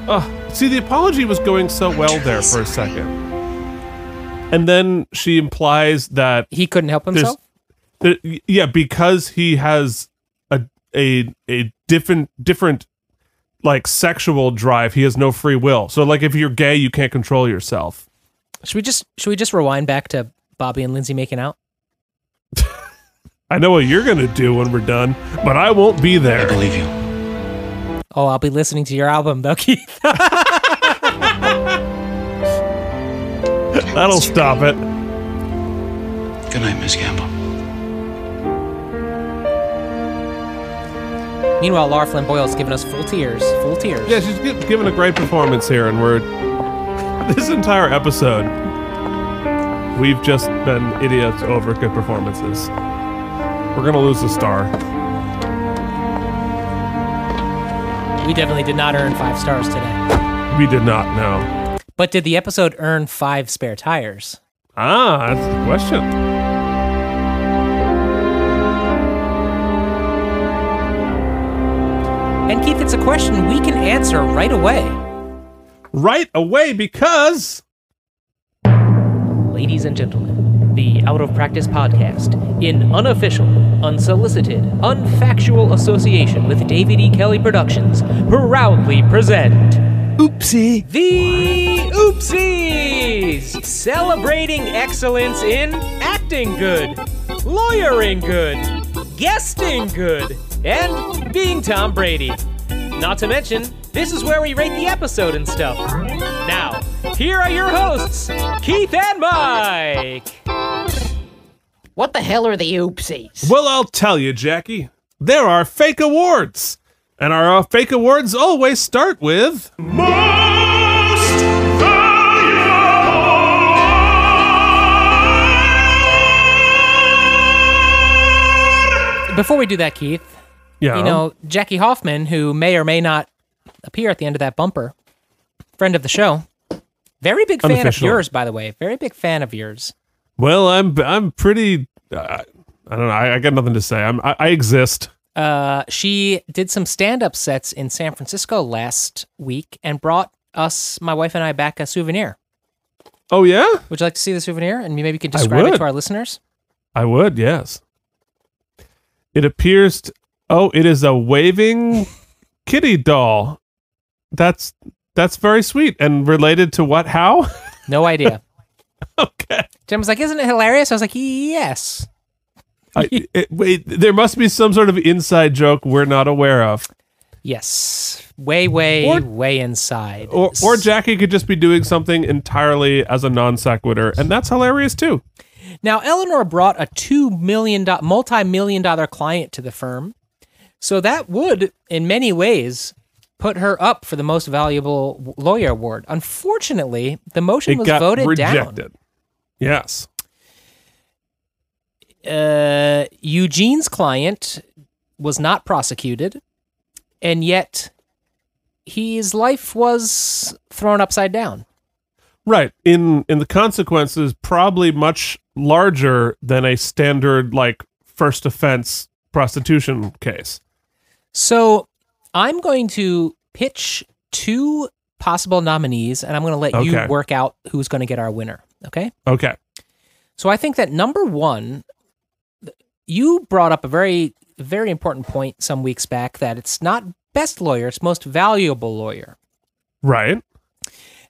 B: Oh, see, the apology was going so well there for a second. And then she implies that
C: he couldn't help
B: there's-
C: himself?
B: there- y- yeah, because he has a a a different different like sexual drive. He has no free will. So like if you're gay, you can't control yourself.
C: Should we just should we just rewind back to Bobby and Lindsay making out?
B: I know what you're gonna do when we're done, but I won't be there. I
F: believe you.
C: Oh, I'll be listening to your album though, *laughs* Keith.
B: That'll stop it.
F: Good night, Miss Campbell.
C: Meanwhile, Laura Flynn Boyle's giving us full tears, full tears.
B: Yeah, she's gi- giving a great performance here, and we're this entire episode. We've just been idiots over good performances. We're gonna lose a star.
C: We definitely did not earn five stars today.
B: We did not know.
C: But did the episode earn five spare tires?
B: Ah, that's the question.
C: And Keith, it's a question we can answer right away.
B: Right away, because.
C: Ladies and gentlemen, the Out of Practice podcast, in unofficial, unsolicited, unfactual association with David E. Kelly Productions, proudly present. Oopsie. The Oopsies! Celebrating excellence in acting good, lawyering good, guesting good, and being Tom Brady. Not to mention, this is where we rate the episode and stuff. Now, here are your hosts, Keith and Mike.
S: What the hell are the oopsies?
B: Well, I'll tell you, Jackie. There are fake awards, and our uh, fake awards always start with.
C: Before we do that, Keith,
B: Yeah.
C: you know, Jackie Hoffman, who may or may not appear at the end of that bumper, friend of the show, very big fan of
B: Unofficial.
C: yours, by the way. Very big fan of yours.
B: Well, I'm I'm pretty I, I don't know. I, I got nothing to say. I'm, I, I exist.
C: Uh, she did some stand up sets in San Francisco last week and brought us, my wife and I, back a souvenir.
B: Oh, yeah?
C: Would you like to see the souvenir? And maybe you could
B: I
C: describe it
B: would.
C: to our listeners.
B: I would, yes. It appears. T- oh, it is a
C: *laughs*
B: waving kitty doll. That's that's very sweet and related to what? How? *laughs*
C: No idea. Jim was like, Isn't it hilarious? I was like, Yes.
B: I, it, wait, there must be some sort of inside joke we're not aware of.
C: Yes. Way, way,
B: Or-
C: way inside.
B: Or, or Jackie could just be doing something entirely as a non sequitur, and that's hilarious too.
C: Now, Eleanor brought a two million dollar, multi-million dollar client to the firm, so that would, in many ways, put her up for the most valuable w- lawyer award. Unfortunately, the motion
B: it
C: was
B: got
C: voted down.
B: rejected. Yes.
C: Uh, Eugene's client was not prosecuted, and yet his life was thrown upside down.
B: Right. In in the consequences probably much larger than a standard like first offense prostitution case.
C: So I'm going to pitch two possible nominees, and I'm going to let you
B: Okay.
C: work out who's going to get our winner. Okay.
B: Okay.
C: So I think that number one, th- you brought up a very, very important point some weeks back that it's not best lawyer, it's most valuable lawyer.
B: Right.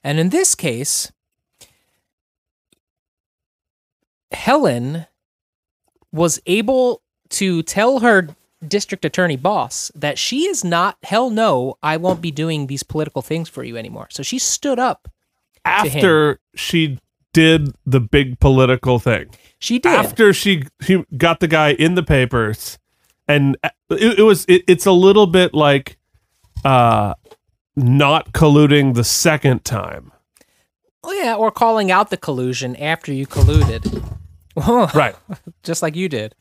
C: And in this case, Helen was able to tell her district attorney boss that she is not, hell no, I won't be doing these political things for you anymore. So she stood up to him.
B: After she did the big political thing.
C: She did.
B: After she he got the guy in the papers and uh, it, it was it, it's a little bit like uh not colluding the second time.
C: Oh yeah, or calling out the collusion after you colluded. *laughs*
B: right.
C: Just like you did.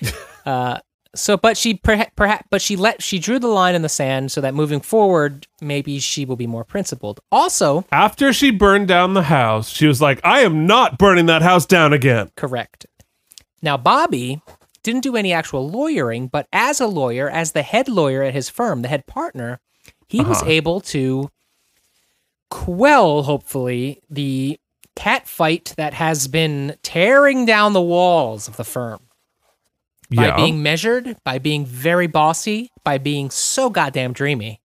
C: *laughs* Uh, so, but she perha- perhaps, but she let she drew the line in the sand so that moving forward, maybe she will be more principled. Also,
B: After she burned down the house, she was like, "I am not burning that house down again."
C: correct. Now, Bobby didn't do any actual lawyering, but as a lawyer, as the head lawyer at his firm, the head partner, he was
B: Uh-huh.
C: able to quell, hopefully, the cat fight that has been tearing down the walls of the firm. by
B: yeah.
C: being measured, by being very bossy, by being so goddamn dreamy.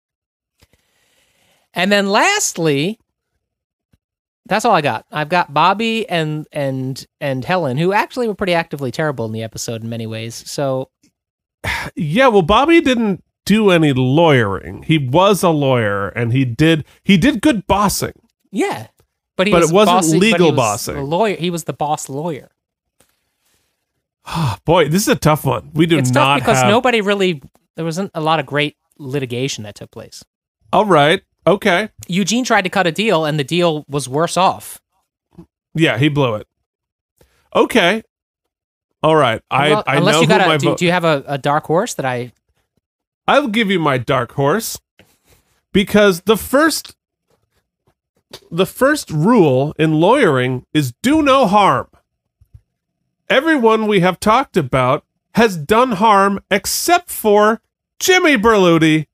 C: And then lastly, that's all I got. I've got Bobby and and and Helen, who actually were pretty actively terrible in the episode in many ways. So
B: Yeah, well, Bobby didn't do any lawyering. He was a lawyer, and he did he did good bossing.
C: yeah, but he
B: But
C: was
B: it wasn't
C: bossy- but he
B: legal
C: was
B: bossing.
C: a Lawyer, he was the boss lawyer.
B: Ah, Boy, this is a tough one. We do
C: it's
B: not
C: tough because
B: have.
C: nobody really there wasn't a lot of great litigation that took place.
B: All right. Okay.
C: Eugene tried to cut a deal, and the deal was worse off.
B: Yeah, he blew it. Okay. All right. I
C: Well,
B: I
C: unless
B: know
C: you got
B: who my
C: a, do,
B: vote-
C: do you have a, a dark horse that I
B: I'll give you my dark horse because the first the first rule in lawyering is do no harm. Everyone we have talked about has done harm except for Jimmy Berluti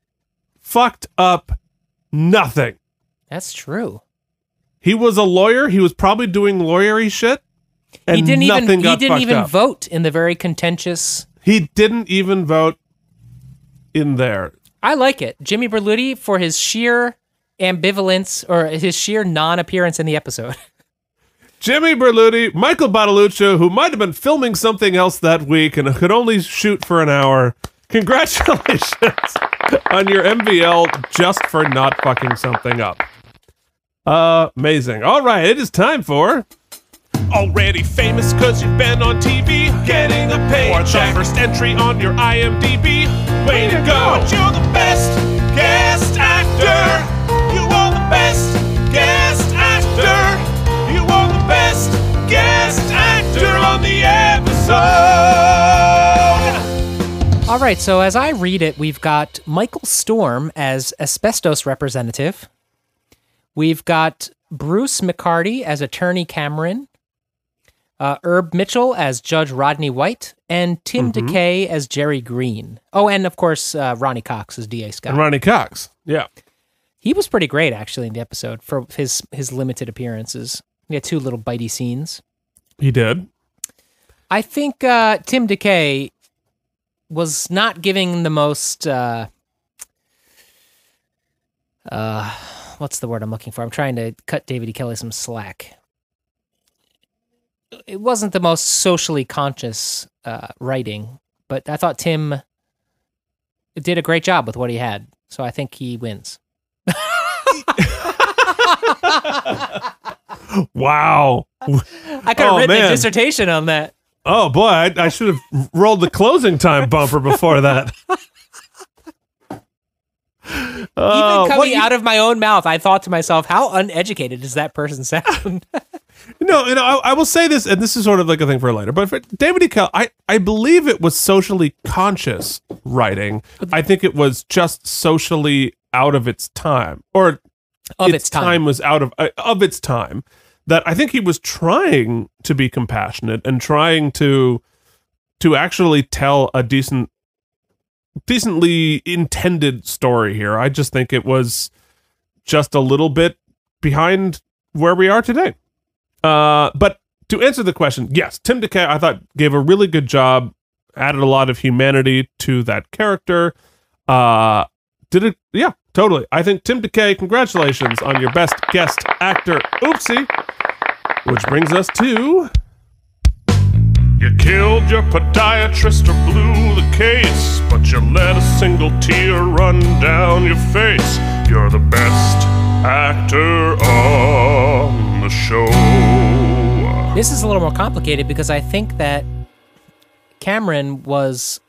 B: fucked up nothing.
C: That's true.
B: He was a lawyer, he was probably doing lawyery shit. And
C: he didn't
B: nothing
C: even
B: got
C: he didn't
B: fucked
C: even
B: up.
C: vote in the very contentious.
B: He didn't even vote in there.
C: I like it, Jimmy Berluti for his sheer ambivalence or his sheer non-appearance in the episode. *laughs*
B: Jimmy Berluti, Michael Bottalucci, who might have been filming something else that week and could only shoot for an hour. Congratulations *laughs* on your MVL just for not fucking something up. Uh, amazing. All right, it is time for.
A: Already famous cause you've been on TV, getting a paycheck. Or the first entry on your IMDb. Way to go! But you're the best guest actor. You are the best guest actor. You are the best guest actor on the episode.
C: All right, so as I read it, we've got Michael Storm as asbestos representative. We've got Bruce McCarty as attorney Cameron. uh, Herb Mitchell as Judge Rodney White, and Tim
B: Mm-hmm.
C: DeKay as Jerry Green. Oh, and of course, uh, Ronnie Cox as D.A. Scott.
B: And Ronnie Cox. Yeah.
C: He was pretty great, actually, in the episode for his, his limited appearances. He had two little bitey scenes.
B: He did.
C: I think uh, Tim DeKay was not giving the most. Uh, uh, what's the word I'm looking for? I'm trying to cut David E. Kelly some slack. It wasn't the most socially conscious uh, writing, but I thought Tim did a great job with what he had. So I think he wins.
B: Wow.
C: I could have written a dissertation on that.
B: Oh boy, I, I should have rolled the closing time bumper before that. *laughs* Uh,
C: Even
B: what
C: coming
B: you-
C: out of my own mouth, I thought to myself, how uneducated does that person sound? *laughs*
B: No, and I, I will say this, and this is sort of like a thing for later, but for David E. Kell, I, I believe it was socially conscious writing. I think it was just socially out of its time, or
C: Of its time.
B: was out of uh, of its time. That I think he was trying to be compassionate and trying to to actually tell a decent, decently intended story here. I just think it was just a little bit behind where we are today. Uh, but to answer the question, yes, Tim DeKay, I thought gave a really good job, added a lot of humanity to that character. Uh, did it? Yeah, totally. I think Tim DeKay, congratulations on your best guest actor. Oopsie. Which brings us to
R: You killed your podiatrist or blew the case, but you let a single tear run down your face. You're the best actor on the show.
C: This is a little more complicated because I think that Cameron was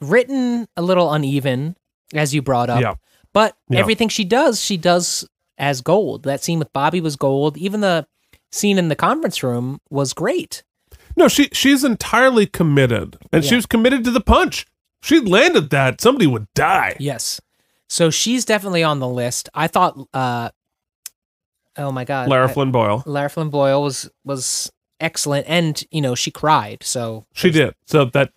C: written a little uneven, as you brought up.
B: Yeah.
C: But
B: Yeah.
C: everything she does, she does as gold. That scene with Bobby was gold. Even the scene in the conference room was great.
B: No, she she's entirely committed, and she
C: Yeah.
B: was committed to the punch. She landed that somebody would die.
C: Yes. So she's definitely on the list. I thought uh oh my god.
B: Lara
C: I-
B: Flynn Boyle.
C: Lara Flynn Boyle was was excellent and you know, she cried. So
B: She did. So that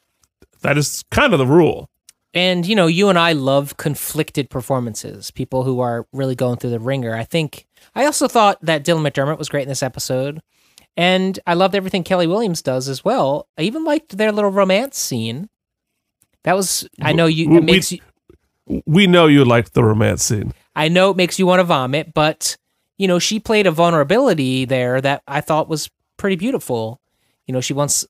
B: that is kind of the rule.
C: and you know, you and I love conflicted performances, people who are really going through the ringer. I think I also thought that Dylan McDermott was great in this episode. And I loved everything Kelly Williams does as well. I even liked their little romance scene. That was I know you
B: We-
C: it makes you
B: We know you liked the romance scene.
C: I know it makes you want to vomit, but you know, she played a vulnerability there that I thought was pretty beautiful. You know, she wants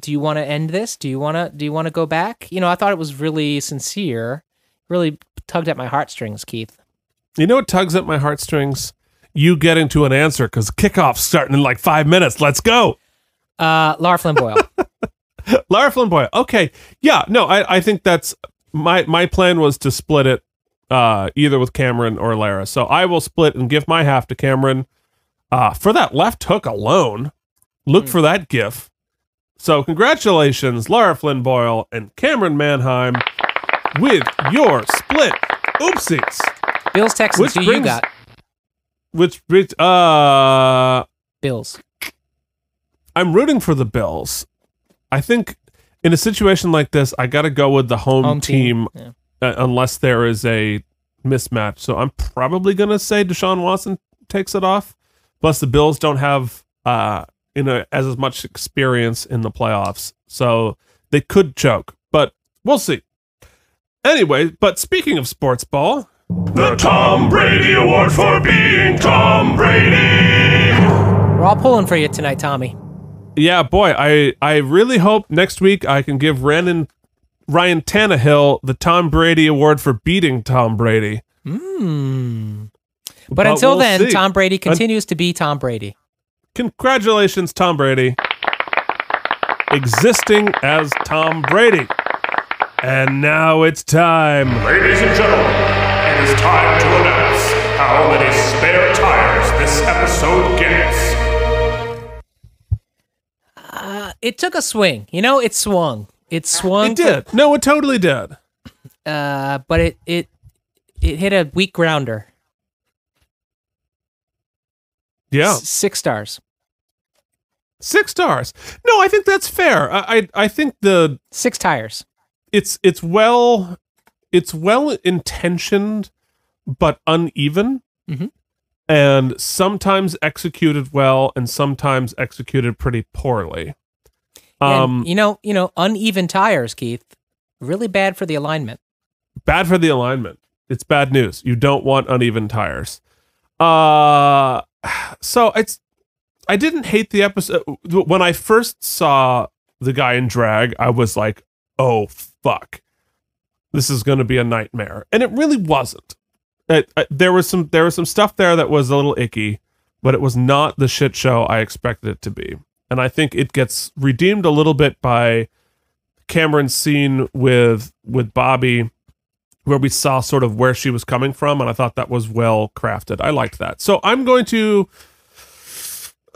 C: do you want to end this? Do you want to do you want to go back? You know, I thought it was really sincere. Really tugged at my heartstrings, Keith.
B: You know what tugs at my heartstrings? You getting to an answer because kickoff's starting in like five minutes. Let's go.
C: Uh, Lara Flynn Boyle.
B: *laughs* Lara Flynn Boyle. Okay. Yeah. No, I, I think that's my my plan was to split it uh, either with Cameron or Lara. So I will split and give my half to Cameron uh, for that left hook alone. Look for that gif. So congratulations, Lara Flynn Boyle and Cameron Manheim with your split. Oopsies.
C: Bill's Texans,
B: Which
C: who you
B: brings-
C: got?
B: Which brings uh
C: Bills.
B: I'm rooting for the Bills. I think in a situation like this, I got to go with the home,
C: Home
B: team,
C: team,
B: uh, unless there is a mismatch. So I'm probably going to say Deshaun Watson takes it off. Plus, the Bills don't have uh, you know as as much experience in the playoffs, so they could choke. But we'll see. Anyway, but speaking of sports ball,
R: The Tom Brady Award for being Tom Brady.
C: We're all pulling for you tonight, Tommy.
B: Yeah, boy, I I really hope next week I can give Ryan Ryan Tannehill the Tom Brady Award for beating Tom Brady.
C: Hmm. But, until
B: we'll
C: then,
B: see.
C: Tom Brady
B: Un-
C: continues to be Tom Brady.
B: Congratulations, Tom Brady, existing as Tom Brady. And now it's time.
R: Ladies and gentlemen, it is time to announce how many spare tires this episode gets.
C: Uh, it took a swing. You know, it swung. It swung.
B: It did. No, it totally did.
C: Uh, but it it it hit a weak grounder.
B: Yeah.
C: S- six stars.
B: Six stars. No, I think that's fair. I I, I think the
C: six tires.
B: It's it's well it's well intentioned but uneven.
C: Mhm.
B: And sometimes executed well and sometimes executed pretty poorly.
C: Um, you know, you know, uneven tires, Keith, really bad for the alignment.
B: bad for the alignment. It's bad news. You don't want uneven tires. Uh so it's I didn't hate the episode when I first saw the guy in drag, I was like, "Oh fuck. This is going to be a nightmare." And it really wasn't. It, I- there was some there was some stuff there that was a little icky, but it was not the shit show I expected it to be. And I think it gets redeemed a little bit by Cameron's scene with with Bobby, where we saw sort of where she was coming from, and I thought that was well crafted. I liked that. So I'm going to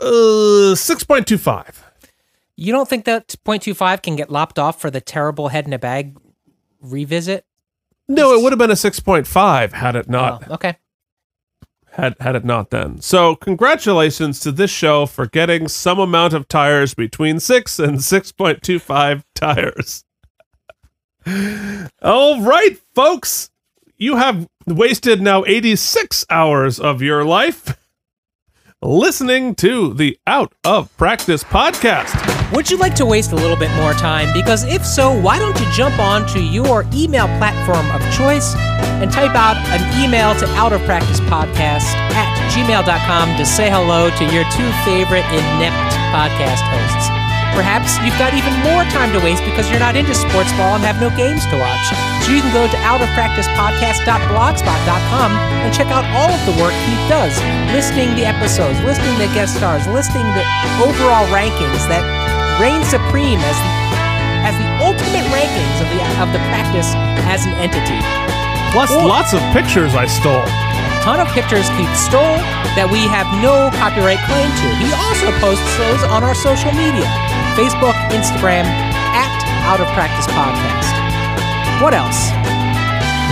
B: uh, six point two five.
C: You don't think that 0.25 can get lopped off for the terrible head in a bag revisit?
B: No, it would have been a six point five had it not
C: Okay.
B: had had it not then. So congratulations to this show for getting some amount of tires between six and *laughs* six point two five tires. *laughs* All right, folks. You have wasted now 86 hours of your life *laughs* listening to the Out of Practice podcast.
C: Would you like to waste a little bit more time? Because if so, why don't you jump on to your email platform of choice and type out an email to out of practice podcast at gmail.com to say hello to your two favorite inept podcast hosts. Perhaps you've got even more time to waste because you're not into sports ball and have no games to watch. So you can go to outofpracticepodcast.blogspot.com and check out all of the work he does, listing the episodes, listing the guest stars, listing the overall rankings that reign supreme as the, as the ultimate rankings of the of the practice as an entity.
B: Plus, lots of pictures I stole.
C: A ton of pictures Keith stole that we have no copyright claim to. He also posts those on our social media Facebook, Instagram, at Out of Practice Podcast. What else?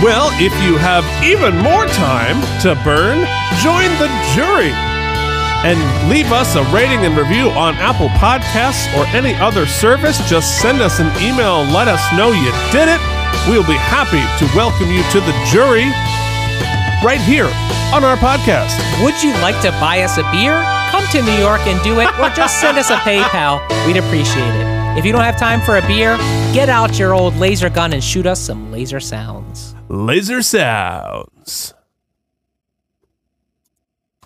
B: Well, if you have even more time to burn, join the jury and leave us a rating and review on Apple Podcasts or any other service. Just send us an email, let us know you did it. We'll be happy to welcome you to the jury right here on our podcast.
C: Would you like to buy us a beer? Come to New York and do it, or just send us a PayPal. We'd appreciate it. If you don't have time for a beer, get out your old laser gun and shoot us some laser sounds.
B: Laser Sounds.